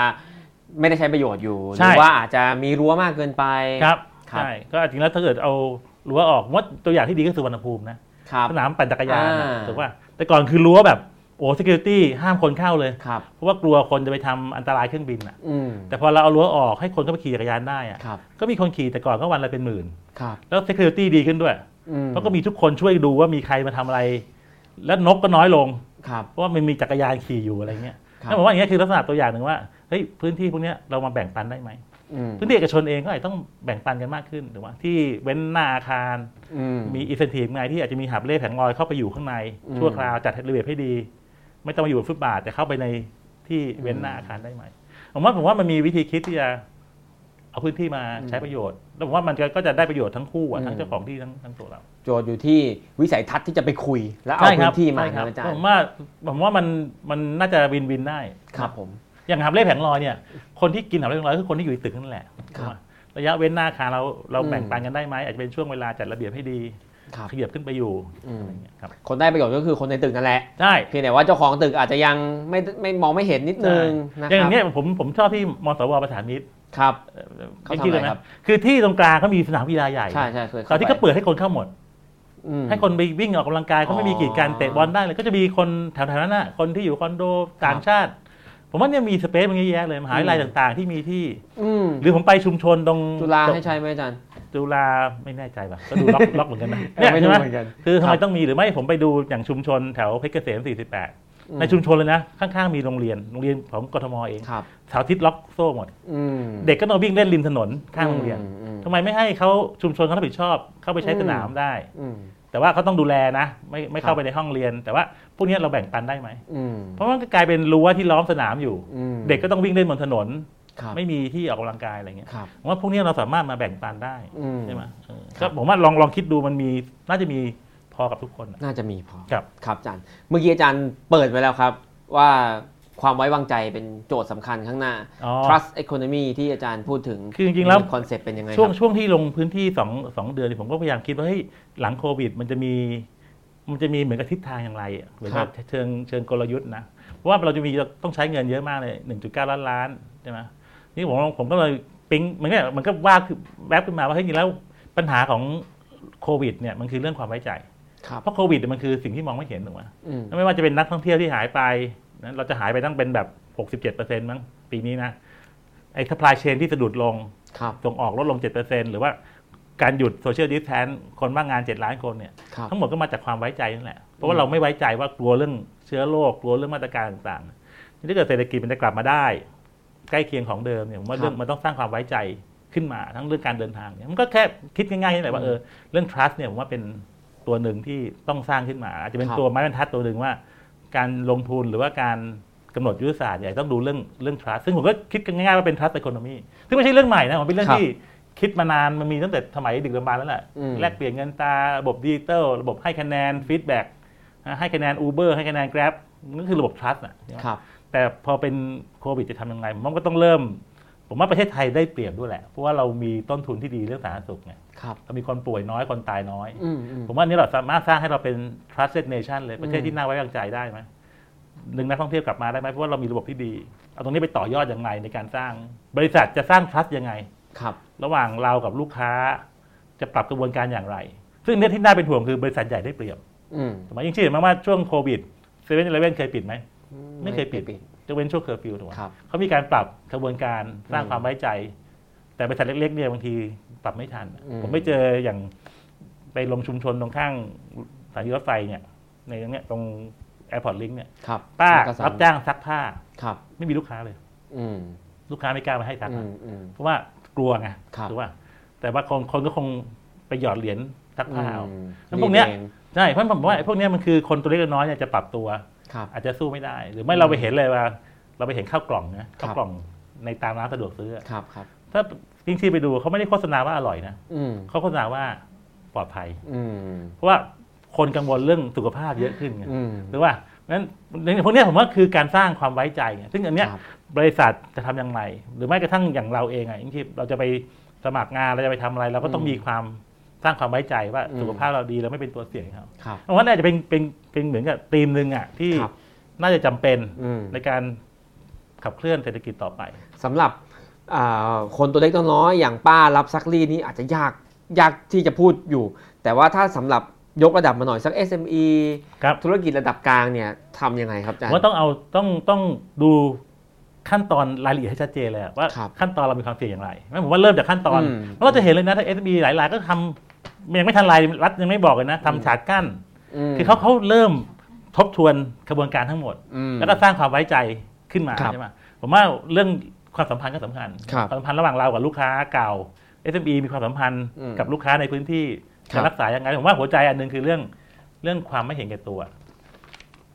[SPEAKER 1] ไม่ได้ใช้ประโยชน์อยู่ห
[SPEAKER 2] ใช่
[SPEAKER 1] รือว่าอาจจะมีรั้วมากเกินไป
[SPEAKER 2] ครับ
[SPEAKER 1] ครับ
[SPEAKER 2] ใช่ ก็จริงแล้วถ้าเกิดเอารั้วออกผมว่าตัวอย่างที่ดีก็คือสุวรรณภูมินะ
[SPEAKER 1] ครับ
[SPEAKER 2] สนามปั่นจักรยานนะ
[SPEAKER 1] อ่า
[SPEAKER 2] ถูกป่ะแต่ก่อนคือรั้วแบบโอ้ security ห้ามคนเข้าเลย
[SPEAKER 1] ครับ
[SPEAKER 2] เพราะว่ากลัวคนจะไปทำอันตรายเครื่องบินอ่ะ
[SPEAKER 1] อืม
[SPEAKER 2] แต่พอเราเอารั้วออกให้คนเข้าไปขี่จักรยานได้อ่ะ
[SPEAKER 1] ครับ
[SPEAKER 2] ก็มีคนขี่แต่ก่อนก็วันละเป็นหมื่น
[SPEAKER 1] ครับ
[SPEAKER 2] แล้ว security ดีขึ้นด้วย
[SPEAKER 1] อืม
[SPEAKER 2] เพราะก็มีทุกคนช่วยดูว่ามีใครมาทำอะไร แล้วนกก็น้อยลง
[SPEAKER 1] ครับ
[SPEAKER 2] เพราะว่ามันมีจักรยานขี่อยู่อะไรเงี้ย
[SPEAKER 1] ครับ
[SPEAKER 2] นั่นผมว่าอย่างเงี้ยคือลักษณะตัวอย่างหนึ่งว่า เฮ้ยพื้นที่พวกเนี้ยเรามาแบ่งปันได้ไหม
[SPEAKER 1] อืม
[SPEAKER 2] พื้นที่เอกชนเองก็อาจจะต้องแบ่งปันกันมากขึ้นถูกไหมที่เว้นหน้าอาคาร
[SPEAKER 1] อืม
[SPEAKER 2] มีอินเซนティไงที่อาจจะมีหับเล่แผงลอยเข้าไปอยู่ข้างใน
[SPEAKER 1] อืม
[SPEAKER 2] ชั่วคราวจัดระเบียบให้ดี ไม่ต้องมาอยู่บนฟุตบาทแต่เข้าไปในที่เว้นหน้าอาคารได้ไหมผมว่าผมว่ามันมีวิธีคิดที่จะเอาพื้นที่มาใช้ประโยชน์ แล้วผมว่ามันก็ก็จะได้ประโยชน์ทั้งคู่อะ
[SPEAKER 1] อืม
[SPEAKER 2] ทั้งเจ้าของที่ทั้งทั้งตัวเรา
[SPEAKER 1] โจทย์อยู่ที่วิสัยทัศน์ที่จะไปคุย และเอาพื้นที่มา
[SPEAKER 2] ใช่ค
[SPEAKER 1] นะ
[SPEAKER 2] รับ
[SPEAKER 1] อาจารย์
[SPEAKER 2] ผมว่าผมว่ามันมันน่าจะวินวินได้
[SPEAKER 1] ครับผม
[SPEAKER 2] อย่างหับเล่แผงลอยเนี่ย คนที่กินหับเล่แผงลอยคือคนที่อยู่ในตึกนั่นแหละ
[SPEAKER 1] ครับ
[SPEAKER 2] ระยะเว้นหน้าอาคารเราเรา
[SPEAKER 1] อืม
[SPEAKER 2] แบ่งปันกันได้ไหมอาจจะเป็นช่วงเวลาจัดระเบียบให้ดี
[SPEAKER 1] ครับ
[SPEAKER 2] ขยับขึ้นไปอยู่
[SPEAKER 1] อืม
[SPEAKER 2] อะไรเงี้ยครับ
[SPEAKER 1] คนได้ประโยชน์ก็คือคนในตึกนั่นแหละ
[SPEAKER 2] ได้
[SPEAKER 1] เพียงแต่ว่าเจ้าของตึกอาจจะยังไม่ไม่มองไม่เห็นนิดนึงนะ
[SPEAKER 2] อ
[SPEAKER 1] ค
[SPEAKER 2] ย่า
[SPEAKER 1] รับ
[SPEAKER 2] งเนี้ยผมผมชอบที่มสวประสานมิตร
[SPEAKER 1] ครับ
[SPEAKER 2] เอ่อ
[SPEAKER 1] เขา
[SPEAKER 2] ยัง
[SPEAKER 1] ทำ
[SPEAKER 2] ชื่
[SPEAKER 1] อะไร
[SPEAKER 2] กัน
[SPEAKER 1] ครับ
[SPEAKER 2] คือที่ตรงกลางเขามีสนามกีฬาใหญ่
[SPEAKER 1] ใช่ใช่เคย
[SPEAKER 2] ตอนที่เขา
[SPEAKER 1] ไป
[SPEAKER 2] เปิดให้คนเข้าหมด
[SPEAKER 1] อืม
[SPEAKER 2] ให้คนไปวิ่งออกกำลังกายเขา
[SPEAKER 1] อ๋
[SPEAKER 2] ไม่
[SPEAKER 1] อ
[SPEAKER 2] มีกีดกันเตะบอลได้เลยก็จะมีคนแถวๆนั้นน่ะคนที่อยู่คอนโดต่างชาติ ผมว่าเนี่ยมีสเปซมันเยอะแยะเลยมหาวิทยาลัย
[SPEAKER 1] อืม
[SPEAKER 2] ต่างๆ ที่มีที่
[SPEAKER 1] อืม
[SPEAKER 2] หรือผมไปชุมชนตรง
[SPEAKER 1] จุฬาให้ใช่ไหมอาจารย์
[SPEAKER 2] จุฬาไม่แน่ใจป่ะก็ดูล็อก
[SPEAKER 1] (laughs)
[SPEAKER 2] ล็อกเหมือนกันนะเนี่ย
[SPEAKER 1] ไม่
[SPEAKER 2] ใช่
[SPEAKER 1] รู้
[SPEAKER 2] ไหม
[SPEAKER 1] เหมือนกัน
[SPEAKER 2] คือ
[SPEAKER 1] ค
[SPEAKER 2] ทำไม
[SPEAKER 1] รับ
[SPEAKER 2] ต้องมีหรือไม่ผมไปดูอย่างชุมชนแถวเพชรเกษม48
[SPEAKER 1] อืม
[SPEAKER 2] ในชุมชนเลยนะข้างๆมีโรงเรียนโรงเรียนของกทมเอง
[SPEAKER 1] ครับ
[SPEAKER 2] สาธิตล็อกโซ่หมด
[SPEAKER 1] อืม
[SPEAKER 2] เด็กก็นอนวิ่งเล่นริมถนนข้างโรงเรียน
[SPEAKER 1] อืมอืม
[SPEAKER 2] ทำไมไม่ให้เขาชุมชนเขารับผิดชอบ เข้าไปใช้
[SPEAKER 1] อืม
[SPEAKER 2] สนามได้
[SPEAKER 1] อืม
[SPEAKER 2] แต่ว่าเขาต้องดูแลนะ ไม่ไม่
[SPEAKER 1] ครั
[SPEAKER 2] เข้า
[SPEAKER 1] บ
[SPEAKER 2] ไปในห้องเรียน แต่ว่าพวกเนี้ยเราแบ่งปันได้ไหม
[SPEAKER 1] อืม
[SPEAKER 2] เพราะมันก็กลายเป็นรั้วที่ล้อมสนามอยู่
[SPEAKER 1] อืม
[SPEAKER 2] เด็กก็ต้องวิ่งเล่นบนถนน
[SPEAKER 1] ครับ
[SPEAKER 2] ไม่มีที่ออกกำลังกายอะไรเงี้ย
[SPEAKER 1] ครับ
[SPEAKER 2] ผมว่าพวกเนี้ยเราสามารถมาแบ่งปันได้
[SPEAKER 1] อืม
[SPEAKER 2] ใช่ไหมเออ
[SPEAKER 1] ครั
[SPEAKER 2] ก็
[SPEAKER 1] บ
[SPEAKER 2] ผมว่าลองลองคิดดูมันมีน่าจะมีพอกับทุกคนอะ
[SPEAKER 1] น่าจะมีพอ
[SPEAKER 2] ครับ
[SPEAKER 1] ครับอาจารย์ เมื่อกี้อาจารย์เปิดไปแล้วครับ ว่าความไว้วางใจเป็นโจทย์สำคัญข้างหน้า
[SPEAKER 2] อ๋อ
[SPEAKER 1] trust economy ที่อาจารย์พูดถึง
[SPEAKER 2] คือจริงๆแล้ว
[SPEAKER 1] คอนเซ็ปต์เป็นยังไง
[SPEAKER 2] ช่วง
[SPEAKER 1] ครับ
[SPEAKER 2] ช่วงที่ลงพื้นที่สองสองเดือนเนี่ยผมก็พยายามคิดว่าเฮ้ยหลังโควิด มันจะมีมันจะมีเหมือนกับทิศทางอย่างไรอะเหมือน
[SPEAKER 1] ครั
[SPEAKER 2] กับบ เชิงเชิงกลยุทธ์นะเพราะว่าเราจะมีต้องใช้เงินเยอะมากเลย 1.9 ล้านล้านใช่ไหมนี่ผมผมก็เลยปิ๊งมันเนี่ยมันก็ว่าคือแวบขึ้นมาว่าเฮ้ยจริงๆแล้วปัญหาของโควิดเนี่ยมันคือเรื่องความไว้ใจ
[SPEAKER 1] ครับ
[SPEAKER 2] เพราะโควิดเนี่ยมันคือสิ่งที่มองไม่เห็นถูกไหม
[SPEAKER 1] อืม
[SPEAKER 2] ไม่ว่าจะเป็นนักท่องเที่ยวที่หายไปนะเราจะหายไปตั้งเป็นแบบ 67%มั้งปีนี้นะไอ้ supply chain ที่สะดุดลง
[SPEAKER 1] ครับ
[SPEAKER 2] ส่งออกลดลง 7%หรือว่าการหยุดโซเชียลดิสแทนคนว่างงาน 7 ล้านคนเนี่ย
[SPEAKER 1] ครับ
[SPEAKER 2] ทั้งหมดก็มาจากความไว้ใจนั่นแหละ เพราะ
[SPEAKER 1] อื
[SPEAKER 2] ว่าม เราไม่ไว้ใจว่ากลัวเรื่องเชื้อโรคกลัวเรื่องมาตรการต่างๆนี่ถ้าเกิดเศรษฐกิจมันจะกลับมาได้ ใกล้เคียงของเดิมเนี่ยผมว่าเรื่องมันต้องสร้างความไว้ใจขึ้นมาทั้งเรื่องการเดินทางเนี่ยมันก็แค่คิดง่ายๆนี่แหละว่าเออเรื่อง trust เนี่ยผมว่าเป็นตัวหนึ่งที่ต้องสร้างขึ้นมาอาจจะเป็นตัวไม้บรรทัดตัวหนึ่งว่า การลงทุนหรือว่าการกำหนดยุทธศาสตร์เนี่ยต้องดูเรื่องเรื่อง trust ซึ่งผมก็คิดกันง่ายๆว่าเป็น trust economy ซึ่งไม่ใช่เรื่องใหม่นะผมเป็นเรื่อง
[SPEAKER 1] ครับ
[SPEAKER 2] ที่คิดมานานมันมีตั้งแต่สมัยดึกดำบรรพ์แล้วแหละ
[SPEAKER 1] อืม
[SPEAKER 2] แลกเปลี่ยนเงินตราระบบดิจิตอลระบบให้คะแนนฟีดแบ็กให้คะแนน Uber ให้คะแนน Grab นั่นคือระบบ trust นะ
[SPEAKER 1] ครับ
[SPEAKER 2] แต่พอเป็นโควิดจะทำยังไงผมว่าก็ต้องเริ่ม ผมว่าประเทศไทยได้เปรียบด้วยแหละ เพราะว่าเรามีต้นทุนที่ดีเรื่องสาธารณสุขไง
[SPEAKER 1] ครับ
[SPEAKER 2] เรามีคนป่วยน้อยคนตายน้อย
[SPEAKER 1] อืมอืม
[SPEAKER 2] ผมว่าอันนี้เราสามารถสร้างให้เราเป็น trusted nation เลยประเทศ
[SPEAKER 1] อืม
[SPEAKER 2] ที่น่าไว้วางใจได้ไหมหนึ่งนักท่องเที่ยวกลับมาได้ไหมเพราะว่าเรามีระบบที่ดี เอาตรงนี้ไปต่อยอดยังไงในการสร้าง บริษัทจะสร้าง trust ยังไง
[SPEAKER 1] ครับ
[SPEAKER 2] ระหว่างเรากับลูกค้า จะปรับกระบวนการอย่างไร ซึ่งเนี่ยที่น่าเป็นห่วงคือบริษัทใหญ่ได้เปรียบ
[SPEAKER 1] อืม
[SPEAKER 2] สมัยยิ่งเชื่อมากว่าช่วงโควิดเซเว่นเลเว่นเคยปิดไหม ไม่เคยปิด จะเว้นช่วงเคอร์ฟิวถูกไหม
[SPEAKER 1] ครับ
[SPEAKER 2] เขามีการปรับกระบวนการสร้าง
[SPEAKER 1] อืม
[SPEAKER 2] ความไว้ใจ แต่บริษัทเล็กๆเนี่ยบางทีปรับไม่ทัน
[SPEAKER 1] อืม
[SPEAKER 2] ผมไม่เจออย่างไปลงชุมชนตรงข้างสถานีรถไฟเนี่ย ในตรงเนี้ยตรงแอร์พอร์ตลิงเนี่ย
[SPEAKER 1] ครับ
[SPEAKER 2] ป้า
[SPEAKER 1] แล้วก็ส
[SPEAKER 2] รับจ้างซักผ้า
[SPEAKER 1] ครับ
[SPEAKER 2] ไม่มีลูกค้าเลย
[SPEAKER 1] อืม
[SPEAKER 2] ลูกค้าไม่กล้ามาให้ซัก
[SPEAKER 1] อื
[SPEAKER 2] อะ
[SPEAKER 1] มอืม
[SPEAKER 2] เพราะว่ากลัวไง
[SPEAKER 1] ครับ
[SPEAKER 2] ถูกป่ะแต่ว่าคนคนก็คงไปหยอดเหรียญซักผ้าเอา
[SPEAKER 1] อืม
[SPEAKER 2] แล้วพวกเนี้ย
[SPEAKER 1] รีดอง
[SPEAKER 2] ใช่เพราะผมว่าไอ้พวกเนี้ยมันคือคนตัวเล็กตัวน้อยเนี่ยจะปรับตัว
[SPEAKER 1] ครับ
[SPEAKER 2] อาจจะสู้ไม่ได้ หรือไม่เราไปเห็นเลยว่า เราไปเห็นข้าวกล่องนะข้าว
[SPEAKER 1] ครับ
[SPEAKER 2] กล่องในตามร้านสะดวกซื้ออะ
[SPEAKER 1] ครับครับ
[SPEAKER 2] ถ้าจริงๆไปดูเขาไม่ได้โฆษณาว่าอร่อยนะ
[SPEAKER 1] อืม
[SPEAKER 2] เขาโฆษณาว่าปลอดภัย
[SPEAKER 1] อืม
[SPEAKER 2] เพราะว่าคนกังวลเรื่องสุขภาพเยอะขึ้นไง
[SPEAKER 1] อืม
[SPEAKER 2] หรือว่านั้นในพวกเนี้ยผมว่าคือการสร้างความไว้ใจไงซึ่งอันเนี้ย
[SPEAKER 1] ครับ
[SPEAKER 2] บริษัทจะทำอย่างไร หรือไม่กระทั่งอย่างเราเองอะจริงๆเราจะไปสมัครงานเราจะไปทำอะไร เราก็ต้องมีความสร้างความไว้ใจว่าสุขภาพเราดีเราไม่เป็นตัวเสี่ยงให้เขา
[SPEAKER 1] ครับ
[SPEAKER 2] เพราะว่าน่าจะเป็นเป็นเป็นเหมือนกับธีมหนึ่งอ่ะที่
[SPEAKER 1] ครับ
[SPEAKER 2] น่าจะจำเป็น
[SPEAKER 1] อืม
[SPEAKER 2] ในการขับเคลื่อนเศรษฐกิจต่อไป
[SPEAKER 1] สำหรับอ่าคนตัวเล็กตัวน้อยอย่างป้ารับซักรีดนี่อาจจะยากยากที่จะพูดอยู่ แต่ว่าถ้าสำหรับยกระดับมาหน่อยสัก SME
[SPEAKER 2] ครับ
[SPEAKER 1] ธุรกิจระดับกลางเนี่ยทำยังไงครับอาจาร
[SPEAKER 2] ผ
[SPEAKER 1] ย์
[SPEAKER 2] มว่าต้องเอาต้องต้องดูขั้นตอนรายละเอียดให้ชัดเจนเลยอะว่า
[SPEAKER 1] ครับ
[SPEAKER 2] ขั้นตอนเรามีความเสี่ยงอย่างไรไม่ผมว่าเริ่มจากขั้นตอน
[SPEAKER 1] อืม
[SPEAKER 2] เพราะเราจะเห็นเลยนะถ้า SME หลายรายก็ทำยังไม่ทันไรรัฐยังไม่บอกเลยนะ
[SPEAKER 1] อืม
[SPEAKER 2] ทำฉากกั้น คือเขาเขาเริ่มทบทวนกระบวนการทั้งหมด แล้วก็สร้างความไว้ใจขึ้นมา
[SPEAKER 1] ครับ
[SPEAKER 2] ใช่ไหมผมว่าเรื่องความสัมพันธ์ก็สำคัญ
[SPEAKER 1] ครับ
[SPEAKER 2] ความสัมพันธ์ระหว่างเรากับลูกค้าเก่า SME มีความสัมพันธ์
[SPEAKER 1] อืม
[SPEAKER 2] กับลูกค้าในพื้นที่
[SPEAKER 1] ครั
[SPEAKER 2] จะ
[SPEAKER 1] บ
[SPEAKER 2] รักษายังไงผมว่าหัวใจอันหนึ่งคือเรื่องเรื่องความไม่เห็นแก่ตัว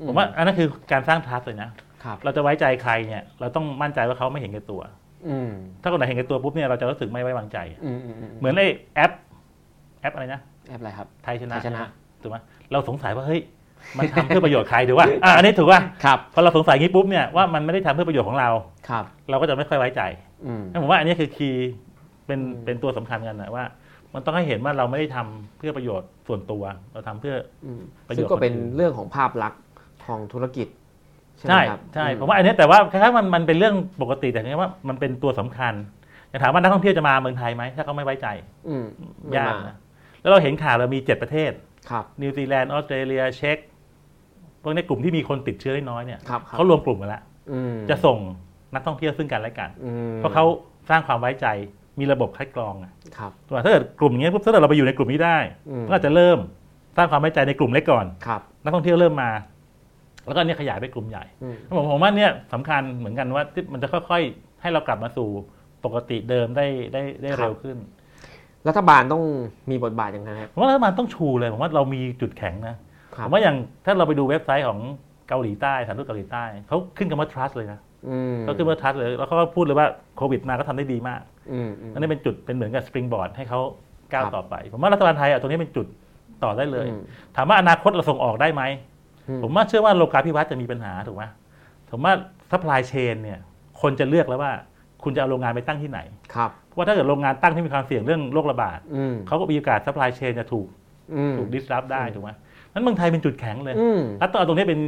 [SPEAKER 2] ผมว่าอันนั้นคือการสร้างทัสเลยนะ
[SPEAKER 1] ครับ
[SPEAKER 2] เราจะไว้ใจใครเนี่ยเราต้องมั่นใจว่าเขาไม่เห็นแก่ตัว
[SPEAKER 1] อืม
[SPEAKER 2] ถ้าคนไหนเห็นแก่ตัวปุ๊บเนี่ยเราจะรู้สึกไม่ไว้วางใจ
[SPEAKER 1] อืมอืมอืม
[SPEAKER 2] เหมือนไอ้แอป แอปอะไรนะ
[SPEAKER 1] แอปอะไรครับ
[SPEAKER 2] ไทยชนะ
[SPEAKER 1] ไทยชนะ
[SPEAKER 2] ถูกไหมเราสงสัยว่าเฮ้ยมันทำเพื่อประโยชน์ใครถูกป่ะอ่ะอันนี้ถูกป่ะ
[SPEAKER 1] ครับ
[SPEAKER 2] พอเราสงสัยอย่างนี้ปุ๊บเนี่ยว่ามันไม่ได้ทำเพื่อประโยชน์ของเรา
[SPEAKER 1] ครับ
[SPEAKER 2] เราก็จะไม่ค่อยไว้ใจ
[SPEAKER 1] อืม
[SPEAKER 2] งั้นผมว่าอันนี้คือคีย์เป็น
[SPEAKER 1] อืม
[SPEAKER 2] เป็นตัวสำคัญกันนะว่า มันต้องให้เห็นว่าเราไม่ได้ทำเพื่อประโยชน์ส่วนตัว เราทำเพื่อ
[SPEAKER 1] อืม
[SPEAKER 2] ประโยชน์
[SPEAKER 1] ซึ่งก็เป็นเรื่องของภาพลักษณ์ของธุรกิจ ใช่ไหม
[SPEAKER 2] ใช่
[SPEAKER 1] ครับ
[SPEAKER 2] ใช่
[SPEAKER 1] อื
[SPEAKER 2] ผมว่าอันเนี้ยแต่ว่าคล้ายๆมันมันเป็นเรื่องปกติแต่เนี่ยว่ามันเป็นตัวสำคัญอย่างถามว่านักท่องเที่ยวจะมาเมืองไทยไหมถ้าเขาไม่ไว้ใจ
[SPEAKER 1] อืม
[SPEAKER 2] ยากนะแล้วเราเห็นข่าวเรามี 7 ประเทศ
[SPEAKER 1] ครับ
[SPEAKER 2] นิวซีแลนด์ออสเตรเลียเช็กพวกในกลุ่มที่มีคนติดเชื้อน้อยๆเนี่ย
[SPEAKER 1] ครับครับ
[SPEAKER 2] เขารวมกลุ่มกันแล้ว
[SPEAKER 1] อืม
[SPEAKER 2] จะส่งนักท่องเที่ยวซึ่งกันและกัน
[SPEAKER 1] อืม
[SPEAKER 2] เพราะเขาสร้างความไว้ใจมีระบบคัดกรองอะ
[SPEAKER 1] ครับ
[SPEAKER 2] ถ้าเกิดกลุ่มอย่างเงี้ยปุ๊บถ้าเกิดเราไปอยู่ในกลุ่มนี้ได้
[SPEAKER 1] อืม
[SPEAKER 2] ก็อาจจะเริ่มสร้างความไว้ใจในกลุ่มเล็กก่อน
[SPEAKER 1] ครับ
[SPEAKER 2] นักท่องเที่ยวเริ่มมา แล้วก็เนี่ยขยายไปกลุ่มใหญ่
[SPEAKER 1] อืม
[SPEAKER 2] ผมผมว่าเนี่ยสำคัญเหมือนกันว่าที่มันจะค่อยๆ ให้เรากลับมาสู่ปกติเดิมได้ได้ได้
[SPEAKER 1] ครับ
[SPEAKER 2] เร็วขึ้น
[SPEAKER 1] รัฐบาลต้องมีบทบาทอย่างไรครับ
[SPEAKER 2] ผมว่ารัฐบาลต้องชูเลยผมว่าเรามีจุดแข็งนะ
[SPEAKER 1] ค
[SPEAKER 2] ผ
[SPEAKER 1] รับ
[SPEAKER 2] มว่าอย่างถ้าเราไปดูเว็บไซต์ของเกาหลีใต้สถานทูตเกาหลีใต้เขาขึ้นคำว่า trust เลยนะ
[SPEAKER 1] อืม
[SPEAKER 2] เขาขึ้นว่า trust เลยแล้วเขาก็พูดเลยว่าโควิดมาก็ทำได้ดีมาก
[SPEAKER 1] อืมอืม
[SPEAKER 2] อันนี้เป็นจุดเป็นเหมือนกับสปริงบอร์ดให้เขาก้าว
[SPEAKER 1] ครับ
[SPEAKER 2] ต่อไป ผมว่ารัฐบาลไทยเอาตรงนี้เป็นจุดต่อได้เลย
[SPEAKER 1] อืม
[SPEAKER 2] ถามว่าอนาคตเราส่งออกได้ไหม
[SPEAKER 1] อืม
[SPEAKER 2] ผมว่าเชื่อว่าโลกาภิวัตน์จะมีปัญหาถูกไหมผมว่าซัพพลายเชนเนี่ย คนจะเลือกแล้วว่า คุณจะเอาโรงงานไปตั้งที่ไหน
[SPEAKER 1] ครับ
[SPEAKER 2] เพราะว่าถ้าเกิดโรงงานตั้งที่มีความเสี่ยงเรื่องโรคระบาด
[SPEAKER 1] อืม
[SPEAKER 2] เขาก็มีโอกาสซัพพลายเชนจะถูก
[SPEAKER 1] อืม
[SPEAKER 2] ถูกดิสรับได้ถูกไหมนั้นเมืองไทยเป็นจุดแข็งเลย
[SPEAKER 1] อืม
[SPEAKER 2] รัฐต้องเอาตรงนี้เป็น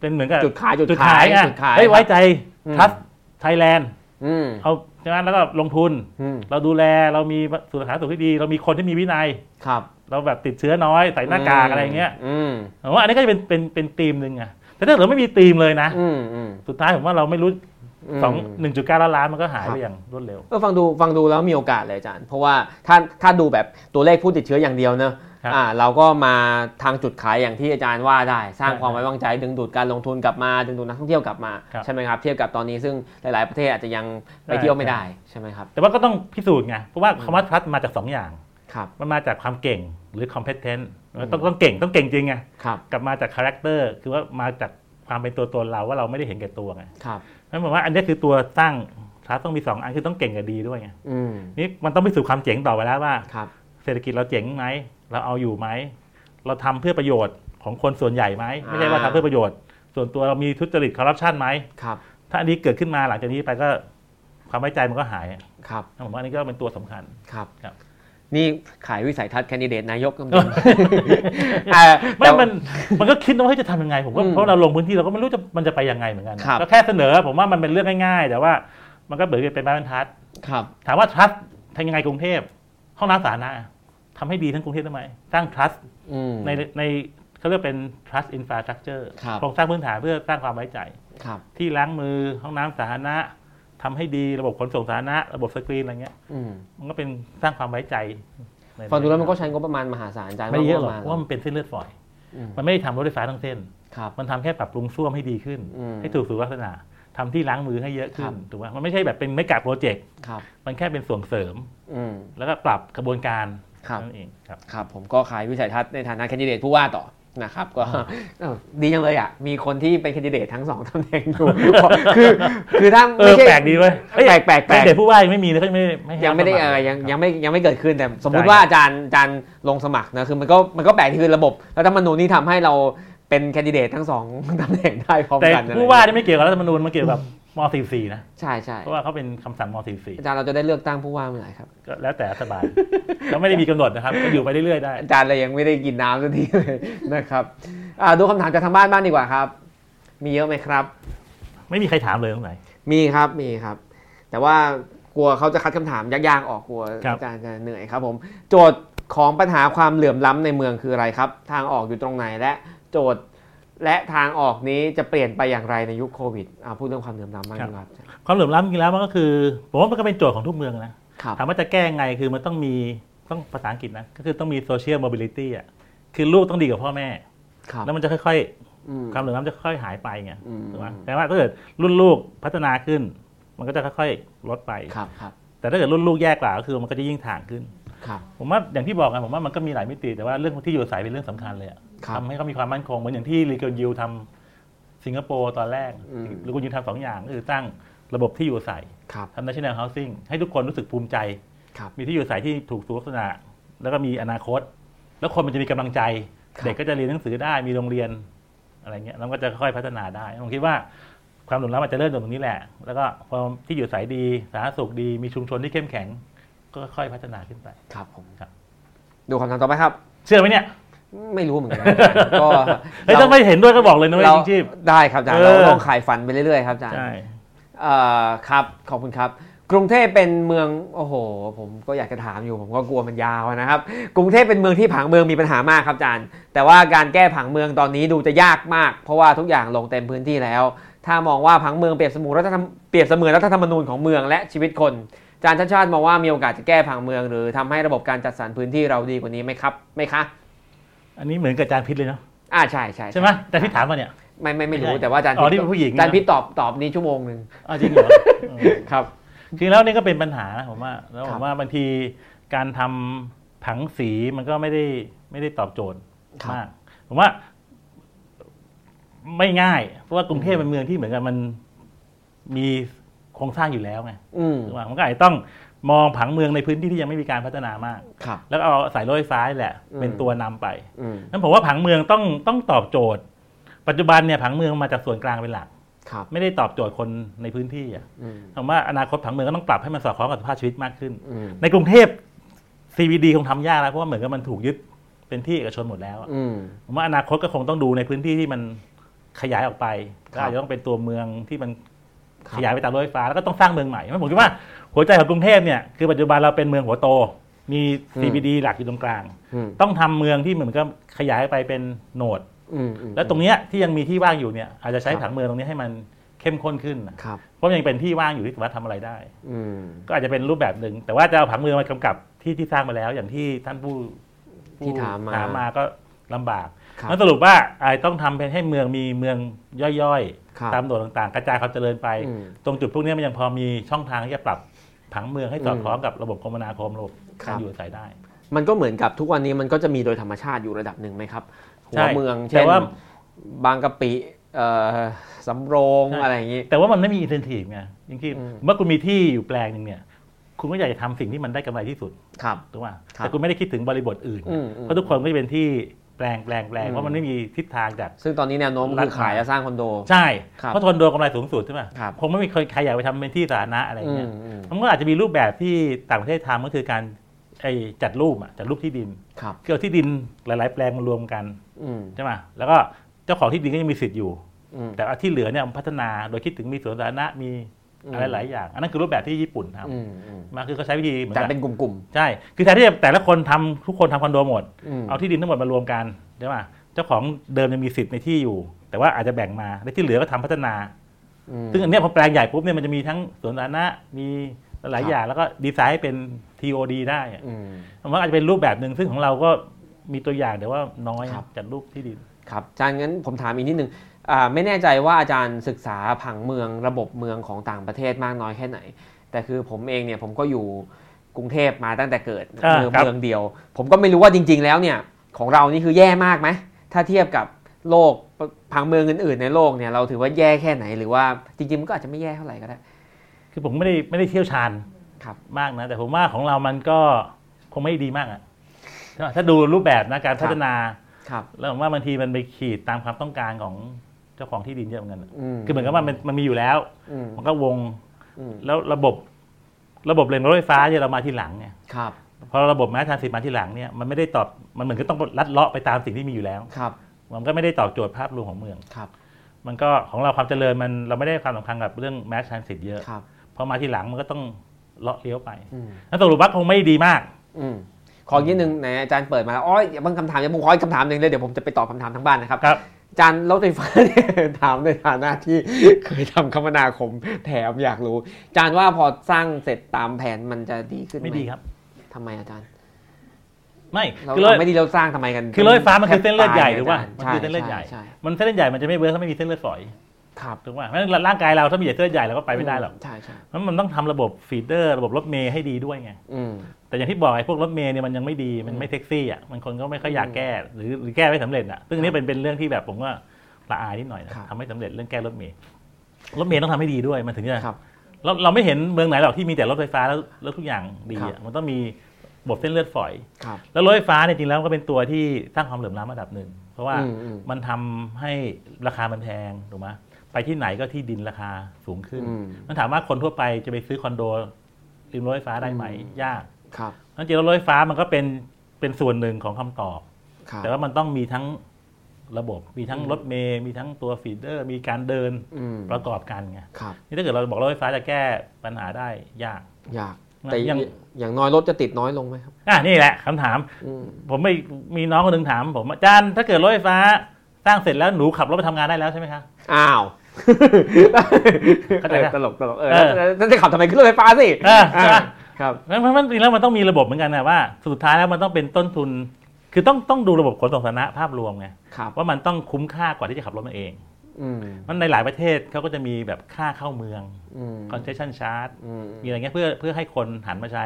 [SPEAKER 2] เป็นเหมือนกับ
[SPEAKER 1] จุดขายจุด
[SPEAKER 2] จุด
[SPEAKER 1] ขา
[SPEAKER 2] ขาย
[SPEAKER 1] ย
[SPEAKER 2] อ่ะ
[SPEAKER 1] จุดขาย
[SPEAKER 2] เฮ้ยไว้ใจ
[SPEAKER 1] อืม
[SPEAKER 2] ทัสไทยแลนด์
[SPEAKER 1] อืม
[SPEAKER 2] เอาจากนั้นแล้วก็ลงทุน
[SPEAKER 1] อืม
[SPEAKER 2] เราดูแลเรามีสุขภาพสุขที่ดี เรามีคนที่มีวินัย
[SPEAKER 1] ครับ
[SPEAKER 2] เราแบบติดเชื้อน้อย ใส่หน้ากากอะไรอย่างเงี้ย
[SPEAKER 1] อืม
[SPEAKER 2] ผมว่าอันนี้ก็จะเป็นเป็นเป็นธีมหนึ่งอะแต่ถ้าเราไม่มีธีมเลยนะ
[SPEAKER 1] อืมอืม
[SPEAKER 2] สุดท้ายผมว่าเราไม่รู้
[SPEAKER 1] ม
[SPEAKER 2] สองหนึ่งจุดเก้าล้านล้านมันก็หาย
[SPEAKER 1] ครั
[SPEAKER 2] ไป
[SPEAKER 1] บ
[SPEAKER 2] อย่างรวดเร็ว
[SPEAKER 1] เออฟังดูฟังดูแล้วมีโอกาสเลยอาจารย์ เพราะว่าถ้าถ้าดูแบบตัวเลขผู้ติดเชื้ออย่างเดียวเนอะ
[SPEAKER 2] ครับ
[SPEAKER 1] อ่าเราก็มาทางจุดขายอย่างที่อาจารย์ว่าได้ สร้าง
[SPEAKER 2] ใช่
[SPEAKER 1] ความไว้วางใจดึงดูดการลงทุนกลับมาดึงดูดนักท่องเที่ยวกลับมา
[SPEAKER 2] ครับ
[SPEAKER 1] ใช่ไหมครับเทียบกับตอนนี้ซึ่งหลาย ๆ ประเทศอาจจะยังไปเที่ยวไม่ได้ใช่ไหมครับ
[SPEAKER 2] แต่ว่าก็ต้องพิสูจน์ไง เพราะว่าคำว่า trust มาจากสองอย่าง
[SPEAKER 1] ครับ
[SPEAKER 2] มันมาจากความเก่งหรือ competence ต้องต้องเก่งต้องเก่งจริงไง
[SPEAKER 1] ครับ
[SPEAKER 2] กลับมาจาก character คือว่ามาจากความเป็นตัวตนเราว่าเราไม่ได้เห็นแก่ตัวไง
[SPEAKER 1] ครับ
[SPEAKER 2] นั่นหมายว่าอันนี้คือตัวสร้าง trust ต้องมีสองอันคือต้องเก่งกับดีด้วยไง
[SPEAKER 1] อืม
[SPEAKER 2] นี่มันต้องพิสูจน์ความเจ๋งต่อไปแล้วว่า
[SPEAKER 1] ครับ
[SPEAKER 2] เศรษฐกิจเราเจ๋งไหม เราเอาอยู่ไหม เราทำเพื่อประโยชน์ของคนส่วนใหญ่ไหม ไม่ใช่ว่า
[SPEAKER 1] อ่า
[SPEAKER 2] ทำเพื่อประโยชน์ ส่วนตัวเรามีทุจริตคอร์รัปชันไหม
[SPEAKER 1] ครับ
[SPEAKER 2] ถ้าอันนี้เกิดขึ้นมาหลังจากนี้ไปก็ความไว้ใจมันก็หาย
[SPEAKER 1] ครับ
[SPEAKER 2] ผมว่าอันนี้ก็เป็นตัวสำคัญ
[SPEAKER 1] ครับ
[SPEAKER 2] ครับ
[SPEAKER 1] นี่ขายวิสัยทัศน์แคนดิเดตนายกกันดิอ่า
[SPEAKER 2] ไม่
[SPEAKER 1] แต่
[SPEAKER 2] มันมันก็คิดนะว่าเฮ้ยจะทำยังไง ผมก็
[SPEAKER 1] อืม
[SPEAKER 2] เพราะเราลงพื้นที่เราก็ไม่รู้จะมันจะไปยังไงเหมือนกันนะครับ ก็แค่เสนอผมว่ามันเป็นเรื่องง่าย ๆ แต่ว่ามันก็เบิดเป็นไม้บรรทัด
[SPEAKER 1] ครับ
[SPEAKER 2] ถามว่า trust ทำยังไงกรุงเทพห้องน้ำสาธารณะทำให้ดีทั้งกรุงเทพทำไมสร้าง trust
[SPEAKER 1] อืม
[SPEAKER 2] ในในเขาเรียกเป็น trust infrastructure
[SPEAKER 1] ครับ
[SPEAKER 2] โครงสร้างพื้นฐานเพื่อสร้างความไว้ใจ
[SPEAKER 1] ครับ
[SPEAKER 2] ที่ล้างมือห้องน้ำสาธารณะทำให้ดีระบบขนส่งสาธารณะ ระบบสกรีนอะไรเงี้ย
[SPEAKER 1] อืม
[SPEAKER 2] มันก็เป็นสร้างความไว้ใจใน
[SPEAKER 1] ฟังดูแล้วมันก็ใช้งบประมาณมหาศาลอาจารย์
[SPEAKER 2] ไม่ได้เยอะห
[SPEAKER 1] ป
[SPEAKER 2] รอก
[SPEAKER 1] มาณ
[SPEAKER 2] เพราะว่ามันเป็นเส้นเลือดฝอย
[SPEAKER 1] อืม
[SPEAKER 2] มันไม่ได้ทำรถไฟฟ้าทั้งเส้น
[SPEAKER 1] ครับ
[SPEAKER 2] มันทำแค่ปรับปรุงส้วมให้ดีขึ้น
[SPEAKER 1] อืม
[SPEAKER 2] ให้ถูกสุขลักษณะทำที่ล้างมือให้เยอะขึ้
[SPEAKER 1] ครั
[SPEAKER 2] น
[SPEAKER 1] บ
[SPEAKER 2] ถูกไหมมันไม่ใช่แบบเป็นไม่กะโปรเจกต์
[SPEAKER 1] ครับ
[SPEAKER 2] มันแค่เป็นส่วนเสริม
[SPEAKER 1] อืม
[SPEAKER 2] แล้วก็ปรับกระบวนการ
[SPEAKER 1] ครับ
[SPEAKER 2] นั่นเองครับ
[SPEAKER 1] ครับ ผมก็ขายวิสัยทัศน์ในฐานะแคนดิเดตผู้ว่าต่อนะครับ
[SPEAKER 2] (laughs)
[SPEAKER 1] ก็ เอ้าดีจังเลยอ่ะ มีคนที่เป็นแคนดิเดตทั้งสองตำแหน่ง
[SPEAKER 2] (laughs)
[SPEAKER 1] อยู่ คือ คือถ้า
[SPEAKER 2] เอ
[SPEAKER 1] ไม่
[SPEAKER 2] อ
[SPEAKER 1] ใช่
[SPEAKER 2] แปลกดีเว้ยเอ้ย
[SPEAKER 1] แปลกแปลกแปล
[SPEAKER 2] แต่
[SPEAKER 1] ก
[SPEAKER 2] เด็กผู้ว่ายังไม่มีนะเขายังไม่ให้
[SPEAKER 1] ยังไม่ได้อะไรยัง
[SPEAKER 2] ครับ
[SPEAKER 1] ยังไม่ยังไม่เกิดขึ้นแต่สมมุติ
[SPEAKER 2] ใช่
[SPEAKER 1] ว่าอาจารย์อาจารย์ลงสมัครนะคือมันก็มันก็แปลกที่คือระบบรัฐธรรมนูญนี่ทำให้เราเป็นแคนดิเดตทั้งสอง (laughs) ตำแหน่งได้พร้อม
[SPEAKER 2] แต่
[SPEAKER 1] กันอะไร
[SPEAKER 2] ผู้ว่านี่ไม่เกี่ยวกับรัฐธรรมนูญมันเกี่ยวกับม .44 นะ
[SPEAKER 1] ใช่ใช่
[SPEAKER 2] เพราะว่าเขาเป็นคำสั่งม
[SPEAKER 1] อาจารย์เราจะได้เลือกตั้งผู้ว่าเมื่อไหร่ครับ
[SPEAKER 2] .44 ก็แล้วแต่รัฐ
[SPEAKER 1] (laughs)
[SPEAKER 2] บาลแล้วไม่ได้มีกำหนดนะครับ ก็อยู่ไปเรื่อยๆได้
[SPEAKER 1] อาจารย์เลยยังไม่ได้กินน้ำสักที (laughs) เลยนะครับอ่าดูคำถามจากทางบ้านบ้างดีกว่าครับ มีเยอะไหมครับ
[SPEAKER 2] ไม่มีใครถามเลยตรงไหน
[SPEAKER 1] มีครับมีครับ แต่ว่ากลัวเขาจะคัดคำถามยากๆออกกลัว
[SPEAKER 2] ครับ
[SPEAKER 1] อาจารย์จะเหนื่อยครับผม โจทย์ของปัญหาความเหลื่อมล้ำในเมืองคืออะไรครับ ทางออกอยู่ตรงไหนและโจทย์และทางออกนี้จะเปลี่ยนไปอย่างไรในยุคโควิดอ่าพูดเรื่องความเหลื่อมล้ำบ้างดีกว่า
[SPEAKER 2] ความเหลื่อมล้ำจริงๆแล้วมันก็คือผมว่ามันก็เป็นโจทย์ของทุกเมืองนะครับ ถามว่าจะแก้ยังไงคือมันต้องมีต้องภาษาอังกฤษนะ ก็คือต้องมี social mobility อ่ะคือลูกต้องดีกับพ่อแม่
[SPEAKER 1] ครับ
[SPEAKER 2] แล้วมันจะค่อย
[SPEAKER 1] อืม
[SPEAKER 2] ๆ ความเหลื่อมล้ำจะค่อยๆหายไปไง
[SPEAKER 1] อืม
[SPEAKER 2] ถูกไหมแต่ว่าถ้าเกิดรุ่นลูกพัฒนาขึ้น มันก็จะค่อยๆลดไป
[SPEAKER 1] ครับครับ
[SPEAKER 2] แต่ถ้าเกิดรุ่นลูกแยกกว่าก็คือมันก็จะยิ่งถ่างขึ้น
[SPEAKER 1] ครับ
[SPEAKER 2] ผมว่าอย่างที่บอกไงผมว่ามันก็มีหลายมิติแต่ว่าเรื่องที่อยู่อาศัยเป็นเรื่องสำคัญเลยอะ
[SPEAKER 1] ครับ
[SPEAKER 2] ทำให้เขามีความมั่นคงเหมือนอย่างที่รีเกลยิวทำสิงคโปร์ตอนแรก
[SPEAKER 1] อืม
[SPEAKER 2] รีเกลยิวทำสองอย่างก็คือตั้งระบบที่อยู่อาศัย
[SPEAKER 1] ครับ
[SPEAKER 2] ทำ national housing ให้ทุกคนรู้สึกภูมิใจ
[SPEAKER 1] ครับ
[SPEAKER 2] มีที่อยู่อาศัยที่ถูกสุขลักษณะ แล้วก็มีอนาคต แล้วคนมันจะมีกำลังใจ
[SPEAKER 1] ครับ
[SPEAKER 2] เด็กก็จะเรียนหนังสือได้มีโรงเรียนอะไรเงี้ยแล้วมันก็จะค่อยๆพัฒนาได้ผมคิดว่าความเหลุมล้ำอาจจะเริ่มจากตรงนี้แหละ แล้วก็พอที่อยู่อาศัยดีสาธารณสุขดีมีชุมชนที่เข้มแข็ง ก็ค่อยๆพัฒนาขึ้นไป
[SPEAKER 1] ครับผม
[SPEAKER 2] ครับ
[SPEAKER 1] ดูคำถามต่อไปครับ
[SPEAKER 2] เชื่อไหมเนี่ย
[SPEAKER 1] ไม่รู้เหมือนกันอาจารย์ก็
[SPEAKER 2] (laughs) เฮ้ยถ้าไม่เห็นด้วยก็บอกเลยนะเว้ย
[SPEAKER 1] เรา
[SPEAKER 2] จริงชีพ
[SPEAKER 1] ได้ครับอาจารย์
[SPEAKER 2] เอ
[SPEAKER 1] เรา
[SPEAKER 2] อ
[SPEAKER 1] ต้องขายฝันไปเรื่อยๆครับอาจารย์
[SPEAKER 2] ใช่
[SPEAKER 1] เอ่อครับขอบคุณครับ กรุงเทพเป็นเมืองโอ้โห ผมก็อยากจะถามอยู่ ผมก็กลัวมันยาวนะครับ กรุงเทพเป็นเมืองที่ผังเมืองมีปัญหามากครับอาจารย์ แต่ว่าการแก้ผังเมืองตอนนี้ดูจะยากมาก เพราะว่าทุกอย่างลงเต็มพื้นที่แล้ว ถ้ามองว่าผังเมืองเปรียบเสมือนรัฐธรรมเปรียบเสมือนรัฐธรรมนูญของเมืองและชีวิตคนอาจารย์ชาติชาติมองว่ามีโอกาสจะแก้ผังเมือง หรือทำให้ระบบการจัดสรรพื้นที่เราดีกว่านี้ไหมครับไหมคะ
[SPEAKER 2] อันนี้เหมือนกับอาจารย์พิษเลยเนาะ
[SPEAKER 1] อ่าใช่ใช่
[SPEAKER 2] ใช่ไหมแต่ที่ถามมาเนี่ย
[SPEAKER 1] ไม่ไม่ไม่
[SPEAKER 2] ไม่
[SPEAKER 1] รู้
[SPEAKER 2] ใช่
[SPEAKER 1] แต่ว่าอาจารย์
[SPEAKER 2] อ๋อ
[SPEAKER 1] พิษ
[SPEAKER 2] นี่เป็นผู้หญิงนะ
[SPEAKER 1] อาจารย์พิษตอบตอบนี้ชั่วโมงหนึ่ง
[SPEAKER 2] อ้าวจริงเห
[SPEAKER 1] (laughs)
[SPEAKER 2] รอเออ
[SPEAKER 1] ครับ
[SPEAKER 2] จริงแล้วนี่ก็เป็นปัญหานะผมว่าแล้วผ
[SPEAKER 1] ครั
[SPEAKER 2] ม
[SPEAKER 1] บ
[SPEAKER 2] ว่าบางทีการทำผังสีมันก็ไม่ได้ไม่ได้ตอบโจทย์
[SPEAKER 1] ครับ
[SPEAKER 2] มากผมว่า ไม่ง่าย เพราะว่ากรุงเทพเป็นเมืองที่เหมือนกันมันมีโครงสร้างอยู่แล้วไง
[SPEAKER 1] อืม
[SPEAKER 2] ถูกปะมันก็อาจจะต้องมองผังเมืองในพื้นที่ที่ยังไม่มีการพัฒนามาก
[SPEAKER 1] ครับ
[SPEAKER 2] แล้วเอาสายรถไฟฟ้าแหละ
[SPEAKER 1] อืม
[SPEAKER 2] เป็นตัวนำไป
[SPEAKER 1] อืม
[SPEAKER 2] นั้นผมว่าผังเมืองต้องต้องตอบโจทย์ ปัจจุบันเนี่ยผังเมืองมาจากส่วนกลางเป็นหลัก
[SPEAKER 1] ครับ
[SPEAKER 2] ไม่ได้ตอบโจทย์คนในพื้นที่อะ
[SPEAKER 1] อืม
[SPEAKER 2] ผมว่าอนาคตผังเมืองก็ต้องปรับให้มันสอดคล้องกับสภาพชีวิตมากขึ้น
[SPEAKER 1] อืม
[SPEAKER 2] ในกรุงเทพ CBD คงทำยากแล้วเพราะว่าเหมือนกับมันถูกยึดเป็นที่เอกชนหมดแล้วอะ
[SPEAKER 1] อืม
[SPEAKER 2] ผมว่าอนาคตก็คงต้องดูในพื้นที่ที่มันขยายออกไป
[SPEAKER 1] ครับ
[SPEAKER 2] ก็อาจจะต้องเป็นตัวเมืองที่มัน
[SPEAKER 1] ครับ
[SPEAKER 2] ขยายไปตามรถไฟฟ้าแล้วก็ต้องสร้างเมืองใหม่เพราะผมคิดว่าหัวใจของกรุงเทพเนี่ยคือปัจจุบันเราเป็นเมืองหัวโต มี CBD หลักอยู่ตรงกลาง
[SPEAKER 1] อืม
[SPEAKER 2] ต้องทำเมืองที่เหมือนกับขยายไปเป็นโหนด
[SPEAKER 1] อืมอืม
[SPEAKER 2] และตรงเนี้ยที่ยังมีที่ว่างอยู่เนี่ยอาจจะใช้
[SPEAKER 1] ครับ
[SPEAKER 2] ผังเมืองตรงนี้ให้มันเข้มข้นขึ้นนะครับ เพราะยังเป็นที่ว่างอยู่ที่สามารถทำอะไรได้
[SPEAKER 1] อืม
[SPEAKER 2] ก็อาจจะเป็นรูปแบบหนึ่งแต่ว่าจะเอาผังเมืองมากำกับที่ที่สร้างมาแล้ว อย่างที่ท่านผู้
[SPEAKER 1] ที่ถามมา
[SPEAKER 2] ถามมาก็ลำบาก
[SPEAKER 1] ครับ
[SPEAKER 2] นั้นสรุปว่าอาจต้องทำเป็นให้เมืองมีเมืองย่อย
[SPEAKER 1] ครับ
[SPEAKER 2] ๆ ตามโดดต่างๆ กระจายความเจริญไป
[SPEAKER 1] อืม
[SPEAKER 2] ตรงจุดพวกเนี้ยมันยังพอมีช่องทางที่จะปรับผังเมืองให้สอดคล้องกับระบบคมนาคมระบบ
[SPEAKER 1] ครั
[SPEAKER 2] การ
[SPEAKER 1] บ
[SPEAKER 2] อยู่อาศัยได้
[SPEAKER 1] มันก็เหมือนกับทุกวันนี้มันก็จะมีโดยธรรมชาติอยู่ระดับหนึ่งไหมครับหั
[SPEAKER 2] ใช่
[SPEAKER 1] วเมือง
[SPEAKER 2] แต่
[SPEAKER 1] เช่น
[SPEAKER 2] ว่า
[SPEAKER 1] บางกะปิเอ่อสำโรงอะไรอย่างนี้
[SPEAKER 2] แต่ว่ามันไม่มีอินเซนティブไงอย่างที่
[SPEAKER 1] อืม
[SPEAKER 2] เมื่อคุณมีที่อยู่แปลงหนึ่งเนี่ย คุณก็อยากจะทำสิ่งที่มันได้กำไรที่สุด
[SPEAKER 1] ครับ
[SPEAKER 2] ถูกป่ะ
[SPEAKER 1] ครับ
[SPEAKER 2] แต่คุณไม่ได้คิดถึงบริบทอื่น
[SPEAKER 1] อืมอืม
[SPEAKER 2] เพราะทุกคนก็จะเป็นที่แปลงแปลงแปลง
[SPEAKER 1] อืม
[SPEAKER 2] เพราะมันไม่มีทิศทางจาก
[SPEAKER 1] ซึ่งตอนนี้แนวโน้ม
[SPEAKER 2] รั
[SPEAKER 1] คื
[SPEAKER 2] ฐ
[SPEAKER 1] อขาย
[SPEAKER 2] มา
[SPEAKER 1] และสร้างคอนโด
[SPEAKER 2] ใช่
[SPEAKER 1] ครับ
[SPEAKER 2] เพราะทนโดนกำไรสูงสุดใช่ไหม
[SPEAKER 1] ครับ
[SPEAKER 2] คงไม่มีใครอยากไปทำเป็นที่สาธารณะอะไร
[SPEAKER 1] อื
[SPEAKER 2] เงี้
[SPEAKER 1] ม
[SPEAKER 2] ย
[SPEAKER 1] อืม
[SPEAKER 2] มันก็อาจจะมีรูปแบบที่ต่างประเทศทำก็คือการไอ้จัดรูปอะจัดรูปที่ดิน
[SPEAKER 1] ครับ
[SPEAKER 2] คือเอาที่ดินหลาย ๆ แปลงมารวมกัน
[SPEAKER 1] อืม
[SPEAKER 2] ใช่ไหมแล้วก็เจ้าของที่ดินก็ยังมีสิทธิ์อยู่
[SPEAKER 1] อืม
[SPEAKER 2] แต่ว่าที่เหลือเนี่ยมันพัฒนาโดยคิดถึงมีสวนสาธารณะมีอะไร
[SPEAKER 1] อืม
[SPEAKER 2] หลายอย่าง อันนั้นคือรูปแบบที่ญี่ปุ่นท
[SPEAKER 1] อืมอืม
[SPEAKER 2] ำมาคือเขาใช้วิธีเหมือน
[SPEAKER 1] จัด
[SPEAKER 2] กั
[SPEAKER 1] เป็น นกลุ่ม
[SPEAKER 2] ใช่คือแทนที่จะแต่ละคนทำทุกคนทำคอนโดหมด
[SPEAKER 1] ๆอืม
[SPEAKER 2] เอาที่ดินทั้งหมดมารวมกันใช่ไหมเจ้าของเดิมยังมีสิทธิ์ในที่อยู่ แต่ว่าอาจจะแบ่งมาและที่เหลือก็ทำพัฒนา
[SPEAKER 1] ม
[SPEAKER 2] ซึ่งอันเนี้ยพอแปลงใหญ่ปุ๊บเนี่ยมันจะมีทั้งสวนสาธารณะมีหลาย
[SPEAKER 1] ครับ
[SPEAKER 2] ๆอย่างแล้วก็ดีไซน์ให้เป็น TOD ได้อะ
[SPEAKER 1] อืม
[SPEAKER 2] มันก็อาจจะเป็นรูปแบบหนึ่งซึ่งของเราก็มีตัวอย่างแต่ว่าน้อย
[SPEAKER 1] ครับ
[SPEAKER 2] จัดรูปที่ดิน
[SPEAKER 1] ครับอาจารย์งั้นผมถามอีกนิดนึงอ่าไม่แน่ใจว่าอาจารย์ศึกษาผังเมืองระบบเมืองของต่างประเทศมากน้อยแค่ไหน แต่คือผมเองเนี่ยผมก็อยู่กรุงเทพมาตั้งแต่เกิด
[SPEAKER 2] อ่า
[SPEAKER 1] เมือง
[SPEAKER 2] ครับ
[SPEAKER 1] เมืองเดียว ผมก็ไม่รู้ว่าจริง ๆ แล้วเนี่ยของเรานี่คือแย่มากไหมถ้าเทียบกับโลกผังเมืองอื่นๆในโลกเนี่ยเราถือว่าแย่แค่ไหนหรือว่าจริงๆมันก็อาจจะไม่แย่เท่าไหร่ก็ได้
[SPEAKER 2] คือผมไม่ได้ไม่ได้เชี่ยวชาญ
[SPEAKER 1] ครับ
[SPEAKER 2] มากนะ แต่ผมว่าของเรามันก็คงไม่ดีมากอะใช่ปะถ้าดูรูปแบบนะกา
[SPEAKER 1] ค
[SPEAKER 2] ร
[SPEAKER 1] รับ
[SPEAKER 2] พัฒนา
[SPEAKER 1] ครับ
[SPEAKER 2] แล้วผมว่าบางทีมันไปขีดตามความต้องการของเจ้าของที่ดินเยอะเหมือนกันอะ
[SPEAKER 1] อืม
[SPEAKER 2] คือเหมือนกับว่ามันมันมีอยู่แล้ว
[SPEAKER 1] อืม
[SPEAKER 2] มันก็วง
[SPEAKER 1] อืม
[SPEAKER 2] แล้วระบบระบบเลนรถไฟฟ้าเนี่ยเรามาทีหลังไง
[SPEAKER 1] ครับ
[SPEAKER 2] พอระบบแม้ทางสิทธิ์มาที่หลังเนี่ยมันไม่ได้ตอบมันเหมือนก็ต้องลัดเลาะไปตามสิ่งที่มีอยู่แล้ว
[SPEAKER 1] ครับ
[SPEAKER 2] มันก็ไม่ได้ตอบโจทย์ภาพรวมของเมือง
[SPEAKER 1] ครับ
[SPEAKER 2] มันก็ของเราความเจริญมันเราไม่ได้ความสำคัญกับเรื่องแม้ทางสิทธิ์เยอะ
[SPEAKER 1] ครับ
[SPEAKER 2] พอมาที่หลังมันก็ต้องเลาะเลี้ยวไป
[SPEAKER 1] อืม
[SPEAKER 2] นั้นสรุปว่าคงไม่ดีมาก
[SPEAKER 1] อืมขออีกนิดนึงไหนอาจารย์เปิดมาแล้วอ๋ออย่าเพิ่งคำถามอย่าเพิ่งขออีกคำถามหนึ่งเลยเดี๋ยวผมจะไปตอบคำถามทั้งบ้านนะครับ
[SPEAKER 2] ครับ
[SPEAKER 1] อาจารย์รถไฟฟ้า (laughs) เนี่ย ถามในฐานะที่ เคยทำคมนาคมแถมอยากรู้อาจารย์ว่าพอสร้างเสร็จตามแผนมันจะดีขึ้นห
[SPEAKER 2] ไม่ดีครับ
[SPEAKER 1] ทำไมอาจารย์
[SPEAKER 2] ไม่
[SPEAKER 1] เรา
[SPEAKER 2] คือรถ
[SPEAKER 1] เราไม่ดีเราสร้างทำไมกัน
[SPEAKER 2] คือรถไฟฟ้ามันคือ
[SPEAKER 1] แทบ
[SPEAKER 2] เส้นเลือดใหญ่
[SPEAKER 1] ตาย
[SPEAKER 2] ถูกป่ะ
[SPEAKER 1] าจารย์
[SPEAKER 2] มันคือเส้นเลือดใหญ่
[SPEAKER 1] ช่ช่
[SPEAKER 2] มันเส้นเลือดใหญ่มันจะไม่เวิร์คถ้าไม่มีเส้นเลือดฝอย
[SPEAKER 1] ครับ
[SPEAKER 2] ถูกป่ะเพราะฉะนั้นร่างกายเราถ้ามีแต่เส้นเลือดใหญ่เราก็ไปไม่ได้หรอก
[SPEAKER 1] ใช่ใช่
[SPEAKER 2] เพราะมันต้องทำระบบฟีเดอร์ระบบรถเมย์ให้ดีด้วยไง
[SPEAKER 1] อืม
[SPEAKER 2] แต่อย่างที่บอกไอ้พวกรถเมย์เนี่ยมันยังไม่ดีมั
[SPEAKER 1] อื
[SPEAKER 2] น
[SPEAKER 1] ม
[SPEAKER 2] ไม่เซ็กซี่อ่ะมันคนก็ไม่ค่อยอยาก
[SPEAKER 1] อืม
[SPEAKER 2] แก้หรือหรือแก้ไม่สำเร็จอ่ะซึ่งอัน
[SPEAKER 1] ครับ
[SPEAKER 2] นี่เป็นเป็นเรื่องที่แบบผมก็ละอายนิดหน่อยนะครับ ทำไม่สำเร็จเรื่องแก้รถเมย์รถเมย์ต้องทำให้ดีด้วยมันถึงจะ
[SPEAKER 1] ครับ
[SPEAKER 2] เราเราไม่เห็นเมืองไหนหรอกที่มีแต่รถไฟฟ้าแล้วแล้วทุกอย่างดี
[SPEAKER 1] ครั
[SPEAKER 2] อ่ะ
[SPEAKER 1] บ
[SPEAKER 2] มันต้องมีบทเส้นเลือดฝอย
[SPEAKER 1] ครับ
[SPEAKER 2] แล้วรถไฟฟ้าเนี่ยจริงแล้วมันก็เป็นตัวที่สร้างความเหลื่อมล้ำระดับหนึ่งเพราะว่า
[SPEAKER 1] อืมอืม
[SPEAKER 2] มันทำให้ราคามันแพงถูกไหมไปที่ไหนก็ที่ดินราคาสูงขึ้น
[SPEAKER 1] อืม
[SPEAKER 2] มันถามว่าคนทั่วไปจะไปซื้อคอนโดริมรถไฟฟ้าได้ไหม
[SPEAKER 1] อืม
[SPEAKER 2] ยาก
[SPEAKER 1] ครับ
[SPEAKER 2] นั่นจริงแล้วรถไฟฟ้ามันก็เป็นเป็นส่วนหนึ่งของคำตอบ
[SPEAKER 1] ครับ
[SPEAKER 2] แต่ว่ามันต้องมีทั้งระบบ มีทั้งรถเมย์มีทั้งตัวฟีดเดอร์ มีการเดิน
[SPEAKER 1] อืม
[SPEAKER 2] ประกอบกันไง
[SPEAKER 1] ครับ
[SPEAKER 2] นี่ถ้าเกิดเราบอกรถไฟฟ้าจะแก้ปัญหาได้ยาก
[SPEAKER 1] อยากแต่
[SPEAKER 2] ยัง
[SPEAKER 1] อย่างน้อยรถจะติดน้อยลงไหมครับ
[SPEAKER 2] อ่ะนี่แหละคำถาม
[SPEAKER 1] อืม
[SPEAKER 2] ผมไม่มีน้องคนหนึงถาม ผมอาจารย์ถ้าเกิดรถไฟฟ้าสร้างเสร็จแล้วหนูขับรถไปทำงานได้แล้วใช่ไหมคะ
[SPEAKER 1] อ้าว
[SPEAKER 2] เข้าใจไหม
[SPEAKER 1] ตลกตลกเออ
[SPEAKER 2] เออ
[SPEAKER 1] แล้วจะขับทำไมขึ้นรถไฟฟ้าสิ
[SPEAKER 2] เออใช่ปะ
[SPEAKER 1] ครับ
[SPEAKER 2] เพราะฉะนั้นจริงๆแล้วมันต้องมีระบบเหมือนกันนะว่า สุดท้ายแล้วมันต้องเป็นต้นทุน คือต้องต้องดูระบบขนส่งสาธารณะภาพรวมไง
[SPEAKER 1] ครับ
[SPEAKER 2] ว่ามันต้องคุ้มค่ากว่าที่จะขับรถมาเอง
[SPEAKER 1] อืม
[SPEAKER 2] มันในหลายประเทศเขาก็จะมีแบบค่าเข้าเมือง
[SPEAKER 1] อืม
[SPEAKER 2] concession charge
[SPEAKER 1] อืม
[SPEAKER 2] มีอะไรเงี้ยเพื่อเพื่อให้คนหันมาใช้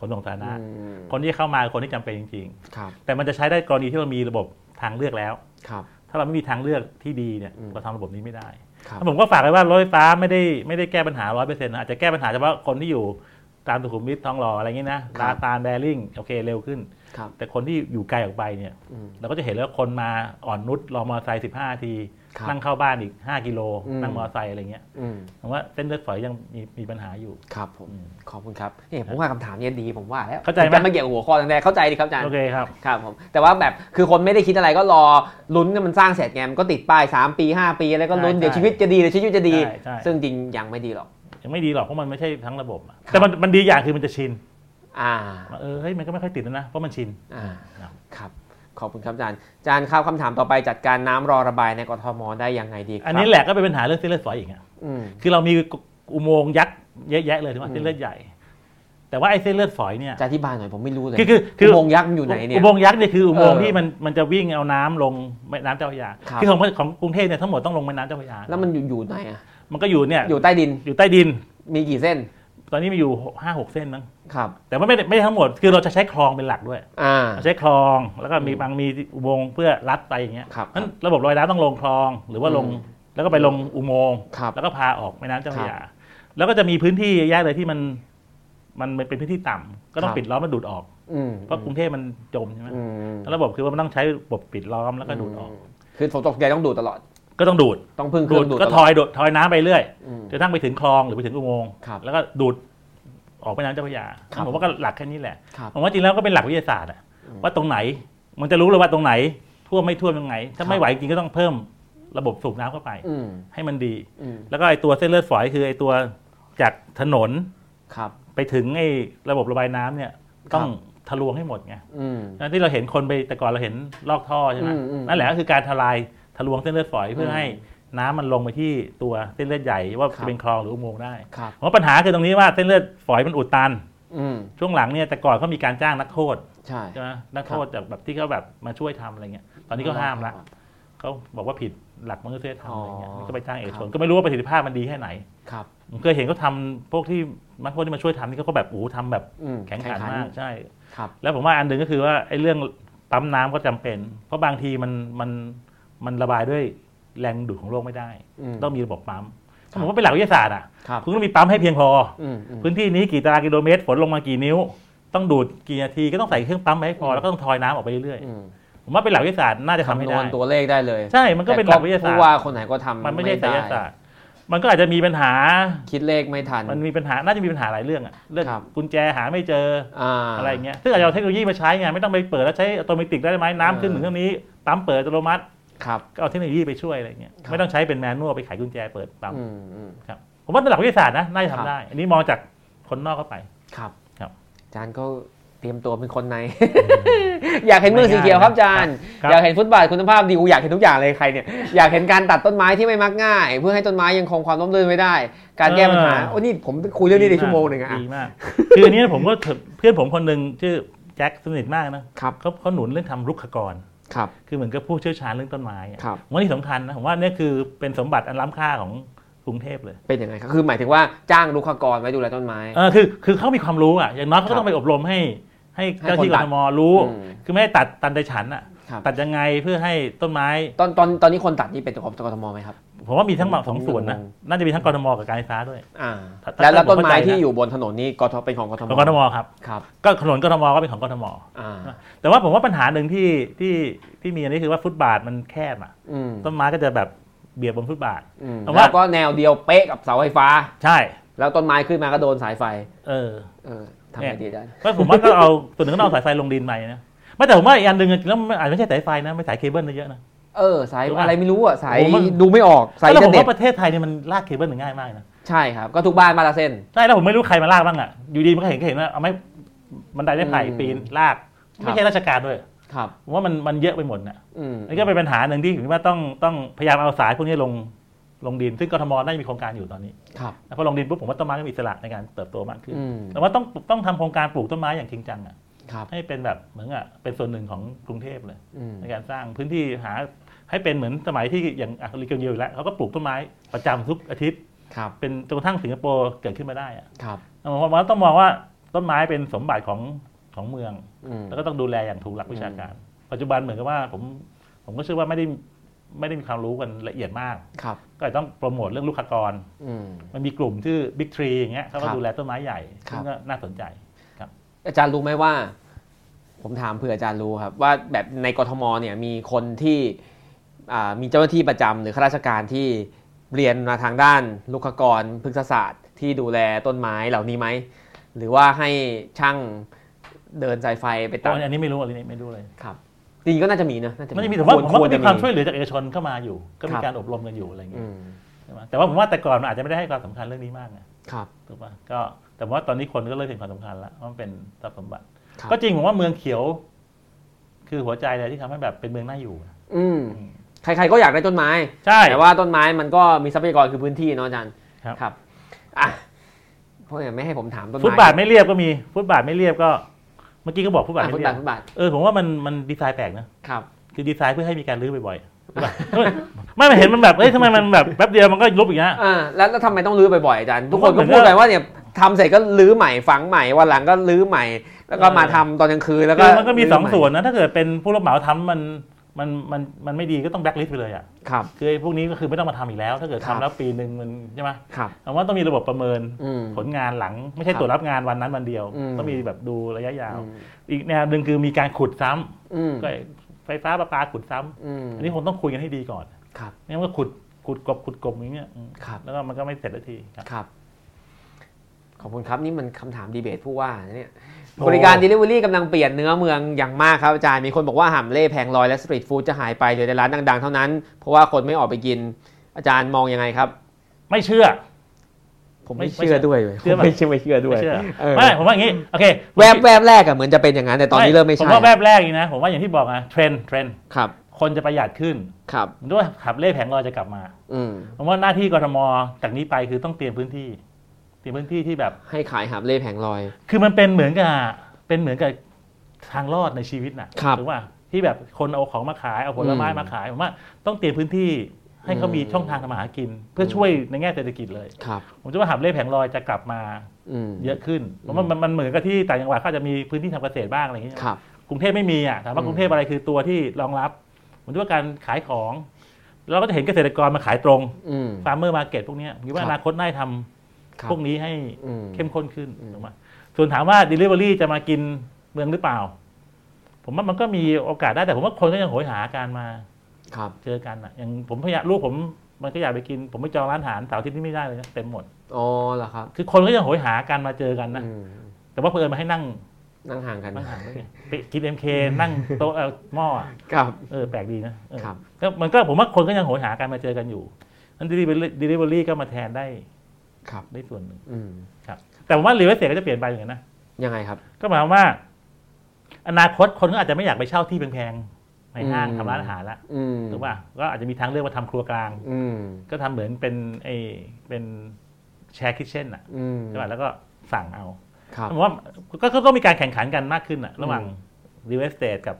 [SPEAKER 2] ขนส่งสาธารณะ
[SPEAKER 1] อืม
[SPEAKER 2] คนที่เข้ามาคนที่จำเป็นจริง
[SPEAKER 1] ครับ
[SPEAKER 2] ๆ แต่มันจะใช้ได้กรณีที่เรามีระบบทางเลือกแล้ว
[SPEAKER 1] ครับ
[SPEAKER 2] ถ้าเราไม่มีทางเลือกที่ดีเนี่ย
[SPEAKER 1] อืม
[SPEAKER 2] เราทำระบบนี้ไม่ได้
[SPEAKER 1] ครับ
[SPEAKER 2] ผมก็ฝากไว้ว่ารถไฟฟ้าไม่ได้ไม่ได้แก้ปัญหาร้อยเปอร์เซ็นต์นะอาจจะแก้ปัญหาเฉพาะคนที่อยู่ตามสุขุมวิททองหล่ออะไรเงี้ยนะครับ ลาซานแบริ่งโอเคเร็วขึ้น
[SPEAKER 1] ครับ
[SPEAKER 2] แต่คนที่อยู่ไกลออกไปเนี่ย
[SPEAKER 1] อืม
[SPEAKER 2] เราก็จะเห็นแล้วคนมาอ่อนนุชรอมอเตอร์ไซค์สิบห้านาที
[SPEAKER 1] ครับ
[SPEAKER 2] นั่งเข้าบ้านอีก 5 กิโล
[SPEAKER 1] อืม
[SPEAKER 2] นั่งมอเตอร์ไซค์อะไรเงี้ย
[SPEAKER 1] อืม
[SPEAKER 2] ผมว่าเส้นเลือดฝอยยังมีมีปัญหาอยู่
[SPEAKER 1] ครับผม
[SPEAKER 2] อืม
[SPEAKER 1] ขอบคุณครับเนี่ยผมว่าคำถามเนี่ยดีผมว่าแล้ว
[SPEAKER 2] เข้าใจไหม
[SPEAKER 1] จะมาเกี่ยวกับหัวข้อตั้งแต่เข้าใจดีครับอาจารย์
[SPEAKER 2] โอเคครับ
[SPEAKER 1] ครับผมแต่ว่าแบบคือคนไม่ได้คิดอะไรก็รอลุ้นให้มันสร้างเสร็จไงมันก็ติดป้าย 3 ปี 5 ปีอะไรก็ลุ้น
[SPEAKER 2] ใช่
[SPEAKER 1] เดี๋ยวชีวิตจะดีเดี๋ยวชีวิตจะดี
[SPEAKER 2] ใช่ใช่
[SPEAKER 1] ซึ่งจริงยังไม่ดีหรอก
[SPEAKER 2] ยังไม่ดีหรอกเพราะมันไม่ใช่ทั้งระบบอะ
[SPEAKER 1] ครับ
[SPEAKER 2] แต่มันมันดีอย่างคือมันจะชิน
[SPEAKER 1] อ่า
[SPEAKER 2] ว่าเออเฮ้ยมันก็ไม่ค่อยติดแล้วนะเพราะมันชิน
[SPEAKER 1] อ่า
[SPEAKER 2] ครับ
[SPEAKER 1] ครับขอบคุณครับอาจารย์อาจารย์ครับคำถามต่อไปจัดการน้ำรอระบายในกทมได้ยังไงดีครับ
[SPEAKER 2] อั
[SPEAKER 1] อั
[SPEAKER 2] นนี้แหละก็เป็นปัญหาเรื่องเส้นเลือดฝอยอีกอะ
[SPEAKER 1] อืม
[SPEAKER 2] คือเรามีอุโมงค์ยักษ์เยอะแยะเลยถึง
[SPEAKER 1] อื
[SPEAKER 2] ว่าม เส้นเลือดใหญ่ แต่ว่าไอ้เส้นเลือดฝอยเนี่ย
[SPEAKER 1] จะอธิบายหน่อยผมไม่รู้เลย
[SPEAKER 2] คือคือคือ
[SPEAKER 1] วงค์ยักษ์มันอยู่ไหนเนี่ย
[SPEAKER 2] อุโมงค์ยักษ์เนี่ยคืออุโมงค์
[SPEAKER 1] เออ
[SPEAKER 2] ที่มันมันจะวิ่งเอาน้ำลงแม่น้ำเจ้าพระยา
[SPEAKER 1] ครับ
[SPEAKER 2] คือของของกรุงเทพเนี่ยทั้งหมดต้องลงแม่น้ำเจ้าพระยา
[SPEAKER 1] แล้วมันอยู่อยู่ไหนอ่ะ
[SPEAKER 2] มันก็อยู่เนี่ย
[SPEAKER 1] อยู่ใต้ดิน
[SPEAKER 2] อยู่ใต้ดิน
[SPEAKER 1] มีกี่เส้น
[SPEAKER 2] ตอนนี้มีอยู่ห้าหกเส้นมั้ง
[SPEAKER 1] ครับ
[SPEAKER 2] แต่ว่าไม่ได้ไม่ได้ทั้งหมดคือเราจะใช้คลองเป็นหลักด้วย
[SPEAKER 1] อ่า
[SPEAKER 2] เราใช้คลองแล้วก็มี
[SPEAKER 1] อืม
[SPEAKER 2] บางมีอุโมงค์เพื่อลัดไปอย่างเงี้ย
[SPEAKER 1] ครับ
[SPEAKER 2] นั้นระบบลอยน้ำต้องลงคลองหรือว่าลง
[SPEAKER 1] อืม
[SPEAKER 2] แล้วก็ไปลงอุโมงค์
[SPEAKER 1] ครับ
[SPEAKER 2] แล้วก็พาออกแม่น้ำเจ้าพระยา แล้วก็จะมีพื้นที่เยอะแยะเลยที่มัน มันเป็นพื้นที่ต่ำก็ต้
[SPEAKER 1] ค
[SPEAKER 2] อ
[SPEAKER 1] รับ
[SPEAKER 2] งปิดล้อมแล้วดูดออก
[SPEAKER 1] อืม
[SPEAKER 2] เพราะกรุงเทพมันจมใช่ไหม
[SPEAKER 1] อืม
[SPEAKER 2] แล้วระบบคือว่ามันต้องใช้ระบบปิดล้อมแล้วก็ดูดออก
[SPEAKER 1] คือฝนตกใหญ่ต้องดูดตลอด
[SPEAKER 2] ก็ต้องดูด
[SPEAKER 1] ต้องพึ่งเค
[SPEAKER 2] ดู
[SPEAKER 1] รื่อ
[SPEAKER 2] ด
[SPEAKER 1] งดูด
[SPEAKER 2] ก็
[SPEAKER 1] ตล
[SPEAKER 2] ท
[SPEAKER 1] อด
[SPEAKER 2] อยดูดทอยน้ำไปเรื่อย
[SPEAKER 1] อืม
[SPEAKER 2] จนทั้งไปถึงคลองหรือไปถึงอุโมงค์
[SPEAKER 1] ครับ
[SPEAKER 2] แล้วก็ดูดออกแม่น้ำเจ้าพระยา
[SPEAKER 1] ครับ
[SPEAKER 2] ผมว่าก็หลักแค่นี้แหละ
[SPEAKER 1] ครับ
[SPEAKER 2] ผมว่าจริงแล้วก็เป็นหลักวิทยาศาสตร์อะ
[SPEAKER 1] อืม
[SPEAKER 2] ว่าตรงไหน มันจะรู้เลยว่าตรงไหนท่วมไม่ท่วมยังไง
[SPEAKER 1] ครั
[SPEAKER 2] ถ้า
[SPEAKER 1] บ
[SPEAKER 2] ไม่ไหวจริงก็ต้องเพิ่มระบบสูบน้ำเข้าไป
[SPEAKER 1] อืม
[SPEAKER 2] ให้มันดี
[SPEAKER 1] อืม
[SPEAKER 2] แล้วก็ไอตัวเส้นเลือดฝอยคือไอตัวจากถนน
[SPEAKER 1] ครับ
[SPEAKER 2] ไปถึงไอระบบระบายน้ำเนี่ยต้องทะลวงให้หมดไง
[SPEAKER 1] อืม
[SPEAKER 2] นั่นที่เราเห็นคนไปแต่ก่อนเราเห็นลอกท่อใช่ไหม
[SPEAKER 1] อืมอืม
[SPEAKER 2] นั่นแหละก็คือการทลายทะลวงเส้นเลือดฝอยเพื่อ
[SPEAKER 1] ม
[SPEAKER 2] ให้น้ำมันลงไปที่ตัวเส้นเลือดใหญ่ว่า
[SPEAKER 1] ครับ
[SPEAKER 2] จะเป็นคลองหรืออุโมงค์ได้
[SPEAKER 1] ครับ
[SPEAKER 2] เพราะปัญหาคือตรงนี้ว่าเส้นเลือดฝอยมันอุดตัน
[SPEAKER 1] อืม
[SPEAKER 2] ช่วงหลังเนี่ยแต่ก่อนเขามีการจ้างนักโทษ
[SPEAKER 1] ใช่
[SPEAKER 2] ใช่ไหมนักโทษจากแบบที่เขาแบบมาช่วยทำอะไรเงี้ยตอนนี้ก็ห้ามละเขาบอกว่าผิดหลักมนุษยธรรมอะไรเงี้ย
[SPEAKER 1] อ๋อ
[SPEAKER 2] ก็ไปจ้างเอกช
[SPEAKER 1] ครั
[SPEAKER 2] น
[SPEAKER 1] บ
[SPEAKER 2] ก็ไม่รู้ว่าประสิทธิภาพมันดีแค่ไหน
[SPEAKER 1] ครับ
[SPEAKER 2] ผมเคยเห็นเขาทำพวกที่มักพวกที่มาช่วยทำนี่เขาก็แบบโอ้โหทำแบบ
[SPEAKER 1] อืม
[SPEAKER 2] แข็งขันมากใช่
[SPEAKER 1] ครับ
[SPEAKER 2] แล้วผมว่าอันหนึ่งก็คือว่าไอ้เรื่องปั๊มน้ำก็จำเป็น เพราะบางทีมันมันมันระบายด้วยแรงดูดของโลกไม่ได้
[SPEAKER 1] อืม
[SPEAKER 2] ต้องมีระบบปั๊ม
[SPEAKER 1] ครับ
[SPEAKER 2] ผมว่าเป็นหลักวิทยาศาสตร์อ่ะ
[SPEAKER 1] ครับ
[SPEAKER 2] คุณต้องมีปั๊มให้เพียงพอ
[SPEAKER 1] อืมอื
[SPEAKER 2] อ
[SPEAKER 1] ม
[SPEAKER 2] พื้นที่นี้กี่ตารางกิโลเมตรฝนลงมากี่นิ้ว ต้องดูดกี่นาทีก็ต้องใส่เครื่องปั๊มไปให้พอ
[SPEAKER 1] อืม
[SPEAKER 2] แล้วก็ต้องทอยน้ำออกไปเรื่อย
[SPEAKER 1] อืม
[SPEAKER 2] ๆผมว่าเป็นหลักวิทยาศาสตร์น่าจะทำให้
[SPEAKER 1] คำนว
[SPEAKER 2] ได้
[SPEAKER 1] ณตัวเลขได้เลย
[SPEAKER 2] ใช่มันก็เป็นหลักวิทยาศาสต
[SPEAKER 1] ผู้ว่า
[SPEAKER 2] ร์
[SPEAKER 1] คนไหนก็ทำ
[SPEAKER 2] มันไม่ใช่ไสย
[SPEAKER 1] ด้
[SPEAKER 2] ศาสตร์มันก็อาจจะมีปัญหา
[SPEAKER 1] คิดเลขไม่ทัน
[SPEAKER 2] มันมีปัญหา น่าจะมีปัญหาหลายเรื่องอะเรื่อง
[SPEAKER 1] ครับ
[SPEAKER 2] กุญแจหาไม่เจอ
[SPEAKER 1] อ่า
[SPEAKER 2] อะไรอย่างเงี้ย ซึ่งอาจจะเอาเทคโนโลยีมาใช้ไง ไม่ต้องไปเปิดแล้วใช้อัตโนมัติกได้ไหมน้ำขึ้น
[SPEAKER 1] เออ
[SPEAKER 2] ถึงเท่านี้ ปั๊มเปิดอัตโนมัติ
[SPEAKER 1] ครับ
[SPEAKER 2] ก็เอาเทคโนโลยีไปช่วยอะไรอย่างเงี้ย
[SPEAKER 1] ครับ
[SPEAKER 2] ไม่ต้องใช้เป็นแมนนวลไปไขกุญแจเปิดปั๊ม
[SPEAKER 1] อืมอืม
[SPEAKER 2] ผมว่าในหลักวิทยาศาสตร์นะ น่าจะ
[SPEAKER 1] ครับ
[SPEAKER 2] ทำได้ อันนี้มองจากคนนอกเข้าไป
[SPEAKER 1] ครับ
[SPEAKER 2] ครับ
[SPEAKER 1] อาจารย์ก็เตรียมตัวเป็นคนใน อยากเห็นเมืองสีเขียวครับอาจารย์
[SPEAKER 2] ครับ
[SPEAKER 1] อยากเห็นฟุตบาทคุณภาพดีกูอยากเห็นทุกอย่างเลยใครเนี่ย อยากเห็นการตัดต้นไม้ที่ไม่มักง่าย เพื่อให้ต้นไม้ยังคงความร่มรื่นไว้ได้ การแก้ปัญหา
[SPEAKER 2] เออ
[SPEAKER 1] โอ้นี่ผมคุยเรื่องนี้ในชั่วโมงหนึ่งอะ
[SPEAKER 2] ดีมาก คืออันเนี้ยผมก็เพื่อนผมคนหนึ่งชื่อแจ็คสนิทมากนะครับ เขาเขาหนุนเรื่องทำรุกขกร
[SPEAKER 1] ครับ
[SPEAKER 2] คือเหมือนกับผู้เชี่ยวชาญเรื่องต้นไม้อะ
[SPEAKER 1] ครับ
[SPEAKER 2] ผมว่านี่สำคัญนะ ผมว่าเนี่ยคือเป็นสมบัติอันล้ำค่าของกรุงเทพเลย
[SPEAKER 1] เป็นยังไงครับคือหมายถึงว่าจ้างรุกขกรไว้ดูแลต้นไม้
[SPEAKER 2] เออคือคือเขามีความรู้อ่ะอย่างน้อยเขา
[SPEAKER 1] ครั
[SPEAKER 2] ก็
[SPEAKER 1] บ
[SPEAKER 2] ต้องไปอบรมให้ ให้
[SPEAKER 1] ให้
[SPEAKER 2] เจ้าที่
[SPEAKER 1] คน
[SPEAKER 2] ก
[SPEAKER 1] ตัด
[SPEAKER 2] ทมรู้
[SPEAKER 1] อืม
[SPEAKER 2] คือไม่ได้ตัดตันใจฉันอ่ะ
[SPEAKER 1] ครับ
[SPEAKER 2] ตัดยังไงเพื่อให้ต้นไม้
[SPEAKER 1] ตอนตอนตอนนี้คนตัดนี่เป็นของกทมไหมครับ
[SPEAKER 2] ผมว่ามีทั้ง
[SPEAKER 1] ผม
[SPEAKER 2] สองส่วนนะ
[SPEAKER 1] ผม
[SPEAKER 2] น่าจะมีทั้งกรทมกับการไฟฟ้าด้วย
[SPEAKER 1] อ่า
[SPEAKER 2] ถ้า
[SPEAKER 1] แล้วแล้ว
[SPEAKER 2] ถ้าผม
[SPEAKER 1] ต้นไม้
[SPEAKER 2] เข้าใจนะ
[SPEAKER 1] ที่อยู่บนถนนนี่กทเป็นของกทม
[SPEAKER 2] ของกทมครับ
[SPEAKER 1] ครับ
[SPEAKER 2] ก็ถนนกทมก็เป็นของกทม
[SPEAKER 1] อ่า
[SPEAKER 2] แต่ว่าผมว่าปัญหาหนึ่งที่ที่ที่มีอันนี้คือว่าฟุตบาทมันแคบอ่ะ
[SPEAKER 1] อืม
[SPEAKER 2] ต้นไม้ก็จะแบบเบียดบนฟุตบาท
[SPEAKER 1] อืม
[SPEAKER 2] แต่ว่า
[SPEAKER 1] แล้วก็แนวเดียวเป๊ะกับเสาไฟฟ้า
[SPEAKER 2] ใช่
[SPEAKER 1] แล้วต้นไม้ขึ้นมาก็โดนสายไฟ
[SPEAKER 2] เออ
[SPEAKER 1] เออทำ
[SPEAKER 2] เนี่
[SPEAKER 1] ไง
[SPEAKER 2] ย
[SPEAKER 1] ดีอาจารย์
[SPEAKER 2] ก็ผมว่าก็เอาส่วนหนึ่งก็เอาสายไฟลงดินไปนะไม่แต่ผมว่าอีกอันหนึ่งจริงๆแล้วมันอาจจะไม่ใช่สายไฟนะไม่สายเคเบิลเยอะนะ
[SPEAKER 1] เออสาย
[SPEAKER 2] หรือว่า
[SPEAKER 1] อะไรไม่รู้อ่ะสาย
[SPEAKER 2] โอ้มัน
[SPEAKER 1] ดูไม่ออกสายอิน
[SPEAKER 2] แล้ว
[SPEAKER 1] เท
[SPEAKER 2] ผ
[SPEAKER 1] อร์เน็ต
[SPEAKER 2] มว่าประเทศไทยเนี่ยมันลากเคเบิลมันง่ายมากนะ
[SPEAKER 1] ใช่ครับ ก็ทุกบ้านมานละเส้น
[SPEAKER 2] ใช่แล้วผมไม่รู้ใครมาลากบ้างอ่ะ อยู่ดีมันก็เห็นก็เห็นว่าเอาไม่บันไดได้ไผ่
[SPEAKER 1] อืม
[SPEAKER 2] ปีนลาก
[SPEAKER 1] ครับ
[SPEAKER 2] ไม่ใช่ราชการด้วย
[SPEAKER 1] ครับ
[SPEAKER 2] ผมว่ามันมันเยอะไปหมดน่ะ
[SPEAKER 1] อืม
[SPEAKER 2] นี่ก็เป็นปัญหาหนึ่งที่ผมว่าต้องต้องพยายามเอาสายพวกนี้ลงลงดิน ซึ่งกทมน่าจะมีโครงการอยู่ตอนนี้
[SPEAKER 1] ครับ
[SPEAKER 2] แล้วพอลงดินปุ๊บผมว่าต้นไม้ก็มีอิสระในการเติบโตมากขึ้น
[SPEAKER 1] อืม
[SPEAKER 2] แต่ว่าต้องต้องทำโครงการปลูกต้นไม้อย่างจริงจังอ่ะ
[SPEAKER 1] ครับ
[SPEAKER 2] ให้เป็นแบบเหมือนอ่ะเป็นส่วนหนึ่งของกรุงเทพเลย
[SPEAKER 1] อืม
[SPEAKER 2] ในการสร้างพื้นที่หาให้เป็นเหมือนสมัยที่อย่างอาริเกลเดียวอยู่แล้วเขาก็ปลูกต้นไม้ประจำทุกอาทิตย์
[SPEAKER 1] ครับ
[SPEAKER 2] เป็นจนกระทั่งสิงคโปร์เกิดขึ้นมาได้อะ
[SPEAKER 1] ครับ
[SPEAKER 2] เอามาว่าต้องมองว่าต้นไม้เป็นสมบัติของของเมือง
[SPEAKER 1] อืม
[SPEAKER 2] แล้วก็ต้องดูแลอย่างถูกหลักวิชาการ ปัจจุบันเหมือนกับว่าผมผมก็เชื่อว่าไม่ได้ไม่ได้มีความรู้กันละเอียดมาก
[SPEAKER 1] ครับ
[SPEAKER 2] ก็อาจต้องโปรโมทเรื่องลูกค้ากร
[SPEAKER 1] อืม
[SPEAKER 2] มันมีกลุ่มชื่อ Big Tree อย่างเงี้ยเขาก็
[SPEAKER 1] ครับ
[SPEAKER 2] ดูแลต้นไม้ใหญ่
[SPEAKER 1] ครับ
[SPEAKER 2] ซึ่งก็น่าสนใจ
[SPEAKER 1] อาจารย์รู้ไหมว่า ผมถามเผื่ออาจารย์รู้ครับ ว่าแบบในกทมเนี่ยมีคนที่อ่ามีเจ้าหน้าที่ประจำหรือข้าราชการที่เรียนมาทางด้านลูกขกรพฤกษศาสตร์ที่ดูแลต้นไม้เหล่านี้ไหม หรือว่าให้ช่างเดินสายไฟไป
[SPEAKER 2] ตอ
[SPEAKER 1] ตัด
[SPEAKER 2] นอันนี้ไม่รู้อันนี้ไม่รู้เลย
[SPEAKER 1] ครับจริงๆก็น่าจะมีนะน่าจะ
[SPEAKER 2] ไม่ได้มีแต่ว่า
[SPEAKER 1] ควร
[SPEAKER 2] ผมว่า
[SPEAKER 1] ควร
[SPEAKER 2] มัน
[SPEAKER 1] จะ
[SPEAKER 2] มี
[SPEAKER 1] มี
[SPEAKER 2] ความช่วยเหลือจากเอกชนเข้ามาอยู่ ก็มี
[SPEAKER 1] ครับ
[SPEAKER 2] การอบรมกันอยู่อะไรอย่างเงี้ย
[SPEAKER 1] อืม
[SPEAKER 2] ใช่ไหมแต่ว่าผมว่าแต่ก่อนมันอาจจะไม่ได้ให้ความสำคัญเรื่องนี้มากนะครับ ถูกปะก็แต่ว่าตอนนี้คนก็เริ่มเห็นความสำคัญแล้วว่ามันเป็นทรัพย์สมบัติ
[SPEAKER 1] ครับ
[SPEAKER 2] ก็จริงผมว่าเมืองเขียว คือหัวใจเลยที่ทำให้แบบเป็นเมืองน่าอยู่นะ
[SPEAKER 1] อืมใครๆก็อยากได้ต้นไม้
[SPEAKER 2] ใช่
[SPEAKER 1] แต่ว่าต้นไม้มันก็มีทรัพยากรคือพื้นที่เนาะอาจารย์
[SPEAKER 2] ครับ
[SPEAKER 1] ครับอ่ะเพราะอย่างไม่ให้ผมถามต้นไม้
[SPEAKER 2] ฟุตบาทไม่เรียบก็มีฟุตบาทไม่เรียบก็ เมื่อกี้ก็บอกฟุตบาท
[SPEAKER 1] อ่ะ
[SPEAKER 2] ไม่
[SPEAKER 1] ฟุต
[SPEAKER 2] เรี
[SPEAKER 1] บาย ท
[SPEAKER 2] บ
[SPEAKER 1] ฟุตบาท
[SPEAKER 2] เออผมว่ามันมันดีไซน์แปลกนะครับ คือดีไซน์เพื่อให้มีการรื้อบ่อยๆฟุตบาท
[SPEAKER 1] (laughs)
[SPEAKER 2] ไม่ไม่เห็นมันแบบเอ้ยทำไมมันแบบแป๊บเดียวมันก็ยุบอีกนะ
[SPEAKER 1] อ่าแล้วแล้วทำไมต้องรื้อบ่อยๆอาจารย์ ทุกค
[SPEAKER 2] ผม
[SPEAKER 1] นก็
[SPEAKER 2] ว่า
[SPEAKER 1] พูดกันว่าเนี่ยทำเสร็จก็รื้อใหม่ฝังใหม่วันหลังก็รื้อใหม่ แล้วก็
[SPEAKER 2] เออ
[SPEAKER 1] มาทำตอนกลางคืนแล้วก็
[SPEAKER 2] คือมันก็มีสอง
[SPEAKER 1] รื้ให
[SPEAKER 2] ส่วนนะถ้าเกิดเป็นผู้รับเหมาทำมันมันมันมันไม่ดีก็ต้องแบล็คลิสต์ไปเลยอ่ะ
[SPEAKER 1] ครับ
[SPEAKER 2] คือไอ้พวกนี้ก็คือไม่ต้องมาทำอีกแล้ว ถ้าเกิด
[SPEAKER 1] ครั
[SPEAKER 2] ทำ
[SPEAKER 1] บ
[SPEAKER 2] แล้วปีหนึ่งมันใช่ไหม
[SPEAKER 1] ครับ
[SPEAKER 2] ผมว่าต้องมีระบบประเมิน
[SPEAKER 1] อืม
[SPEAKER 2] ผลงานหลัง ไม่ใช่
[SPEAKER 1] ครับ
[SPEAKER 2] ตรวจรับงานวันนั้นวันเดียว
[SPEAKER 1] อืม
[SPEAKER 2] ต้องมีแบบดูระยะยาว
[SPEAKER 1] อืม
[SPEAKER 2] อีกแนวหนึ่งคือมีการขุดซ้ำ
[SPEAKER 1] อืม
[SPEAKER 2] ก็ไฟฟ้าประปาขุดซ้ำ
[SPEAKER 1] อืม
[SPEAKER 2] อันนี้คงต้องคุยกันให้ดีก่อน
[SPEAKER 1] ครับ
[SPEAKER 2] ไม่งั้นก็ขุดขุดกบขุดกบอย่างเงี้ยอืม
[SPEAKER 1] ครับ
[SPEAKER 2] แล้วก็มันก็ไม่เสร็จสักทีครับ
[SPEAKER 1] ครับ ขอบคุณครับนี่มันคำถามดีเบตผู้ว่านะเนี่ย
[SPEAKER 2] โอ้
[SPEAKER 1] บริการ Delivery กำลังเปลี่ยนเนื้อเมืองอย่างมากครับอาจารย์มีคนบอกว่าอาหารเล่แพงลอยและสตรีทฟู้ดจะหายไปเหลือแต่ร้านดังๆ เท่านั้น เพราะว่าคนไม่ออกไปกิน อาจารย์มองยังไงครับ
[SPEAKER 2] ไม่เชื่อ
[SPEAKER 1] ผมไม่
[SPEAKER 2] ไม่
[SPEAKER 1] เชื่อด้วย
[SPEAKER 2] เชื่อไหม
[SPEAKER 1] ไม่เชื่อไม่เชื่อด้วย
[SPEAKER 2] ไม่เชื่อ
[SPEAKER 1] เออ
[SPEAKER 2] ไม่ผมว่าอย่างงี้โอเค
[SPEAKER 1] แวบแวบแรกอะเหมือนจะเป็นอย่างนั้น แต่ตอนนี้เริ่มไม่
[SPEAKER 2] ผ
[SPEAKER 1] ใช่
[SPEAKER 2] มว่าแวบแรกนี่นะผมว่าอย่างที่บอกอะเทรนเทรน
[SPEAKER 1] ครับ
[SPEAKER 2] คนจะประหยัดขึ้น
[SPEAKER 1] ครับ
[SPEAKER 2] ด้วยขับเล่แผงลอยจะกลับมา
[SPEAKER 1] อืม
[SPEAKER 2] ผมว่าหน้าที่กทมจากนี้ไปคือต้องเตรียมพื้นที่ เตรียมพื้นที่ที่แบบ
[SPEAKER 1] ให้ขายหาบเล่แผงลอย
[SPEAKER 2] คือมันเป็นเหมือนกับเป็นเหมือนกับทางรอดในชีวิตนะครับ ถูกป่ะที่แบบคนเอาของมาขายเอาผลไม้
[SPEAKER 1] อืม
[SPEAKER 2] มาขายผมว่าต้องเตรียมพื้นที่ให้เขา
[SPEAKER 1] อืม
[SPEAKER 2] มีช่องทางทำมาหากิน เพื่อช่วยในแง่เศรษฐกิจเลย
[SPEAKER 1] ครับ
[SPEAKER 2] ผมจะว่าหาบเล่แผงลอยจะกลับมา
[SPEAKER 1] อืม
[SPEAKER 2] เยอะขึ้นเพราะ
[SPEAKER 1] อื
[SPEAKER 2] มัน
[SPEAKER 1] ม
[SPEAKER 2] มันมันเหมือนกับที่ต่างจังหวัดเขาจะมีพื้นที่ทำเกษตรบ้างอะไรอย่างเงี้ย
[SPEAKER 1] ครับ
[SPEAKER 2] กรุงเทพไม่มีอ่ะถามว่า
[SPEAKER 1] อืม
[SPEAKER 2] กรุงเทพอะไรคือตัวที่รองรับ ผมจะว่าการขายของ เราก็จะเห็นเกษตรกรมาขายตรง
[SPEAKER 1] อืม
[SPEAKER 2] ฟาร์มเมอร์มาเก็ตพวกเนี้ยผมคิด
[SPEAKER 1] ค
[SPEAKER 2] ว่า
[SPEAKER 1] รับ
[SPEAKER 2] อนาคตน่าจะท
[SPEAKER 1] ครับ
[SPEAKER 2] ำพวกนี้ให้
[SPEAKER 1] อืม
[SPEAKER 2] เข้มข้นขึ้น
[SPEAKER 1] อืม
[SPEAKER 2] ถูกไหมส่วนถามว่า Delivery จะมากินเมืองหรือเปล่า ผมว่ามันก็มีโอกาสได้แต่ผมว่าคนก็ยังโหยหาการมา
[SPEAKER 1] ครับ
[SPEAKER 2] เจอกันอ่ะอย่างผมพยายามลูกผมมันก็อยากไปกิน ผมไปจองร้านอาหารเสาร์อาที่นี่ไม่ได้เลยนะเต็มหมด
[SPEAKER 1] อ๋อเหรอครับ
[SPEAKER 2] คือคนก็ยังโหยหาการมาเจอกันนะ
[SPEAKER 1] อืม
[SPEAKER 2] แต่ว่าเพื่อนมาให้นั่ง
[SPEAKER 1] นั่งห่างกัน
[SPEAKER 2] นั่งหางด้วยไงไปกินเอ็มเคนั่งโต๊ะเอ่อหม้ออ่ะ
[SPEAKER 1] ครับ
[SPEAKER 2] เออแปลกดีนะเออ
[SPEAKER 1] ครับ
[SPEAKER 2] ก็มันก็ผมว่าคนก็ยังโหยหาการมาเจอกันอยู่นั้น Delivery Delivery ก็มาแทนได้
[SPEAKER 1] ครับ
[SPEAKER 2] ได้ส่วนหนึ่ง
[SPEAKER 1] อืม
[SPEAKER 2] แต่ผมว่ารีเวสเสียก็จะเปลี่ยนไปเหมือนกันนะ
[SPEAKER 1] ยังไงครับ
[SPEAKER 2] ก็หมายความว่า อนาคตคนก็อาจจะไม่อยากไปเช่าที่แพงๆในห้าง
[SPEAKER 1] อืม
[SPEAKER 2] ทำร้านอาหารละ
[SPEAKER 1] อืม
[SPEAKER 2] ถูกป่ะก็อาจจะมีทางเลือกมาทำครัวกลาง
[SPEAKER 1] อืม
[SPEAKER 2] ก็ทำเหมือนเป็นไอเป็นแชร์คิทเช่นอ่ะ
[SPEAKER 1] อืม
[SPEAKER 2] ใช่ป่ะแล้วก็สั่งเอา
[SPEAKER 1] ครับ
[SPEAKER 2] ผมว่าก็ก็ต้องมีการแข่งขันกันมากขึ้นอ่ะ ระหว่าง
[SPEAKER 1] อืม
[SPEAKER 2] รีเวสเต e กับ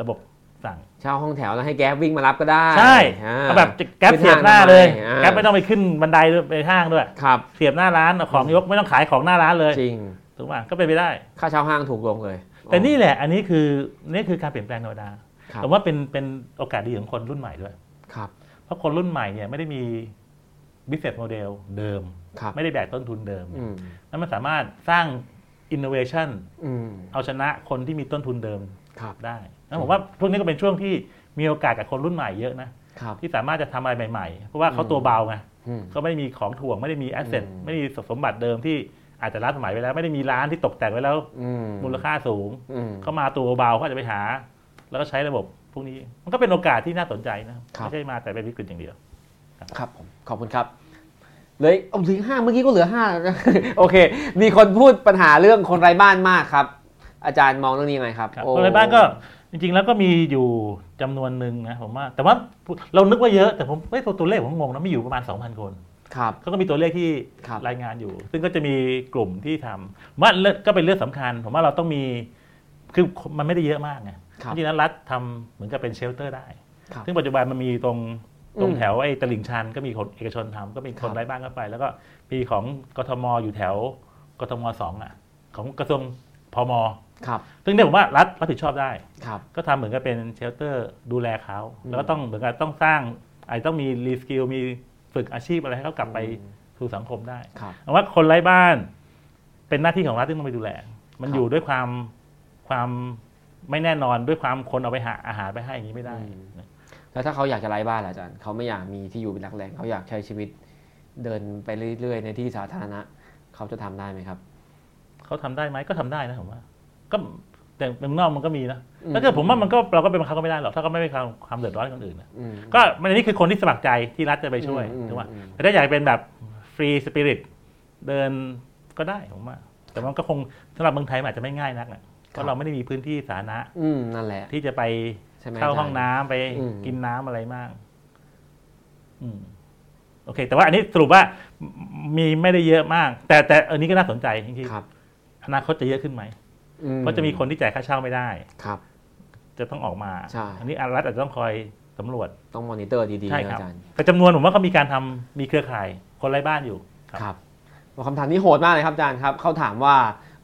[SPEAKER 2] ระบบสั่ง
[SPEAKER 1] เช่าห้องแถวแล้วให้แก๊ปวิ่งมารับก็ได้
[SPEAKER 2] ใช่
[SPEAKER 1] อ่า
[SPEAKER 2] เอาแบบแก๊ป
[SPEAKER 1] ขึ้น
[SPEAKER 2] เสียบ
[SPEAKER 1] ห้าง
[SPEAKER 2] หน้าเลย
[SPEAKER 1] ทำไมอ่า
[SPEAKER 2] แก๊ปไม่ต้องไปขึ้นบันไดด้วยไปห้างด้วย
[SPEAKER 1] ครับ
[SPEAKER 2] เสียบหน้าร้านเอาของยกไม่ต้องขายของหน้าร้านเลย
[SPEAKER 1] จริง
[SPEAKER 2] ถูกป่ะก็เป็นไปได้
[SPEAKER 1] ค่าเช่าห้างถูกลงเลย
[SPEAKER 2] แต่นี่แหละ อันนี้คือนี่คือการเปลี่ยนแปลงธรรมดา
[SPEAKER 1] ครับ
[SPEAKER 2] แต่ว่าเป็นเป็นโอกาสดีของคนรุ่นใหม่ด้วย
[SPEAKER 1] ครับ
[SPEAKER 2] เพราะคนรุ่นใหม่เนี่ยไม่ได้มี business model เดิม
[SPEAKER 1] ครับ
[SPEAKER 2] ไม่ได้แบกต้นทุนเดิม
[SPEAKER 1] อืม
[SPEAKER 2] แล้วมันสามารถสร้าง innovation
[SPEAKER 1] อืม
[SPEAKER 2] เอาชนะคนที่มีต้นทุนเดิม
[SPEAKER 1] ครับ
[SPEAKER 2] ได้แล้วผมว่าช่วงนี้ก็เป็นช่วงที่มีโอกาสกับคนรุ่นใหม่เยอะนะครับ ที่สามารถจะทำอะไรใหม่ๆ เพราะว่าเขา
[SPEAKER 1] อืม
[SPEAKER 2] ตัวเบาไง
[SPEAKER 1] อืม
[SPEAKER 2] เขาไม่ได้มีของถ่วงไม่ได้มี asset
[SPEAKER 1] อืม
[SPEAKER 2] ไม่ได้มีสมบัติเดิมที่อาจจะล้าสมัยไปแล้วไม่ได้มีร้านที่ตกแต่งไว้แล้ว
[SPEAKER 1] อืม
[SPEAKER 2] มูลค่าสูง
[SPEAKER 1] อืม
[SPEAKER 2] เขามาตัวเบาเขาอาจจะไปหา แล้วก็ใช้ระบบพวกนี้ มันก็เป็นโอกาสที่น่าสนใจนะ
[SPEAKER 1] ครับ
[SPEAKER 2] ไม่ใช่มาแต่เป็นวิกฤตอย่างเดียว
[SPEAKER 1] ครับผมขอบคุณครับเหลยเอาถึงห้าเมื่อกี้ก็เหลือห้า (laughs) แล้วนะ โอเค มีคนพูดปัญหาเรื่องคนไร้บ้านมากครับ อาจารย์มองเรื่องนี้ยังไงครับ
[SPEAKER 2] ครับ
[SPEAKER 1] โอ้
[SPEAKER 2] คนไร้บ้านก็จริง ๆ แล้วก็มีอยู่จำนวนหนึ่งนะผมว่า แต่ว่าเรานึกว่าเยอะแต่ผมเอ้ยตัวตัวเลขผมงงนะมีอยู่ประมาณ 2,000 คน
[SPEAKER 1] ครับ
[SPEAKER 2] เขาก็มีตัวเลขที่
[SPEAKER 1] ครับ
[SPEAKER 2] รายงานอยู่ ซึ่งก็จะมีกลุ่มที่ทำผมว่าเรื่องก็เป็นเรื่องสำคัญ ผมว่าเราต้องมี คือมันไม่ได้เยอะมากไง
[SPEAKER 1] ครับ
[SPEAKER 2] จริงๆแล้วรัฐทำเหมือนกับเป็นเชลเตอร์ได้
[SPEAKER 1] ครับ
[SPEAKER 2] ซึ่งปัจจุบันมันมีตรงตรง
[SPEAKER 1] อืม
[SPEAKER 2] แถวไอ้ตลิ่งชันก็มีคนเอกชนทำก็มีค
[SPEAKER 1] ครั
[SPEAKER 2] น
[SPEAKER 1] บ
[SPEAKER 2] ไร้บ้านก็ไป แล้วก็มีของกทมอยู่แถวกทมสองอ่ะ ของกระทรวงพม
[SPEAKER 1] ครับ
[SPEAKER 2] ซึ่งเนี่ยผมว่ารัฐรับผิดชอบได้
[SPEAKER 1] ครับ
[SPEAKER 2] ก็ทำเหมือนกับเป็นเชลเตอร์ดูแลเขา
[SPEAKER 1] อืม
[SPEAKER 2] แล้วก็ต้องเหมือนกับต้องสร้างอาจจะต้องมีรีสกิลมีฝึกอาชีพอะไรให้เขากลับไป
[SPEAKER 1] อืม
[SPEAKER 2] สู่สังคมได้
[SPEAKER 1] ครับ
[SPEAKER 2] เอาว่าคนไร้บ้านเป็นหน้าที่ของรัฐที่ต้องไปดูแล มั
[SPEAKER 1] ค
[SPEAKER 2] น
[SPEAKER 1] รับ
[SPEAKER 2] อยู่ด้วยความความไม่แน่นอนด้วยความคนเอาไปหาอาหารไปให้อย่างนี้ไม่ได้นะ
[SPEAKER 1] แล้วถ้าเขาอยากจะไร้บ้านล่ะอาจารย์เขาไม่อยากมีที่อยู่เป็นหลักแหล่งเขาอยากใช้ชีวิตเดินไปเรื่อยๆ ในที่สาธารณะเขาจะทำได้ไหมครับ
[SPEAKER 2] เขาทำได้ไหมก็ทำได้นะผมว่า ก็แต่เมืองนอกมันก็มีนะ
[SPEAKER 1] อืม
[SPEAKER 2] ถ้าเกิดผมว่ามันก็เราก็เป็นบังคับเขาไม่ได้หรอกถ้าเขาไม่ไปความความเดือดร้อนให้คนอื่นนะ
[SPEAKER 1] อืม
[SPEAKER 2] ก็มันอันนี้คือคนที่สมัครใจที่รัฐจะไปช่วย
[SPEAKER 1] อืม
[SPEAKER 2] ถูกไหม
[SPEAKER 1] อืม
[SPEAKER 2] แต่ถ้าอยากเป็นแบบฟรีสปิริตเดินก็ได้ผมว่า แต่มันก็คงสำหรับเมืองไทยมันอาจจะไม่ง่ายนักนะเพราะเราไม่ได้มีพื้นที่สาธารณะ
[SPEAKER 1] อืมนั่นแหละ
[SPEAKER 2] ที่จะไป
[SPEAKER 1] ใช่ไหม
[SPEAKER 2] เข้า
[SPEAKER 1] จรย์
[SPEAKER 2] ห้องน้ำไป
[SPEAKER 1] อืม
[SPEAKER 2] กินน้ำอะไรมากอืมโอเค แต่ว่าอันนี้สรุปว่ามีไม่ได้เยอะมาก แต่แต่อันนี้ก็น่าสนใจจริง
[SPEAKER 1] ครับ
[SPEAKER 2] ๆอนาคตจะเยอะขึ้นไหม
[SPEAKER 1] อื
[SPEAKER 2] เพราะจะมีคนที่จ่ายค่าเช่าไม่ได้
[SPEAKER 1] ครับ
[SPEAKER 2] จะต้องออกมา
[SPEAKER 1] ใช่
[SPEAKER 2] อันนี้รัฐอาจจะต้องคอยสำรวจ
[SPEAKER 1] ต้องมอนิเตอร์ดีๆ
[SPEAKER 2] ใช่
[SPEAKER 1] นะครับ อาจารย์
[SPEAKER 2] แต่จำนวนผมว่าเขามีการทำมีเครือข่ายคนไร้บ้านอยู่ ครับ
[SPEAKER 1] ครับคำถามนี้โหดมากเลยครับอาจารย์ครับเขาถามว่า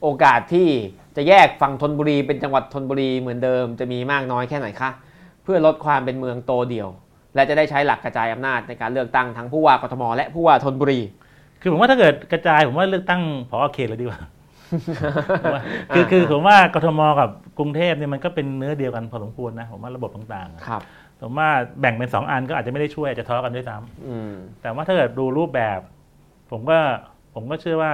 [SPEAKER 1] โอกาสที่จะแยกฝั่งธนบุรีเป็นจังหวัดธนบุรีเหมือนเดิมจะมีมากน้อยแค่ไหนคะเพื่อลดความเป็นเมืองโตเดี่ยว และจะได้ใช้หลักกระจายอำนาจในการเลือกตั้งทั้งผู้ว่ากทมและผู้ว่าธนบุรี
[SPEAKER 2] คือผมว่าถ้าเกิดกระจายผมว่าเลือกตั้งพอเขตเลยดีกว่า (laughs) ผ
[SPEAKER 1] (laughs)
[SPEAKER 2] มว่าคือคือผมว่ากทมกับกรุงเทพเนี่ยมันก็เป็นเนื้อเดียวกันพอสมควรนะผมว่าระบบต่างๆอะ
[SPEAKER 1] ครับ
[SPEAKER 2] ผมว่าแบ่งเป็นสองอันก็อาจจะไม่ได้ช่วยอาจจะทะเลาะกันด้วยซ้
[SPEAKER 1] อืม
[SPEAKER 2] ำแต่ว่าถ้าเกิดดูรูปแบบ ผมก็ผมก็เชื่อว่า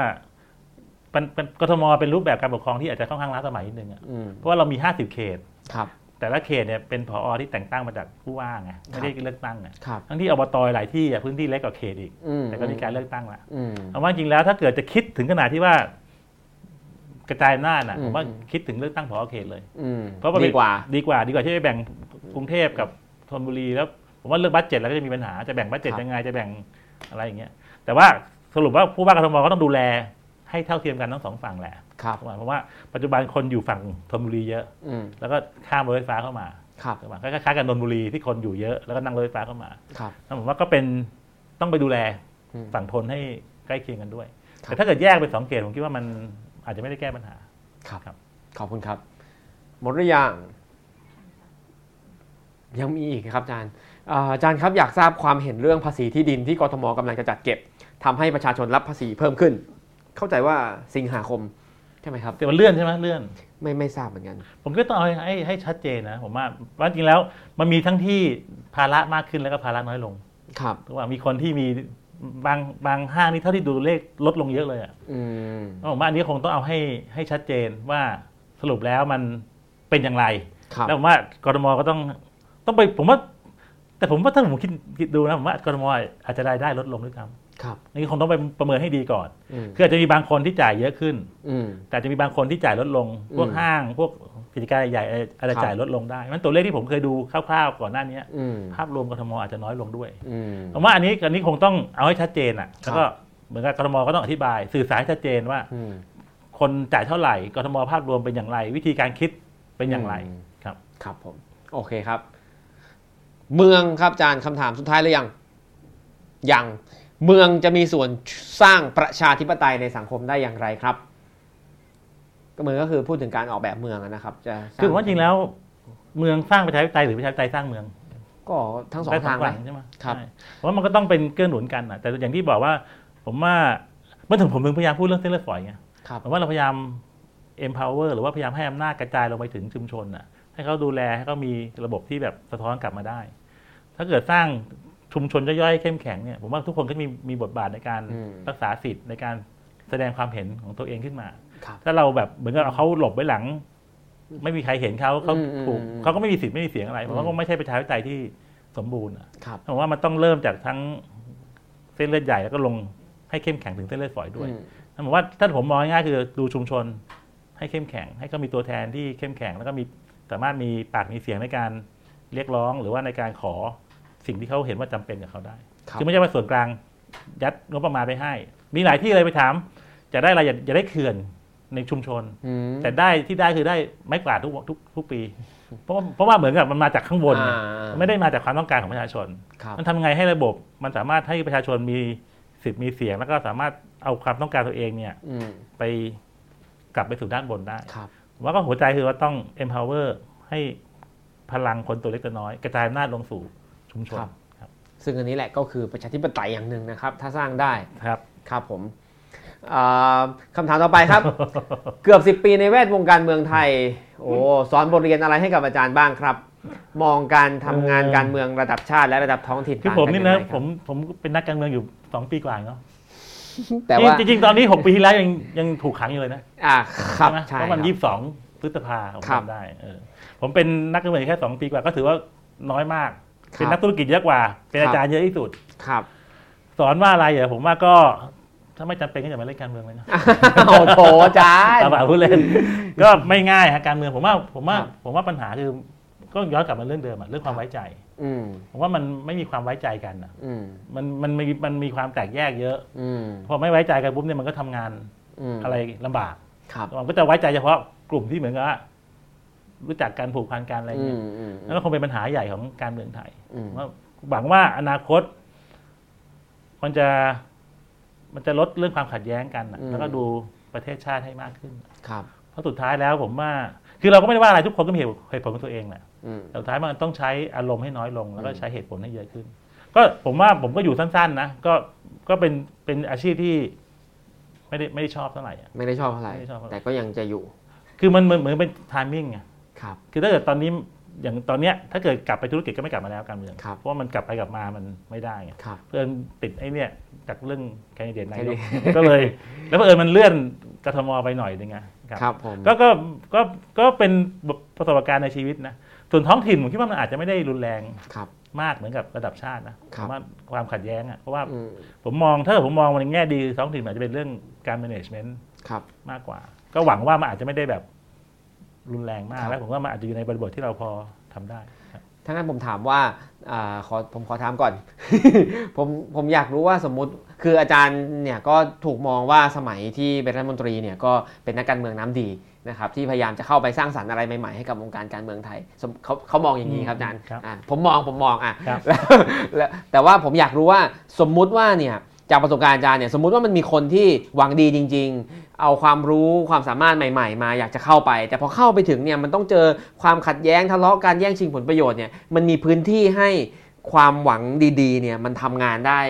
[SPEAKER 2] เป็นเป็นกทมเป็นรูปแบบการปกครองที่อาจจะค่อนข้างล้าสมัยนิดนึงอะ
[SPEAKER 1] อืม
[SPEAKER 2] เพราะว่าเรามี 50 เขต
[SPEAKER 1] ครับ
[SPEAKER 2] แต่ละเขตเนี่ยเป็นผอที่แต่งตั้งมาจากผู้ว่าไงไม่ได้เลือกตั้งไง
[SPEAKER 1] ครับ
[SPEAKER 2] ทั้งที่อบตหลายที่อะพื้นที่เล็กกว่าเขตอีก
[SPEAKER 1] อืม
[SPEAKER 2] แต่ก็มีการเลือกตั้งละ
[SPEAKER 1] อืม
[SPEAKER 2] เอาว่าจริงแล้วถ้าเกิดจะคิดถึงขนาดที่ว่ากระจายอำนาจน่ะ
[SPEAKER 1] อืม
[SPEAKER 2] ผมว่าคิดถึงเลือกตั้งผอเขตเลย
[SPEAKER 1] อืม
[SPEAKER 2] เพราะมันเป็
[SPEAKER 1] ดี
[SPEAKER 2] น
[SPEAKER 1] กว่า
[SPEAKER 2] ดีกว่าดีกว่าที่ไปแบ่งกรุงเทพกับธนบุรีแล้ว ผมว่าเรื่องบัตเจ็ตแล้วก็จะมีปัญหาจะแบ่งบัตเจ็ต
[SPEAKER 1] ครับ
[SPEAKER 2] ยังไงจะแบ่งอะไรอย่างเงี้ยแต่ว่าสรุปว่าผู้ว่ากทมก็ต้องดูแลให้เท่าเทียมกันทั้งสองฝั่งแหละ
[SPEAKER 1] ครับ
[SPEAKER 2] เพราะว่าปัจจุบันคนอยู่ฝั่งธนบุรีเยอะ
[SPEAKER 1] อืม
[SPEAKER 2] แล้วก็ข้ามรถไฟฟ้าเข้ามา
[SPEAKER 1] ครับ
[SPEAKER 2] ถูกปะก็คล้ายๆกับนนทบุรีที่คนอยู่เยอะแล้วก็นั่งรถไฟฟ้าเข้ามา
[SPEAKER 1] ครับ
[SPEAKER 2] แล้วผมว่าก็เป็นต้องไปดูแล
[SPEAKER 1] อืม
[SPEAKER 2] ฝั่งทนให้ใกล้เคียงกันด้วย
[SPEAKER 1] ครับ
[SPEAKER 2] แต่ถ้าเกิดแยกเป็นสองเกตผมคิดว่ามันอาจจะไม่ได้แก้ปัญหา
[SPEAKER 1] ครับ
[SPEAKER 2] ครับ
[SPEAKER 1] ขอบคุณครับ หมดหรือยัง ยังมีอีกครับอาจารย์อ่าอาจารย์ครับอยากทราบความเห็นเรื่องภาษีที่ดินที่กทมกำลังจะจัดเก็บทำให้ประชาชนรับภาษีเพิ่มขึ้น เข้าใจว่าสิงหาคม ใช่ไหมครับ
[SPEAKER 2] แต่มันเลื่อนใช่ไหมเลื่อน
[SPEAKER 1] ไม่ไม่ทราบเหมือนกัน
[SPEAKER 2] ผมก็ต้องเอาให้ให้ให้ชัดเจนนะผมว่าว่าจริงแล้วมันมีทั้งที่ภาระมากขึ้นแล้วก็ภาระน้อยลง
[SPEAKER 1] ครับ
[SPEAKER 2] ถูกว่ามีคนที่มีบางบางห้างนี่เท่าที่ดูเลขลดลงเยอะเลยอะ
[SPEAKER 1] อืม
[SPEAKER 2] ผมว่าอันนี้คงต้องเอาให้ให้ชัดเจนว่าสรุปแล้วมันเป็นอย่างไร
[SPEAKER 1] ครับ
[SPEAKER 2] แล้วผมว่ากรมก็ต้องต้องไปผมว่า แต่ผมว่าถ้าผมคิดคิดดูนะผมว่ากรมอาจจะรายได้ลดลงด้วยซ้ำ
[SPEAKER 1] ครับ
[SPEAKER 2] อันนี้คงต้องไปประเมินให้ดีก่อน
[SPEAKER 1] อืม
[SPEAKER 2] คืออาจจะมีบางคนที่จ่ายเยอะขึ้น
[SPEAKER 1] อืม
[SPEAKER 2] แต่อาจจะมีบางคนที่จ่ายลดลง พวก
[SPEAKER 1] อืม
[SPEAKER 2] ห้าง พวกกิจการใหญ่ๆอะไรอะไร
[SPEAKER 1] ครับ
[SPEAKER 2] จ่ายลดลงได้มันตัวเลขที่ผมเคยดูคร่าวๆก่อนหน้านี้
[SPEAKER 1] อืม
[SPEAKER 2] ภาพรวมกทมอาจจะน้อยลงด้วย
[SPEAKER 1] อืม
[SPEAKER 2] ผมว่าอันนี้อันนี้คงต้องเอาให้ชัดเจนอ่ะ
[SPEAKER 1] ครับ
[SPEAKER 2] แล้วก็เหมือนกับกทมก็ต้องอธิบาย สื่อสารให้ชัดเจนว่า
[SPEAKER 1] อืม
[SPEAKER 2] คนจ่ายเท่าไหร่กทมภาพรวมเป็นอย่างไร วิธีการคิดเป็นอย่างไร
[SPEAKER 1] อืม
[SPEAKER 2] ครับ
[SPEAKER 1] ครับผม โอเคครับ เมืองครับอาจารย์คำถามสุดท้ายหรือยัง ยัง เมืองจะมีส่วนสร้างประชาธิปไตยในสังคมได้อย่างไรครับ ก็เมืองก็คือพูดถึงการออกแบบเมืองอะนะครับ จะส
[SPEAKER 2] คือผมว่าจริงแล้ว เมืองสร้างประชาธิปไตยหรือประชาธิปไตยสร้างเมือง
[SPEAKER 1] ก็ทั้งสองทางไหม
[SPEAKER 2] ได้ใช่ไหม
[SPEAKER 1] ครับ
[SPEAKER 2] ใช่เพราะว่ามันก็ต้องเป็นเกื้อหนุนกันอ่ะ แต่อย่างที่บอกว่า ผมว่าเมื่อถึงผมถึงพยายามพูดเรื่องเส้นเลือดฝอยไง
[SPEAKER 1] ครับ
[SPEAKER 2] ผมว่าเราพยายาม empower หรือว่าพยายามให้อำนาจกระจายลงไปถึงชุมชนอ่ะ ให้เขาดูแลให้เขามีระบบที่แบบสะท้อนกลับมาได้ ถ้าเกิดสร้างชุมชนย่อยๆเข้มแข็งเนี่ยผมว่าทุกคนก็มีมีบทบาทในการ
[SPEAKER 1] อืม
[SPEAKER 2] รักษาสิทธิ์ในการแสดงความเห็นของตัวเองขึ้นมา
[SPEAKER 1] ครับ
[SPEAKER 2] ถ้าเราแบบเหมือนกับเอาเขาหลบไว้หลัง ไม่มีใครเห็นเขาเขา
[SPEAKER 1] อืมอืม
[SPEAKER 2] ถูก
[SPEAKER 1] อืม
[SPEAKER 2] เขาก็ไม่มีสิทธิ์ไม่มีเสียงอะไรผมว่า
[SPEAKER 1] อืม
[SPEAKER 2] ก็ไม่ใช่ประชาธิปไตยที่สมบูรณ์อ่ะ
[SPEAKER 1] ครับ
[SPEAKER 2] ผมว่ามันต้องเริ่มจากทั้งเส้นเลือดใหญ่แล้วก็ลงให้เข้มแข็งถึงเส้นเลือดฝอยด้วย
[SPEAKER 1] อืม
[SPEAKER 2] ผมว่าถ้าผมมองง่ายๆคือดูชุมชนให้เข้มแข็ง ให้เขามีตัวแทนที่เข้มแข็ง แล้วก็มีสามารถมีปากมีเสียงในการเรียกร้อง หรือว่าในการขอสิ่งที่เขาเห็นว่าจำเป็นกับเขาได้
[SPEAKER 1] ครับ
[SPEAKER 2] คือไม่ใช่ว่าส่วนกลางยัดงบประมาณไปให้ มีหลายที่เลยไปถามจะได้อะไรอย่าอย่าได้เขื่อน ในชุมชน
[SPEAKER 1] อืม
[SPEAKER 2] แต่ได้ที่ได้คือได้ไม้กวาดทุกทุกทุก
[SPEAKER 1] (laughs)
[SPEAKER 2] ปี เพราะเพราะว่าเหมือนกับมันมาจากข้างบน
[SPEAKER 1] อ่า
[SPEAKER 2] ไม่ได้มาจากความต้องการของประชาชน
[SPEAKER 1] ครับ
[SPEAKER 2] มันทำไงให้ระบบมันสามารถให้ประชาชนมีสิทธิ์มีเสียง แล้วก็สามารถเอาความต้องการตัวเองเนี่ย
[SPEAKER 1] อืม
[SPEAKER 2] ไปกลับไปสู่ด้านบนได้
[SPEAKER 1] ครับ
[SPEAKER 2] ผมว่าก็หัวใจคือว่าต้อง empower ให้พลังคนตัวเล็กตัวน้อย กระจายอำนาจลงสู่ชุมชนครับ
[SPEAKER 1] ซึ่งอันนี้แหละก็คือประชาธิปไตยอย่างหนึ่งนะครับ ถ้าสร้างได้
[SPEAKER 2] ครับ
[SPEAKER 1] ครับผมอ่าคำถามต่อไปครับ เกือบ 10 ปีในแวดวงการเมืองไทย โอ้สอนบทเรียนอะไรให้กับอาจารย์บ้างครับ มองการทำงาน
[SPEAKER 2] เอ่อ
[SPEAKER 1] การเมืองระดับชาติและระดับท้องถิ่น
[SPEAKER 2] คือ
[SPEAKER 1] ต่าง
[SPEAKER 2] ผม
[SPEAKER 1] กั
[SPEAKER 2] นี่
[SPEAKER 1] ยังไง
[SPEAKER 2] นะครับ ผมผมเป็นนักการเมืองอยู่ 2 ปีกว่าเนาะ
[SPEAKER 1] แต่ว่า
[SPEAKER 2] จริงจริงๆตอนนี้ 6 ปีที่แล้วยังยังถูกขังอยู่เลยนะ
[SPEAKER 1] อ่าครับ
[SPEAKER 2] ไหม
[SPEAKER 1] ใช่
[SPEAKER 2] เพราะมัน
[SPEAKER 1] ครับ
[SPEAKER 2] 22 พฤษภาผม
[SPEAKER 1] ครับ
[SPEAKER 2] จำได้เออผมเป็นนักการเมืองแค่ 2 ปีกว่าก็ถือว่าน้อยมาก
[SPEAKER 1] ครับ
[SPEAKER 2] เป็นนักธุรกิจเยอะกว่า เป็นอาจารย์เยอะที่สุด
[SPEAKER 1] ครับ
[SPEAKER 2] สอนว่าอะไรเหรอผมว่าก็ถ้าไม่จำเป็นก็อย่ามาเล่นการเมืองเลยนะ
[SPEAKER 1] โอ้โหอาจารย์
[SPEAKER 2] ตาบ่าพูด
[SPEAKER 1] (laughs)
[SPEAKER 2] เล่น ก็ไม่ง่ายฮะการเมืองผมว่าผมว่า
[SPEAKER 1] ครับ
[SPEAKER 2] ผมว่าปัญหาคือก็ย้อนกลับมาเรื่องเดิมอะเรื่องความไว้ใจ
[SPEAKER 1] อืม
[SPEAKER 2] ผมว่ามันไม่มีความไว้ใจกันอะ
[SPEAKER 1] อืม
[SPEAKER 2] มันมันมีมันมีความแตกแยกเยอะ
[SPEAKER 1] อืม
[SPEAKER 2] พอไม่ไว้ใจกันปุ๊บเนี่ยมันก็ทำงาน
[SPEAKER 1] อืม
[SPEAKER 2] อะไรลำบาก
[SPEAKER 1] ครับ
[SPEAKER 2] มันก็จะไว้ใจเฉพาะกลุ่มที่เหมือนกับว่ารู้จักการผูกพันกันอะไร
[SPEAKER 1] อื
[SPEAKER 2] เงี้
[SPEAKER 1] ม
[SPEAKER 2] ย
[SPEAKER 1] อืม
[SPEAKER 2] แล้วก็คงเป็นปัญหาใหญ่ของการเมืองไทย
[SPEAKER 1] อืม
[SPEAKER 2] ว่าหวังว่าอนาคต มันจะมันจะลดเรื่องความขัดแย้งกันน่ะแล้วก็ดูประเทศชาติให้มากขึ้น
[SPEAKER 1] ครับ
[SPEAKER 2] เพราะสุดท้ายแล้วผมว่า คือเราก็ไม่ได้ว่าอะไรทุกคนก็มีเหตุเหตุผลของตัวเองแหละ
[SPEAKER 1] อืม
[SPEAKER 2] แต่สุดท้ายมันต้องใช้อารมณ์ให้น้อยลง แล้วก็
[SPEAKER 1] อืม
[SPEAKER 2] ใช้เหตุผลให้เยอะขึ้น ก็ผมว่าผมก็อยู่สั้นๆนะก็ก็เป็นเป็นอาชีพที่ไม่ได้ไม่ได้ชอบเท่าไหร่อะ
[SPEAKER 1] ไม่ได้ชอบเท่าไหร่
[SPEAKER 2] ไม่ได้ชอบเท่าไหร่
[SPEAKER 1] แต่ก็ยังจะอยู่
[SPEAKER 2] คือมันเหมือนเหมือนเป็นไทมิ่งไง
[SPEAKER 1] ครับ
[SPEAKER 2] คือถ้าเกิดตอนนี้อย่างตอนเนี้ยถ้าเกิดกลับไปธุรกิจก็ไม่กลับมาแล้วการเมือง
[SPEAKER 1] ครับ
[SPEAKER 2] เพราะว่ามันกลับไปกลับมามันไม่ได้ไง
[SPEAKER 1] ครับ
[SPEAKER 2] เพื่อนติดไอ้เนี่ยจากเรื่องแคนดิเดตนายก
[SPEAKER 1] Candidate
[SPEAKER 2] ก็เลย แล้วเออญมันเลื่อนกทมไปหน่อยนึงไงครับ
[SPEAKER 1] ครับผม
[SPEAKER 2] ก็ก็ก็ก็เป็นประสบการณ์ในชีวิตนะส่วนท้องถิ่นผมคิดว่ามันอาจจะไม่ได้รุนแรง
[SPEAKER 1] ครับ
[SPEAKER 2] มากเหมือนกับระดับชาตินะครับ ผมว่าความขัดแย้งอ่ะเพราะว่า
[SPEAKER 1] อืม
[SPEAKER 2] ผมมองถ้าเกิดผมมองในแง่ดีท้องถิ่นมันอาจจะเป็นเรื่องการ management
[SPEAKER 1] ครับ
[SPEAKER 2] มากกว่า ก็หวังว่ามันอาจจะไม่ได้แบบรุนแรงมา
[SPEAKER 1] ครั
[SPEAKER 2] ก
[SPEAKER 1] บ
[SPEAKER 2] แล้วผมว่ามันอาจจะอยู่ในบริบทที่เราพอทำได้ครับ
[SPEAKER 1] ถ้างั้นผมถามว่าอาขอผมขอถามก่อน (laughs) ผมผมอยากรู้ว่าสมมติคืออาจารย์เนี่ยก็ถูกมองว่าสมัยที่เป็นรัฐมนตรีเนี่ยก็เป็นนักการเมืองน้ำดีนะครับที่พยายามจะเข้าไปสร้างสรรค์อะไรใหม่ๆให้กับวงการการเมืองไทยสมเขาเขามองอย่างนี้ครับอาจารย์
[SPEAKER 2] ครับ
[SPEAKER 1] อ่ะผมมองผมมองอ่ะ
[SPEAKER 2] ครับ
[SPEAKER 1] แล้วแล้ว (laughs) แต่ว่าผมอยากรู้ว่าสมมุติว่าเนี่ยจากประสบการณ์อาจารย์เนี่ยสมมุติว่ามันมีคนที่หวังดีจริง ๆ เอาความรู้ความสามารถใหม่ๆ มาอยากจะเข้าไป แต่พอเข้าไปถึงเนี่ยมันต้องเจอความขัดแย้งทะเลาะการแย่งชิงผลประโยชน์เนี่ยมันมีพื้นที่ให้ความหวังดีๆเนี่ยมันทำงานได้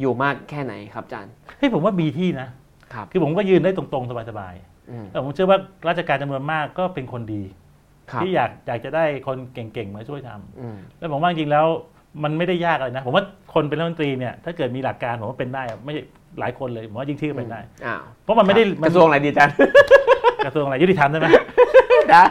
[SPEAKER 1] อยู่มากแค่ไหนครับอาจารย์
[SPEAKER 2] เฮ้ยผมว่ามีที่นะครับคือผมก็ยืนได้ตรงๆ สบาย
[SPEAKER 1] อืม
[SPEAKER 2] ๆแต่ผมเชื่อว่าราชการจำนวนมากก็เป็นคนดี
[SPEAKER 1] ครับ
[SPEAKER 2] ที่อยากอยากจะได้คนเก่งๆมาช่วยทำ
[SPEAKER 1] อืม
[SPEAKER 2] แล้วผมว่าจริงๆแล้วมันไม่ได้ยากอะไรนะ ผมว่าคนเป็นรัฐมนตรีเนี่ยถ้าเกิดมีหลักการผมว่าเป็นได้อะไม่หลายคนเลยผมว่ายิ่งที่ก็เป็นได้
[SPEAKER 1] อ้าว
[SPEAKER 2] เพราะมันไม่ได้
[SPEAKER 1] ครับ
[SPEAKER 2] มั
[SPEAKER 1] ก
[SPEAKER 2] น
[SPEAKER 1] ระทรวงอะไรดีอาจารย์ (laughs)
[SPEAKER 2] กระทรวงอะไรยุติธรรมใช่ไหม
[SPEAKER 1] ได้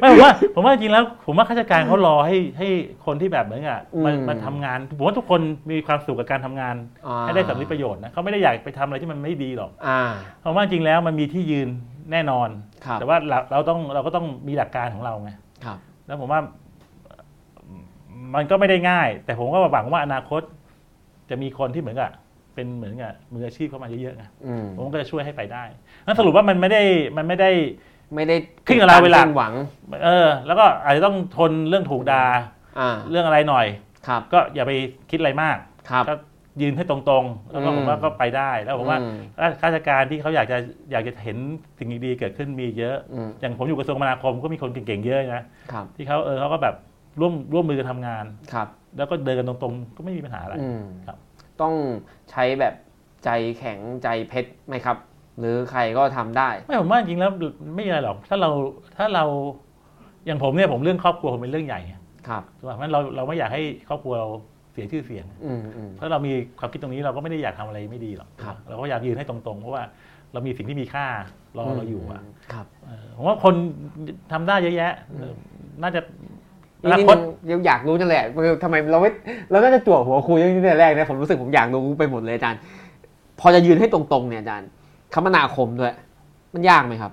[SPEAKER 2] ไม่ผมว่าผมว่าจริงๆแล้ว ผมว่าข้าราชการเขารอให้ให้คนที่แบบเหมือนกับมามาทำงานผมว่าทุกคนมีความสุขกับการทำงาน ให้ได้สำลิดประโยชน์นะเขาไม่ได้อยากไปทำอะไรที่มันไม่ดีหรอก
[SPEAKER 1] อ่า
[SPEAKER 2] เพราะว่าจริงๆแล้วมันมีที่ยืนแน่นอน
[SPEAKER 1] ครับ
[SPEAKER 2] แต่ว่าเราเราต้องเราก็ต้องมีหลักการของเราไง
[SPEAKER 1] ครับ
[SPEAKER 2] แล้วผมว่ามันก็ไม่ได้ง่าย แต่ผมก็หวังว่าอนาคต จะมีคนที่เหมือนกับเป็นเหมือนกับมืออาชีพเข้ามาเยอะๆไง
[SPEAKER 1] อืม
[SPEAKER 2] ผมก็จะช่วยให้ไปได้นั่นสรุปว่ามันไม่ได้มันไม่ได้
[SPEAKER 1] ไม่ได้
[SPEAKER 2] ขึ้นกับเราเวลา
[SPEAKER 1] คดหวัง
[SPEAKER 2] เออ แล้วก็อาจจะต้องทนเรื่องถูกด่า
[SPEAKER 1] อ่า
[SPEAKER 2] เรื่องอะไรหน่อย
[SPEAKER 1] ครับ
[SPEAKER 2] ก็อย่าไปคิดอะไรมาก
[SPEAKER 1] ครับ
[SPEAKER 2] ก็ยืนให้ตรงๆ แล้วก็
[SPEAKER 1] อืม
[SPEAKER 2] ผมว่าก็ไปได้ แล้วผมว่า
[SPEAKER 1] อืม
[SPEAKER 2] ข้าราชการที่เขาอยากจะอยากจะเห็นสิ่งดีๆเกิดขึ้นมีเยอะ
[SPEAKER 1] อืม
[SPEAKER 2] อย่างผมอยู่กระทรวงคมนาคมก็มีคนเก่งๆเยอะนะครับ ที่เขาเออเขาก็แบบร่วมร่วมมือกันทำงาน
[SPEAKER 1] ครับ
[SPEAKER 2] แล้วก็เดินกันตรงๆ ก็ไม่มีปัญหาอะไร
[SPEAKER 1] อืม
[SPEAKER 2] ครับ
[SPEAKER 1] ต้องใช้แบบใจแข็งใจเพชรไหมครับ หรือใครก็ทำได้
[SPEAKER 2] ไม่ผมว่าจริงๆแล้วไม่มีอะไรหรอกถ้าเราถ้าเราอย่างผมเนี่ยผมเรื่องครอบครัวผมเป็นเรื่องใหญ่ไง
[SPEAKER 1] ครับ
[SPEAKER 2] ถูกไหมเพราะฉะนั้นเราเราไม่อยากให้ครอบครัวเราเสียชื่อเสียง
[SPEAKER 1] อืมอืม
[SPEAKER 2] เพราะเรามีความคิดตรงนี้เราก็ไม่ได้อยากทำอะไรไม่ดีหรอก
[SPEAKER 1] ครับ
[SPEAKER 2] เราก็อยากยืนให้ตรงๆ เพราะว่าเรามีสิ่งที่มีค่ารอเราอยู่อะ
[SPEAKER 1] ครับ
[SPEAKER 2] เออผมว่าคนทำได้เยอะแยะ
[SPEAKER 1] อืม
[SPEAKER 2] น่าจะอ
[SPEAKER 1] นี่
[SPEAKER 2] นา
[SPEAKER 1] นี่
[SPEAKER 2] คต
[SPEAKER 1] ยังอยากรู้จังแหละคือทำไมเราไม่เราน่าจะจั่วหัวคุยเรื่องนี้แต่แรกนะผมรู้สึกผมอยากรู้ไปหมดเลยอาจารย์ พอจะยืนให้ตรงๆเนี่ยอาจารย์คมนาคมด้วย มันยากไหมครับ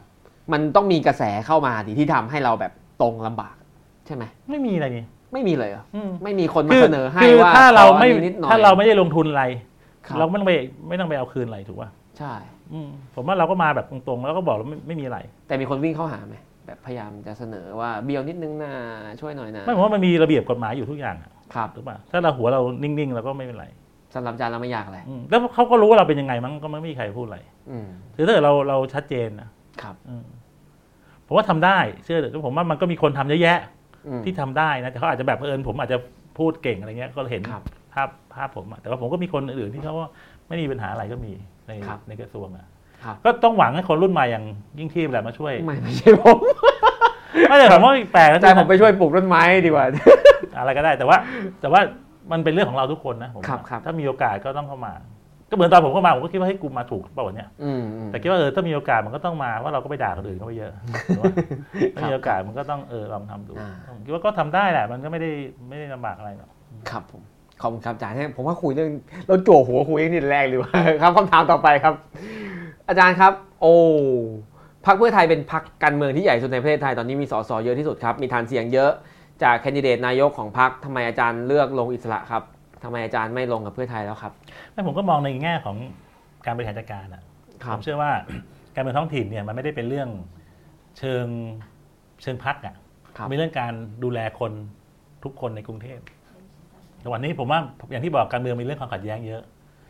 [SPEAKER 1] มันต้องมีกระแสเข้ามาดิที่ทำให้เราแบบตรงลำบาก ใช่ไหม
[SPEAKER 2] ไม่มีอะไรนี่
[SPEAKER 1] ไม่มีเลยเหรอ
[SPEAKER 2] อืม
[SPEAKER 1] ไม่มีคนมา
[SPEAKER 2] คือ
[SPEAKER 1] เสนอให้
[SPEAKER 2] คือ
[SPEAKER 1] ว่า
[SPEAKER 2] ถ้าเรา
[SPEAKER 1] ขออัน
[SPEAKER 2] ไม่
[SPEAKER 1] นี้นิดหน่อย
[SPEAKER 2] ถ้าเราไม่ได้ลงทุนอะไร
[SPEAKER 1] ครับ
[SPEAKER 2] เราไม่ต้องไปไม่ต้องไปเอาคืนอะไรถูกป่ะ
[SPEAKER 1] ใช่
[SPEAKER 2] อืมผมว่าเราก็มาแบบตรงๆ แล้วก็บอกแล้วไม่ไม่มีอะไร
[SPEAKER 1] แต่มีคนวิ่งเข้าหาไหมแบบพยายามจะเสนอว่าเบียวนิดนึงนะช่วยหน่อยนะ
[SPEAKER 2] ไม่ผมว่ามันมีระเบียบกฎหมายอยู่ทุกอย่างอะ
[SPEAKER 1] ครับ
[SPEAKER 2] ถูกป่ะถ้าเราหัวเรานิ่งๆเราก็ไม่เป็นไร
[SPEAKER 1] สำหรับอาจารย์เราไม่อยากอะไร
[SPEAKER 2] อืมแล้วเขาก็รู้ว่าเราเป็นยังไงมั้งก็ไม่มีใครพูดอะไร
[SPEAKER 1] อืม
[SPEAKER 2] คือถ้าเกิดเราเราชัดเจนนะครับ อืมผมว่าทำได้เชื่อเถอะผมว่ามันก็มีคนทำเยอะแยะ
[SPEAKER 1] อืม
[SPEAKER 2] ที่ทำได้นะแต่เขาอาจจะแบบเผอิญผมอาจจะพูดเก่งอะไรเงี้ยก็เห็น
[SPEAKER 1] ครับ
[SPEAKER 2] ภาพภาพผมอะแต่ว่าผมก็มีคนอื่นๆที่เขาว่าไม่มีปัญหาอะไรก็มีใน
[SPEAKER 1] ครับ
[SPEAKER 2] ในกระทรวงอะ
[SPEAKER 1] ครับ
[SPEAKER 2] ก็ต้องหวังให้คนรุ่นใหม่อย่างยิ่งที่แหละมาช่วย
[SPEAKER 1] ไม่ไม่ใช่ผม
[SPEAKER 2] ไม่แต่ผมว่าแปลกนะ
[SPEAKER 1] อาจารย์ผมไปช่วยปลูกต้นไม้ดีกว่า
[SPEAKER 2] อะไรก็ได้แต่ว่า แต่ว่ามันเป็นเรื่องของเราทุกคนนะผม
[SPEAKER 1] ครับครับ
[SPEAKER 2] ถ้ามีโอกาสก็ต้องเข้ามา ก็เหมือนตอนผมเข้ามาผมก็คิดว่าให้ยกูมาถูกเปล่าวะเนี่ย
[SPEAKER 1] อืมอืม
[SPEAKER 2] แต่คิดว่าเออถ้ามีโอกาสมันก็ต้องมาว่าะเราก็ไปด่าคนอื่นเขาไป
[SPEAKER 1] (laughs)
[SPEAKER 2] เยอะถูกปะถ้ามีโอกาสมันก็ต้องเออลองทำดู
[SPEAKER 1] อ่า
[SPEAKER 2] ผมคิดว่าก็ทำได้แหละมันก็ไม่ได้ไม่ได้ลำบากอะไรหรอก
[SPEAKER 1] ครับผมขอบคุณครับอาจารย์ผมว่าคุยเรื่องเราจั่วหัวคุยเรื่องนี้แรกเลยว่า (laughs) ครับคำถามต่อไปครับ อาจารย์ครับ โอ้พักเพื่อไทยเป็นพักการเมืองที่ใหญ่สุดในประเทศไทยตอนนี้มีสสเยอะที่สุดครับ มีฐานเสียงเยอะจากแคนดิเดตนายกของพักทำไมอาจารย์เลือกลงอิสระครับทำไมอาจารย์ไม่ลงกับเพื่อไทยแล้วครับ
[SPEAKER 2] ไม่ผมก็มองในแง่ของการบริหารจัดการอะผมเชื่อว่า (clears throat) การเมืองท้องถิ่นเนี่ยมันไม่ได้เป็นเรื่องเชิงเชิงพักอ่ะ
[SPEAKER 1] ครับ
[SPEAKER 2] มีเรื่องการดูแลคนทุกคนในกรุงเทพแต่วันนี้ผมว่าอย่างที่บอกการเมืองมีเรื่องความขัดแย้งเยอะ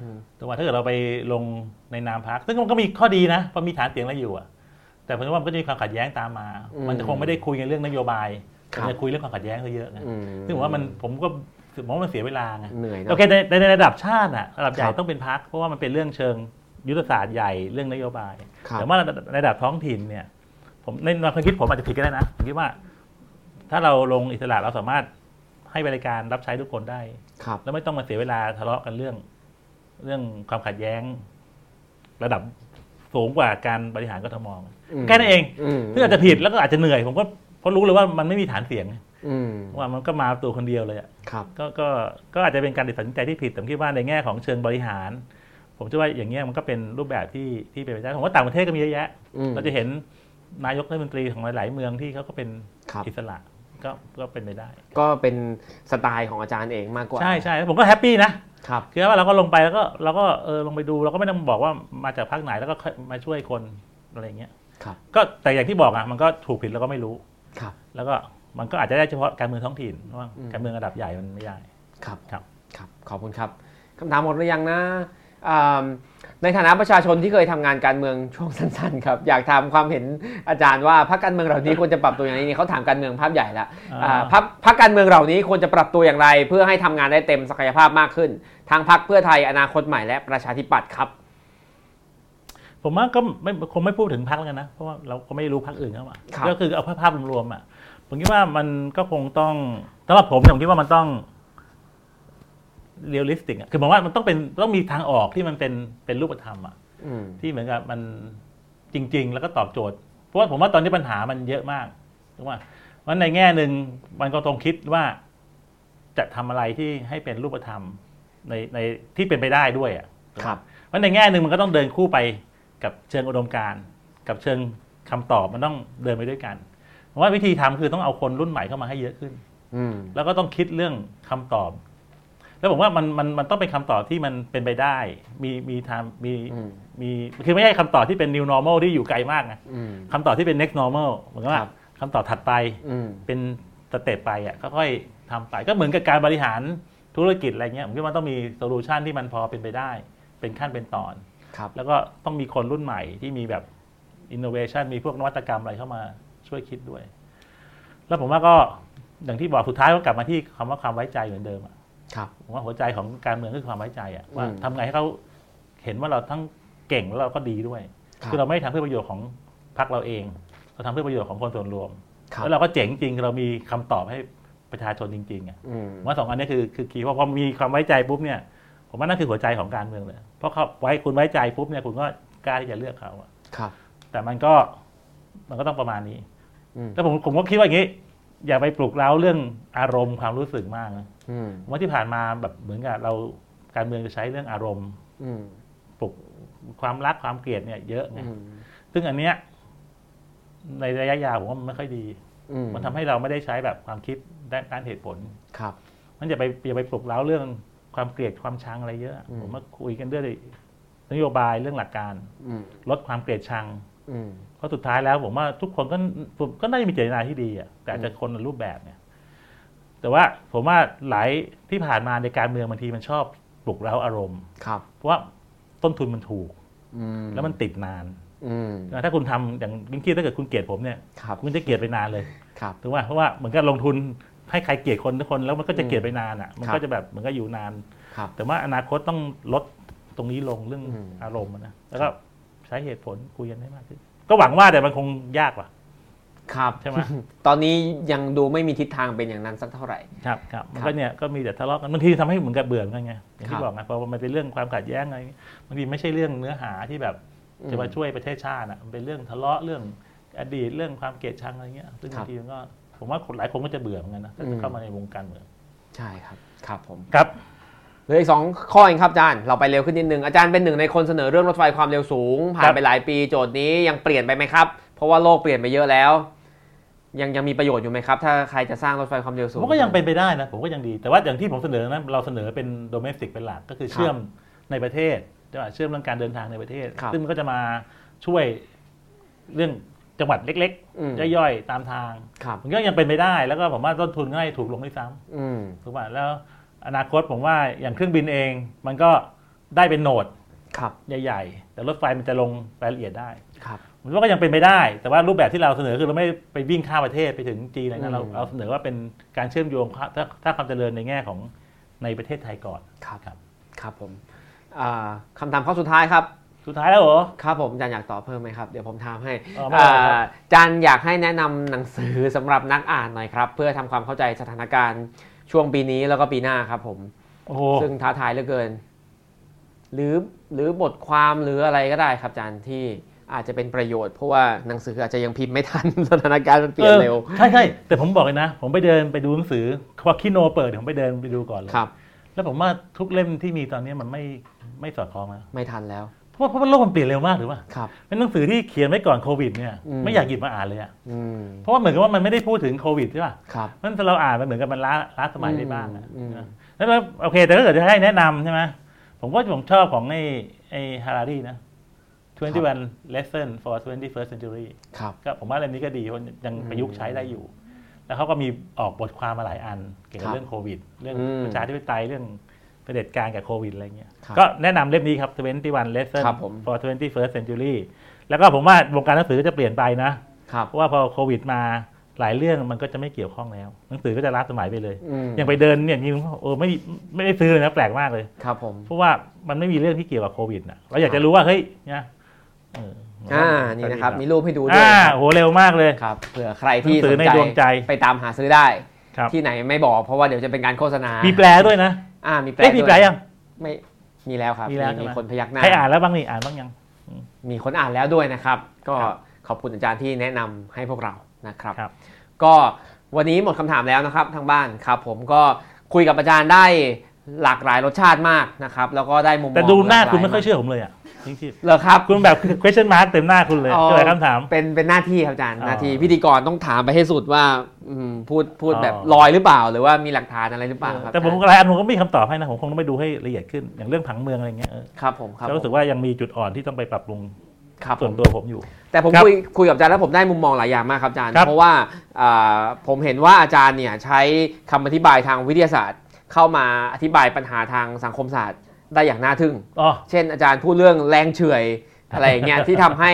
[SPEAKER 1] อืม
[SPEAKER 2] แต่ว่าถ้าเกิดเราไปลงในนามพักซึ่งมันก็มีข้อดีนะเพราะมีฐานเสียงแล้วอยู่อะแต่ผมว่ามันก็จะมีความขัดแย้งตามมา
[SPEAKER 1] อืม
[SPEAKER 2] มันจะคงไม่ได้คุยกันเรื่องนโยบาย
[SPEAKER 1] ครั
[SPEAKER 2] แต่
[SPEAKER 1] บ
[SPEAKER 2] มันจะคุยเรื่องความขัดแย้งซะเยอะไง
[SPEAKER 1] อื
[SPEAKER 2] ซึ่งผมว่ามันผมก็ผมว่ามันเสียเวลาไง
[SPEAKER 1] เหนื่อยเน
[SPEAKER 2] โอ
[SPEAKER 1] อะ
[SPEAKER 2] เคในในในระดับชาติอะระดับใหญ่
[SPEAKER 1] ครับ
[SPEAKER 2] ต้องเป็นพักเพราะว่ามันเป็นเรื่องเชิงยุทธศาสตร์ใหญ่เรื่องนโยบาย
[SPEAKER 1] ครับ
[SPEAKER 2] แต่ว่าระดับระดับท้องถิ่นเนี่ย ผมในในความคิดผมอาจจะผิดก็ได้นะผมคิดว่า ถ้าเราลงอิสระเราสามารถให้บริการรับใช้ทุกคนได้
[SPEAKER 1] ครับ
[SPEAKER 2] แล้วไม่ต้องมาเสียเวลาทะเลาะกันเรื่อง เรื่องความขัดแย้ง ระดับสูงกว่าการบริหารกทม แค่นั้นเอง
[SPEAKER 1] ม
[SPEAKER 2] ซึ่งอาจจะผิดแล้วก็อาจจะเหนื่อย ผมก็เพราะรู้เลยว่ามันไม่มีฐานเสียง
[SPEAKER 1] อืม
[SPEAKER 2] ว่ามันก็มาตัวคนเดียวเลยอะ
[SPEAKER 1] ครับ
[SPEAKER 2] ก็ก็ก็อาจจะเป็นการตัดสินใจที่ผิดแต่ผมคิดว่าในแง่ของเชิงบริหาร ผมเชื่อว่าอย่างเงี้ยมันก็เป็นรูปแบบที่ที่เป็นไปได้ผมว่าต่างประเทศก็มีเยอะแยะ
[SPEAKER 1] อืม
[SPEAKER 2] เราจะเห็นนายกรัฐมนตรีของหลาย ๆ เมืองที่เขาก็เป็น
[SPEAKER 1] ครับ
[SPEAKER 2] อิสระก็ก็เป็นไปได้
[SPEAKER 1] ก็เป็นสไตล์ของอาจารย์เองมากกว่า
[SPEAKER 2] ใช่ใช่แล้วผมก็แฮปปี้นะครับ คือว่าเราก็ลงไปแล้วก็เราก็เออลงไปดูเราก็ไม่ต้องบอกว่ามาจากพรรคไหนแล้วก็ค่อยมาช่วยคนอะไรอย่างเงี้ย
[SPEAKER 1] ครับ
[SPEAKER 2] ก็แต่อย่างที่บอกอ่ะมันก็ถูกผิดเราก็ไม่รู้
[SPEAKER 1] ครับ
[SPEAKER 2] แล้วก็มันก็อาจจะได้เฉพาะการเมืองท้องถิ่นว่า
[SPEAKER 1] อืม
[SPEAKER 2] การเมืองระดับใหญ่มันไม่ได้
[SPEAKER 1] ครับ
[SPEAKER 2] ครับ
[SPEAKER 1] ครับ ขอบคุณครับคำถามหมดหรือยังนะอ่าในฐานะประชาชนที่เคยทำงานการเมือง (laughs) ช่วงสั้นๆครับ อยากถามความเห็นอาจารย์ว่าพรรคการเมืองเหล่านี้ควรจะปรับตัวอย่างไรนี่เขาถามการเมืองภาพใหญ่ละอ่าพรรคพรรคการเมืองเหล่านี้ควรจะปรับตัวอย่างไร เพื่อให้ทำงานได้เต็มศักยภาพมากขึ้น ทางพรรคเพื่อไทยอนาคตใหม่และประชาธิปัตย์ครับ
[SPEAKER 2] ผมว่าก็ไม่คงไม่พูดถึงพักแล้วกันนะ เพราะว่าเราก็ไม่รู้พักอื่นเข้ามา
[SPEAKER 1] ครับ
[SPEAKER 2] ก็คือเอาภาพรวมๆอ่ะผมคิดว่ามันก็คงต้องสำหรับผมเนี่ยผมคิดว่ามันต้องเรียลลิสติกอ่ะคือหมายว่ามันต้องเป็นต้องมีทางออกที่มันเป็นเป็นรูปธรรมอ่ะ
[SPEAKER 1] อืม
[SPEAKER 2] ที่เหมือนกับมันจริง ๆ แล้วก็ตอบโจทย์ เพราะว่าผมว่าตอนนี้ปัญหามันเยอะมากถูกไหมเพราะฉะนั้นในแง่หนึ่งมันก็ต้องคิดว่าจะทำอะไรที่ให้เป็นรูปธรรม ในในที่เป็นไปได้ด้วยอ่ะ
[SPEAKER 1] ครับ
[SPEAKER 2] เพราะในแง่หนึ่งมันก็ต้องเดินคู่ไปกับเชิงอุดมการณ์กับเชิงคำตอบมันต้องเดินไปด้วยกันผมว่าวิธีทำคือต้องเอาคนรุ่นใหม่เข้ามาให้เยอะขึ้น
[SPEAKER 1] อืม
[SPEAKER 2] แล้วก็ต้องคิดเรื่องคำตอบ แล้วผมว่ามันมันมันต้องเป็นคำตอบที่มันเป็นไปได้ มีมีทางมี
[SPEAKER 1] อืม
[SPEAKER 2] มีคือไม่ใช่คำตอบที่เป็น new normal ที่อยู่ไกลมากนะ
[SPEAKER 1] อืม
[SPEAKER 2] คำตอบที่เป็น next normal เหมือนกับว่า
[SPEAKER 1] ครับ
[SPEAKER 2] คำตอบถัดไป
[SPEAKER 1] อืม
[SPEAKER 2] เป็นสเต็ปไปอ่ะค่อยๆทำไปก็เหมือนกับการบริหารธุรกิจอะไรเงี้ยผมคิดว่ามันต้องมีโซลูชันที่มันพอเป็นไปได้ เป็นขั้นเป็นตอน
[SPEAKER 1] ครับ
[SPEAKER 2] แล้วก็ต้องมีคนรุ่นใหม่ที่มีแบบอินโนเวชันมีพวกนวัตกรรมอะไรเข้ามาช่วยคิดด้วย แล้วผมว่าก็อย่างที่บอกสุดท้ายก็กลับมาที่คำว่าความไว้ใจเหมือนเดิมอะ
[SPEAKER 1] ครับ
[SPEAKER 2] ผมว่าหัวใจของการเมืองคือความไว้ใจอะ
[SPEAKER 1] อืม
[SPEAKER 2] ว่าทำไงให้เขาเห็นว่าเราทั้งเก่งแล้วเราก็ดีด้วย
[SPEAKER 1] ครับ
[SPEAKER 2] คือเราไม่ได้ทำเพื่อประโยชน์ของพรรคเราเองเราทำเพื่อประโยชน์ของคนส่วนรวม
[SPEAKER 1] ครับ
[SPEAKER 2] แล้วเราก็เจ๋งจริงคือเรามีคำตอบให้ประชาชนจริงๆอะ
[SPEAKER 1] อืม
[SPEAKER 2] ผมว่าสองอันนี้คือคือคีย์เพราะพอมีความไว้ใจปุ๊บเนี่ย ผมว่านั่นคือหัวใจของการเมืองเลย เพราะเขาไว้คุณไว้ใจปุ๊บเนี่ยคุณก็กล้าที่จะเลือกเขาอะ
[SPEAKER 1] ครับ
[SPEAKER 2] แต่มันก็มันก็ต้องประมาณนี้
[SPEAKER 1] อืม
[SPEAKER 2] แล้วผมผมก็คิดว่าอย่างนี้ อย่าไปปลุกเร้าเรื่องอารมณ์ความรู้สึกมากนะ
[SPEAKER 1] อืม
[SPEAKER 2] ผมว่าที่ผ่านมาแบบเหมือนกับเราการเมืองจะใช้เรื่องอารมณ์
[SPEAKER 1] อืม
[SPEAKER 2] ปลุกความรักความเกลียดเนี่ยเยอะไง
[SPEAKER 1] อืม
[SPEAKER 2] ซึ่งอันเนี้ยในระยะยาวผมว่ามันไม่ค่อยดี
[SPEAKER 1] อืม
[SPEAKER 2] มันทำให้เราไม่ได้ใช้แบบความคิดด้านด้านเหตุผล
[SPEAKER 1] ครับ
[SPEAKER 2] มันอย่าไปอย่าไปปลุกเร้าเรื่องความเกลียดความชังอะไรเยอะ
[SPEAKER 1] อืม
[SPEAKER 2] ผมมาคุยกันด้วย นโยบายเรื่องหลักการ
[SPEAKER 1] อืม
[SPEAKER 2] ลดความเกลียดชัง
[SPEAKER 1] อืม
[SPEAKER 2] เพราะสุดท้ายแล้วผมว่าทุกคนก็ผมก็น่าจะมีเจตนาที่ดีอะแต่อาจจะคนละรูปแบบเนี่ย แต่ว่าผมว่าหลายที่ผ่านมาในการเมืองบางทีมันชอบปลุกเร้าอารมณ์
[SPEAKER 1] ครับ
[SPEAKER 2] เพราะว่าต้นทุนมันถูก
[SPEAKER 1] อืม
[SPEAKER 2] แล้วมันติดนาน
[SPEAKER 1] อืม
[SPEAKER 2] นะถ้าคุณทำอย่างลิงกี้ถ้าเกิดคุณเกลียดผมเนี่ย
[SPEAKER 1] ครับ
[SPEAKER 2] คุณจะเกลียดไปนานเลย
[SPEAKER 1] ครับ
[SPEAKER 2] ถูกไหมเพราะว่าเหมือนกับลงทุนให้ใครเกลียดคนทุกคนแล้วมันก็จะเกลียดไปนานอ่ะ มัน
[SPEAKER 1] ครับ
[SPEAKER 2] ก็จะแบบเหมันก็อยู่นาน
[SPEAKER 1] ครับ
[SPEAKER 2] แต่ว่าอนาคตต้องลดตรงนี้ลงเรื่อง
[SPEAKER 1] อืม
[SPEAKER 2] อารมณ์อะนะแล้วก็ใช้เหตุผลคุยกันให้มากขึ้นก็หวังว่าแต่มันคงยากว่ะ
[SPEAKER 1] ครับ
[SPEAKER 2] ใช่ไหม
[SPEAKER 1] (laughs) ตอนนี้ยังดูไม่มีทิศทางเป็นอย่างนั้นสักเท่าไหร่
[SPEAKER 2] ครับครับมัน
[SPEAKER 1] ครั
[SPEAKER 2] ก็
[SPEAKER 1] บ
[SPEAKER 2] เนี่ยก็มีแต่ทะเลาะกันบางทีทำให้เหมือนกับเบื่อกันไงอย่าง
[SPEAKER 1] ครั
[SPEAKER 2] ที่
[SPEAKER 1] บ
[SPEAKER 2] บอกไงเพราะว่ามันเป็นเรื่องความขัดแย้งอะไรบางทีไม่ใช่เรื่องเนื้อหาที่แบบจะมาช่วยประเทศชาติอ่ะมันเป็นเรื่องทะเลาะเรื่องอดีตเรื่องความเกลียดชังอะไรเงี้ยซึ่ง
[SPEAKER 1] ครับ
[SPEAKER 2] บางทีมันก็ผมว่าคนหลายคนก็จะเบื่อเหมือนกันนะถ้า
[SPEAKER 1] อื
[SPEAKER 2] จะ
[SPEAKER 1] ม
[SPEAKER 2] เข้ามาในวงการเมือง
[SPEAKER 1] ใช่ครับ ครับผม
[SPEAKER 2] ครับ
[SPEAKER 1] เหลืออีกสองข้อเองครับอาจารย์ เราไปเร็วขึ้นนิดนึง อาจารย์เป็นหนึ่งในคนเสนอเรื่องรถไฟความเร็วสูง ผ่า
[SPEAKER 2] คน รับ
[SPEAKER 1] ไปหลายปีโจทย์นี้ยังเปลี่ยนไปไหมครับ เพราะว่าโลกเปลี่ยนไปเยอะแล้ว ยังยังมีประโยชน์อยู่ไหมครับ ถ้าใครจะสร้างรถไฟความเร็วสู
[SPEAKER 2] ผ
[SPEAKER 1] ง
[SPEAKER 2] มก็ยังเป็นไปได้นะผมก็ยังดีแต่ว่าอย่างที่ผมเสนอนะเราเสนอเป็นโดเมสติกเป็นหลักก็คือ
[SPEAKER 1] ครับ
[SPEAKER 2] เชื่อมในประเทศใช่ปะเชื่อมเรื่องการเดินทางในประเทศ
[SPEAKER 1] ครับ
[SPEAKER 2] ซึ่งมันก็จะมาช่วยเรื่องจังหวัดเล็ก
[SPEAKER 1] อืม
[SPEAKER 2] ๆย่อยๆตามทาง
[SPEAKER 1] ครับ
[SPEAKER 2] มันก็ยังเป็นไปได้แล้วก็ผมว่าต้นทุนก็ให้ถูกลงด้วยซ้
[SPEAKER 1] อืม
[SPEAKER 2] ำถูกป่ะแล้วอนาคตผมว่าอย่างเครื่องบินเอง มันก็ได้เป็นโหนด
[SPEAKER 1] ครับ
[SPEAKER 2] ใหญ่ ๆ แต่รถไฟมันจะลงรายละเอียดได้
[SPEAKER 1] ครับ
[SPEAKER 2] ผมว่าก็ยังเป็นไปได้ แต่ว่ารูปแบบที่เราเสนอคือเราไม่ไปวิ่งข้ามประเทศไปถึงจีนอะไร
[SPEAKER 1] อืม
[SPEAKER 2] นะเราเราเสนอว่าเป็นการเชื่อมโยงถ้าถ้าถ้าความเจริญในแง่ของในประเทศไทยก่อน
[SPEAKER 1] ครับ
[SPEAKER 2] ครับ
[SPEAKER 1] ครับผมอ่าคำถามข้อสุดท้ายครับ
[SPEAKER 2] สุดท้ายแล้วเหรอ
[SPEAKER 1] ครับผมอาจารย์อยากตอบเพิ่มไหมครับ เดี๋ยวผมถามให้
[SPEAKER 2] เออไม่เป็นไรครับ
[SPEAKER 1] อ่าอาจารย์อยากให้แนะนำหนังสือสำหรับนักอ่านหน่อยครับ เพื่อทำความเข้าใจสถานการณ์ช่วงปีนี้แล้วก็ปีหน้าครับผม
[SPEAKER 2] โอ้โห
[SPEAKER 1] ซึ่งท้าทายเหลือเกิน หรือหรือบทความหรืออะไรก็ได้ครับอาจารย์ที่อาจจะเป็นประโยชน์ เพราะว่าหนังสืออาจจะยังพิมพ์ไม่ทัน (laughs) สถานการณ์มันเปลี่ยนเร็ว
[SPEAKER 2] ออใช่ใช่แต่ผมบอกเลยนะ ผมไปเดินไปดูหนังสือควักคิโนเปิดเดี๋ยวผมไปเดินไปดูก่อนเลย
[SPEAKER 1] ครับ
[SPEAKER 2] แล้วผมว่าทุกเล่มที่มีตอนนี้มันไม่ไม่สอดคล้องนะ
[SPEAKER 1] ไม่ทันแล้ว
[SPEAKER 2] เพราะว่าเพราะว่าโลกมันเปลี่ยนเร็วมากหรือเปล่า
[SPEAKER 1] ครับ
[SPEAKER 2] เป็นหนังสือที่เขียนไว้ก่อนโควิดเนี่ย
[SPEAKER 1] อืม
[SPEAKER 2] ไม่อยากหยิบมาอ่านเลยอะ
[SPEAKER 1] อืม
[SPEAKER 2] เพราะว่าเหมือนกับว่ามันไม่ได้พูดถึงโควิดใช่ป่ะ
[SPEAKER 1] ครับ
[SPEAKER 2] มันเราอ่านมันเหมือนกับมันล้าล้าสมัยได้บ้างนะ
[SPEAKER 1] อืม
[SPEAKER 2] นะแล้วเราโอเค แต่ถ้าเกิดจะให้แนะนำใช่ไหมผมว่าผมชอบของไอ้ไอ้ฮารารีนะ21 lesson for 21st century
[SPEAKER 1] ครับ
[SPEAKER 2] ก็ผมว่าเล่มนี้ก็ดีคนยังประยุกต์ใช้ได้อยู่ แล้วเขาก็มีออกบทความมาหลายอัน เกี่ยวกั
[SPEAKER 1] ครับ บ
[SPEAKER 2] เรื่องโควิด เรื่อง
[SPEAKER 1] อืม
[SPEAKER 2] ประชาธิปไตยเรื่องเผด็จการกับโควิดอะไรเงี้ย
[SPEAKER 1] ครับ
[SPEAKER 2] ก็แนะนำเล่มนี้ครับ 21 lesson
[SPEAKER 1] ครับผม
[SPEAKER 2] for 21st century แล้วก็ผมว่าวงการหนังสือก็จะเปลี่ยนไปนะ
[SPEAKER 1] ครับ
[SPEAKER 2] เพราะว่าพอโควิดมาหลายเรื่องมันก็จะไม่เกี่ยวข้องแล้ว หนังสือก็จะล้าสมัยไปเลย
[SPEAKER 1] อืม
[SPEAKER 2] อย่างไปเดินเนี่ยจริงๆเออไม่ไม่ได้ซื้อเลยนะแปลกมากเลย
[SPEAKER 1] ครับผม
[SPEAKER 2] เพราะว่ามันไม่มีเรื่องที่เกี่ยวกับโควิดนะเราอยากจะรู้ว่าเฮ้ยเนี่ยเอออ
[SPEAKER 1] อ่านี่นะครับมีรูปให้ดูด้วย
[SPEAKER 2] อ่า
[SPEAKER 1] นะครับ
[SPEAKER 2] โหเร็วมากเลย
[SPEAKER 1] ครับเผื่อใครที่
[SPEAKER 2] หนังสือในดวงใจ
[SPEAKER 1] ไปตามหาซื้อได้
[SPEAKER 2] ครับ
[SPEAKER 1] ที่ไหนไม่บอกเพราะว่าเดี๋ยวจะเป็นการโฆษณา
[SPEAKER 2] มีแปลด้วยนะ
[SPEAKER 1] อ่ามีแปล
[SPEAKER 2] เอ้ยมีแปล
[SPEAKER 1] ด้วย
[SPEAKER 2] ยัง
[SPEAKER 1] ไม่มีแล้วครับ
[SPEAKER 2] มีแล้วใช่
[SPEAKER 1] มี
[SPEAKER 2] ไหม
[SPEAKER 1] คนพยักหน้า
[SPEAKER 2] ใครอ่านแล้วบ้างนี่อ่านบ้างยัง
[SPEAKER 1] มีคนอ่านแล้วด้วยนะครับ ก็
[SPEAKER 2] ครับ
[SPEAKER 1] ขอบคุณอาจารย์ที่แนะนำให้พวกเรานะครับ
[SPEAKER 2] ครับ
[SPEAKER 1] ก็วันนี้หมดคำถามแล้วนะครับทางบ้านครับ ผมก็คุยกับอาจารย์ได้หลากหลายรสชาติมากนะครับ แล้วก็ได้มุมมอง
[SPEAKER 2] แต่ดูหน้าคุณ
[SPEAKER 1] ล
[SPEAKER 2] ไม่
[SPEAKER 1] กล
[SPEAKER 2] ค่อยเชื่อผมเลยอ่ะจริง
[SPEAKER 1] เหรอครับ
[SPEAKER 2] ๆคุณแบบ question mark เต็มหน้าคุณเลย
[SPEAKER 1] อ๋อ
[SPEAKER 2] เจอคำถาม
[SPEAKER 1] เป็นเป็นหน้าที่ครับอาจารย์
[SPEAKER 2] อ๋อ
[SPEAKER 1] หน้าที่พิธีกรต้องถามไปให้สุดว่าอืมพูดพูด
[SPEAKER 2] อ๋อ
[SPEAKER 1] แบบลอยหรือเปล่า หรือว่ามีหลักฐานอะไรหรือเปล่าครับ
[SPEAKER 2] แต่ผม
[SPEAKER 1] อาจารย์
[SPEAKER 2] หลายอันผมก็ไม่มีคำตอบให้นะผมคงต้องไปดูให้ละเอียดขึ้นอย่างเรื่องผังเมืองอะไรเงี้ยเออ
[SPEAKER 1] ครับผมครับ
[SPEAKER 2] ก็รู้สึกว่ายังมีจุดอ่อนที่ต้องไปปรับปรุง
[SPEAKER 1] ครับผ
[SPEAKER 2] ส่วน
[SPEAKER 1] ม
[SPEAKER 2] ตัวผมอยู่
[SPEAKER 1] แต่ผม
[SPEAKER 2] ครับ
[SPEAKER 1] คุยคุยกับอาจารย์แล้วผมได้มุมมองหลายอย่างมากครับอาจารย์
[SPEAKER 2] ครับ
[SPEAKER 1] เพราะว่าอ่าผมเห็นว่าอาจารย์เนี่ยใช้คำอธิบายทางวิทยาศาสตร์ เข้ามาอธิบายปัญหาทางสังคมศาสตร์ได้อย่างน่าทึ่ง
[SPEAKER 2] ๋อ
[SPEAKER 1] เช่นอาจารย์พูดเรื่องแรงเฉื่อยอะไรอย่างเงี้ย
[SPEAKER 2] (laughs)
[SPEAKER 1] ที่ทำให้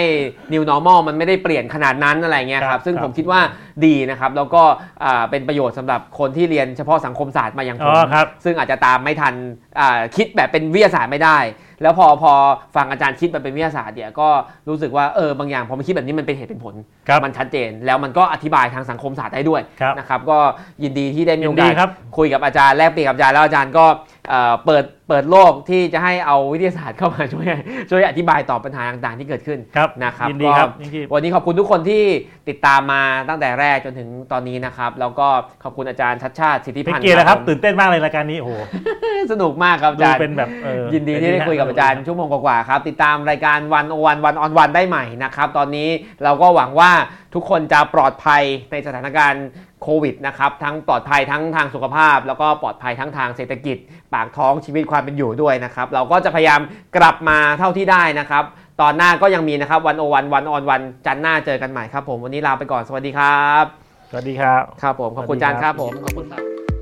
[SPEAKER 1] new normal มันไม่ได้เปลี่ยนขนาดนั้นอะไรเงี้ยค
[SPEAKER 2] ครั
[SPEAKER 1] รับบ ซึ่ง
[SPEAKER 2] ครับ
[SPEAKER 1] ผมคิดว่าดีนะครับ แล้วก็อ่าเป็นประโยชน์สำหรับคนที่เรียนเฉพาะสังคมศาสตร์มาอย่างผ
[SPEAKER 2] อ๋อ
[SPEAKER 1] ม
[SPEAKER 2] ครับ
[SPEAKER 1] ซึ่งอาจจะตามไม่ทันอ่าคิดแบบเป็นวิทยาศาสตร์ไม่ได้ แล้วพอพอฟังอาจารย์คิดแบบเป็นวิทยาศาสตร์เนี่ยก็รู้สึกว่าเออบางอย่างพอมันคิดแบบนี้มันเป็นเหตุเป็นผล
[SPEAKER 2] ครับ
[SPEAKER 1] มันชัดเจน แล้วมันก็อธิบายทางสังคมศาสตร์ได้ด้วย
[SPEAKER 2] ครับ
[SPEAKER 1] นะครับก็ยินดีที่ได้มี
[SPEAKER 2] ยิ
[SPEAKER 1] โอน
[SPEAKER 2] ดี
[SPEAKER 1] กาส
[SPEAKER 2] ครับ
[SPEAKER 1] คุยกับอาจารย์แลกเปลี่ยนกับอาจารย์แล้วอาจารย์ก็เอ่อเปิดเปิดโลกที่จะให้เอาวิทยาศาสตร์เข้ามาช่วยช่วยอธิบายตอบปัญหาต่างๆ ที่เกิดขึ้น
[SPEAKER 2] ครับ
[SPEAKER 1] นะครับ
[SPEAKER 2] ยินดีครับ
[SPEAKER 1] ก็
[SPEAKER 2] จริง
[SPEAKER 1] วันนี้ขอบคุณทุกคนที่ติดตามมาตั้งแต่แรกจนถึงตอนนี้นะครับแล้วก็ขอบคุณอาจารย์ชัดชาติสิทธิ
[SPEAKER 2] เป็น
[SPEAKER 1] พันธ์
[SPEAKER 2] เกียรตินะครับ
[SPEAKER 1] ผม
[SPEAKER 2] ตื่นเต้นมากเลยรายการนี้โอ้โห
[SPEAKER 1] สนุกมากครับอา
[SPEAKER 2] ดู
[SPEAKER 1] จารย์
[SPEAKER 2] เป็นแบบเออ
[SPEAKER 1] ยินดีที่ได้คุยกับ กับอาจารย์ชั่วโมงกว่าๆครับ ติดตามรายการวันโอวันวันออนวันได้ใหม่นะครับ ตอนนี้เราก็หวังว่าทุกคนจะปลอดภัยในสถานการณ์โควิดนะครับ ทั้งปลอดภัยทั้งทางสุขภาพ แล้วก็ปลอดภัยทั้งทางเศรษฐกิจ ปากท้องชีวิตความเป็นอยู่ด้วยนะครับ เราก็จะพยายามกลับมาเท่าที่ได้นะครับ ตอนหน้าก็ยังมีนะครับวันโอวันวันออนวันจันทร์หน้าเจอกันใหม่ครับผมวันนี้ลาไปก่อนสวัสดีครับ
[SPEAKER 2] สวัสดีครับ
[SPEAKER 1] ครับผมขอบคุณอาจารย์ครับผมขอบคุณครับ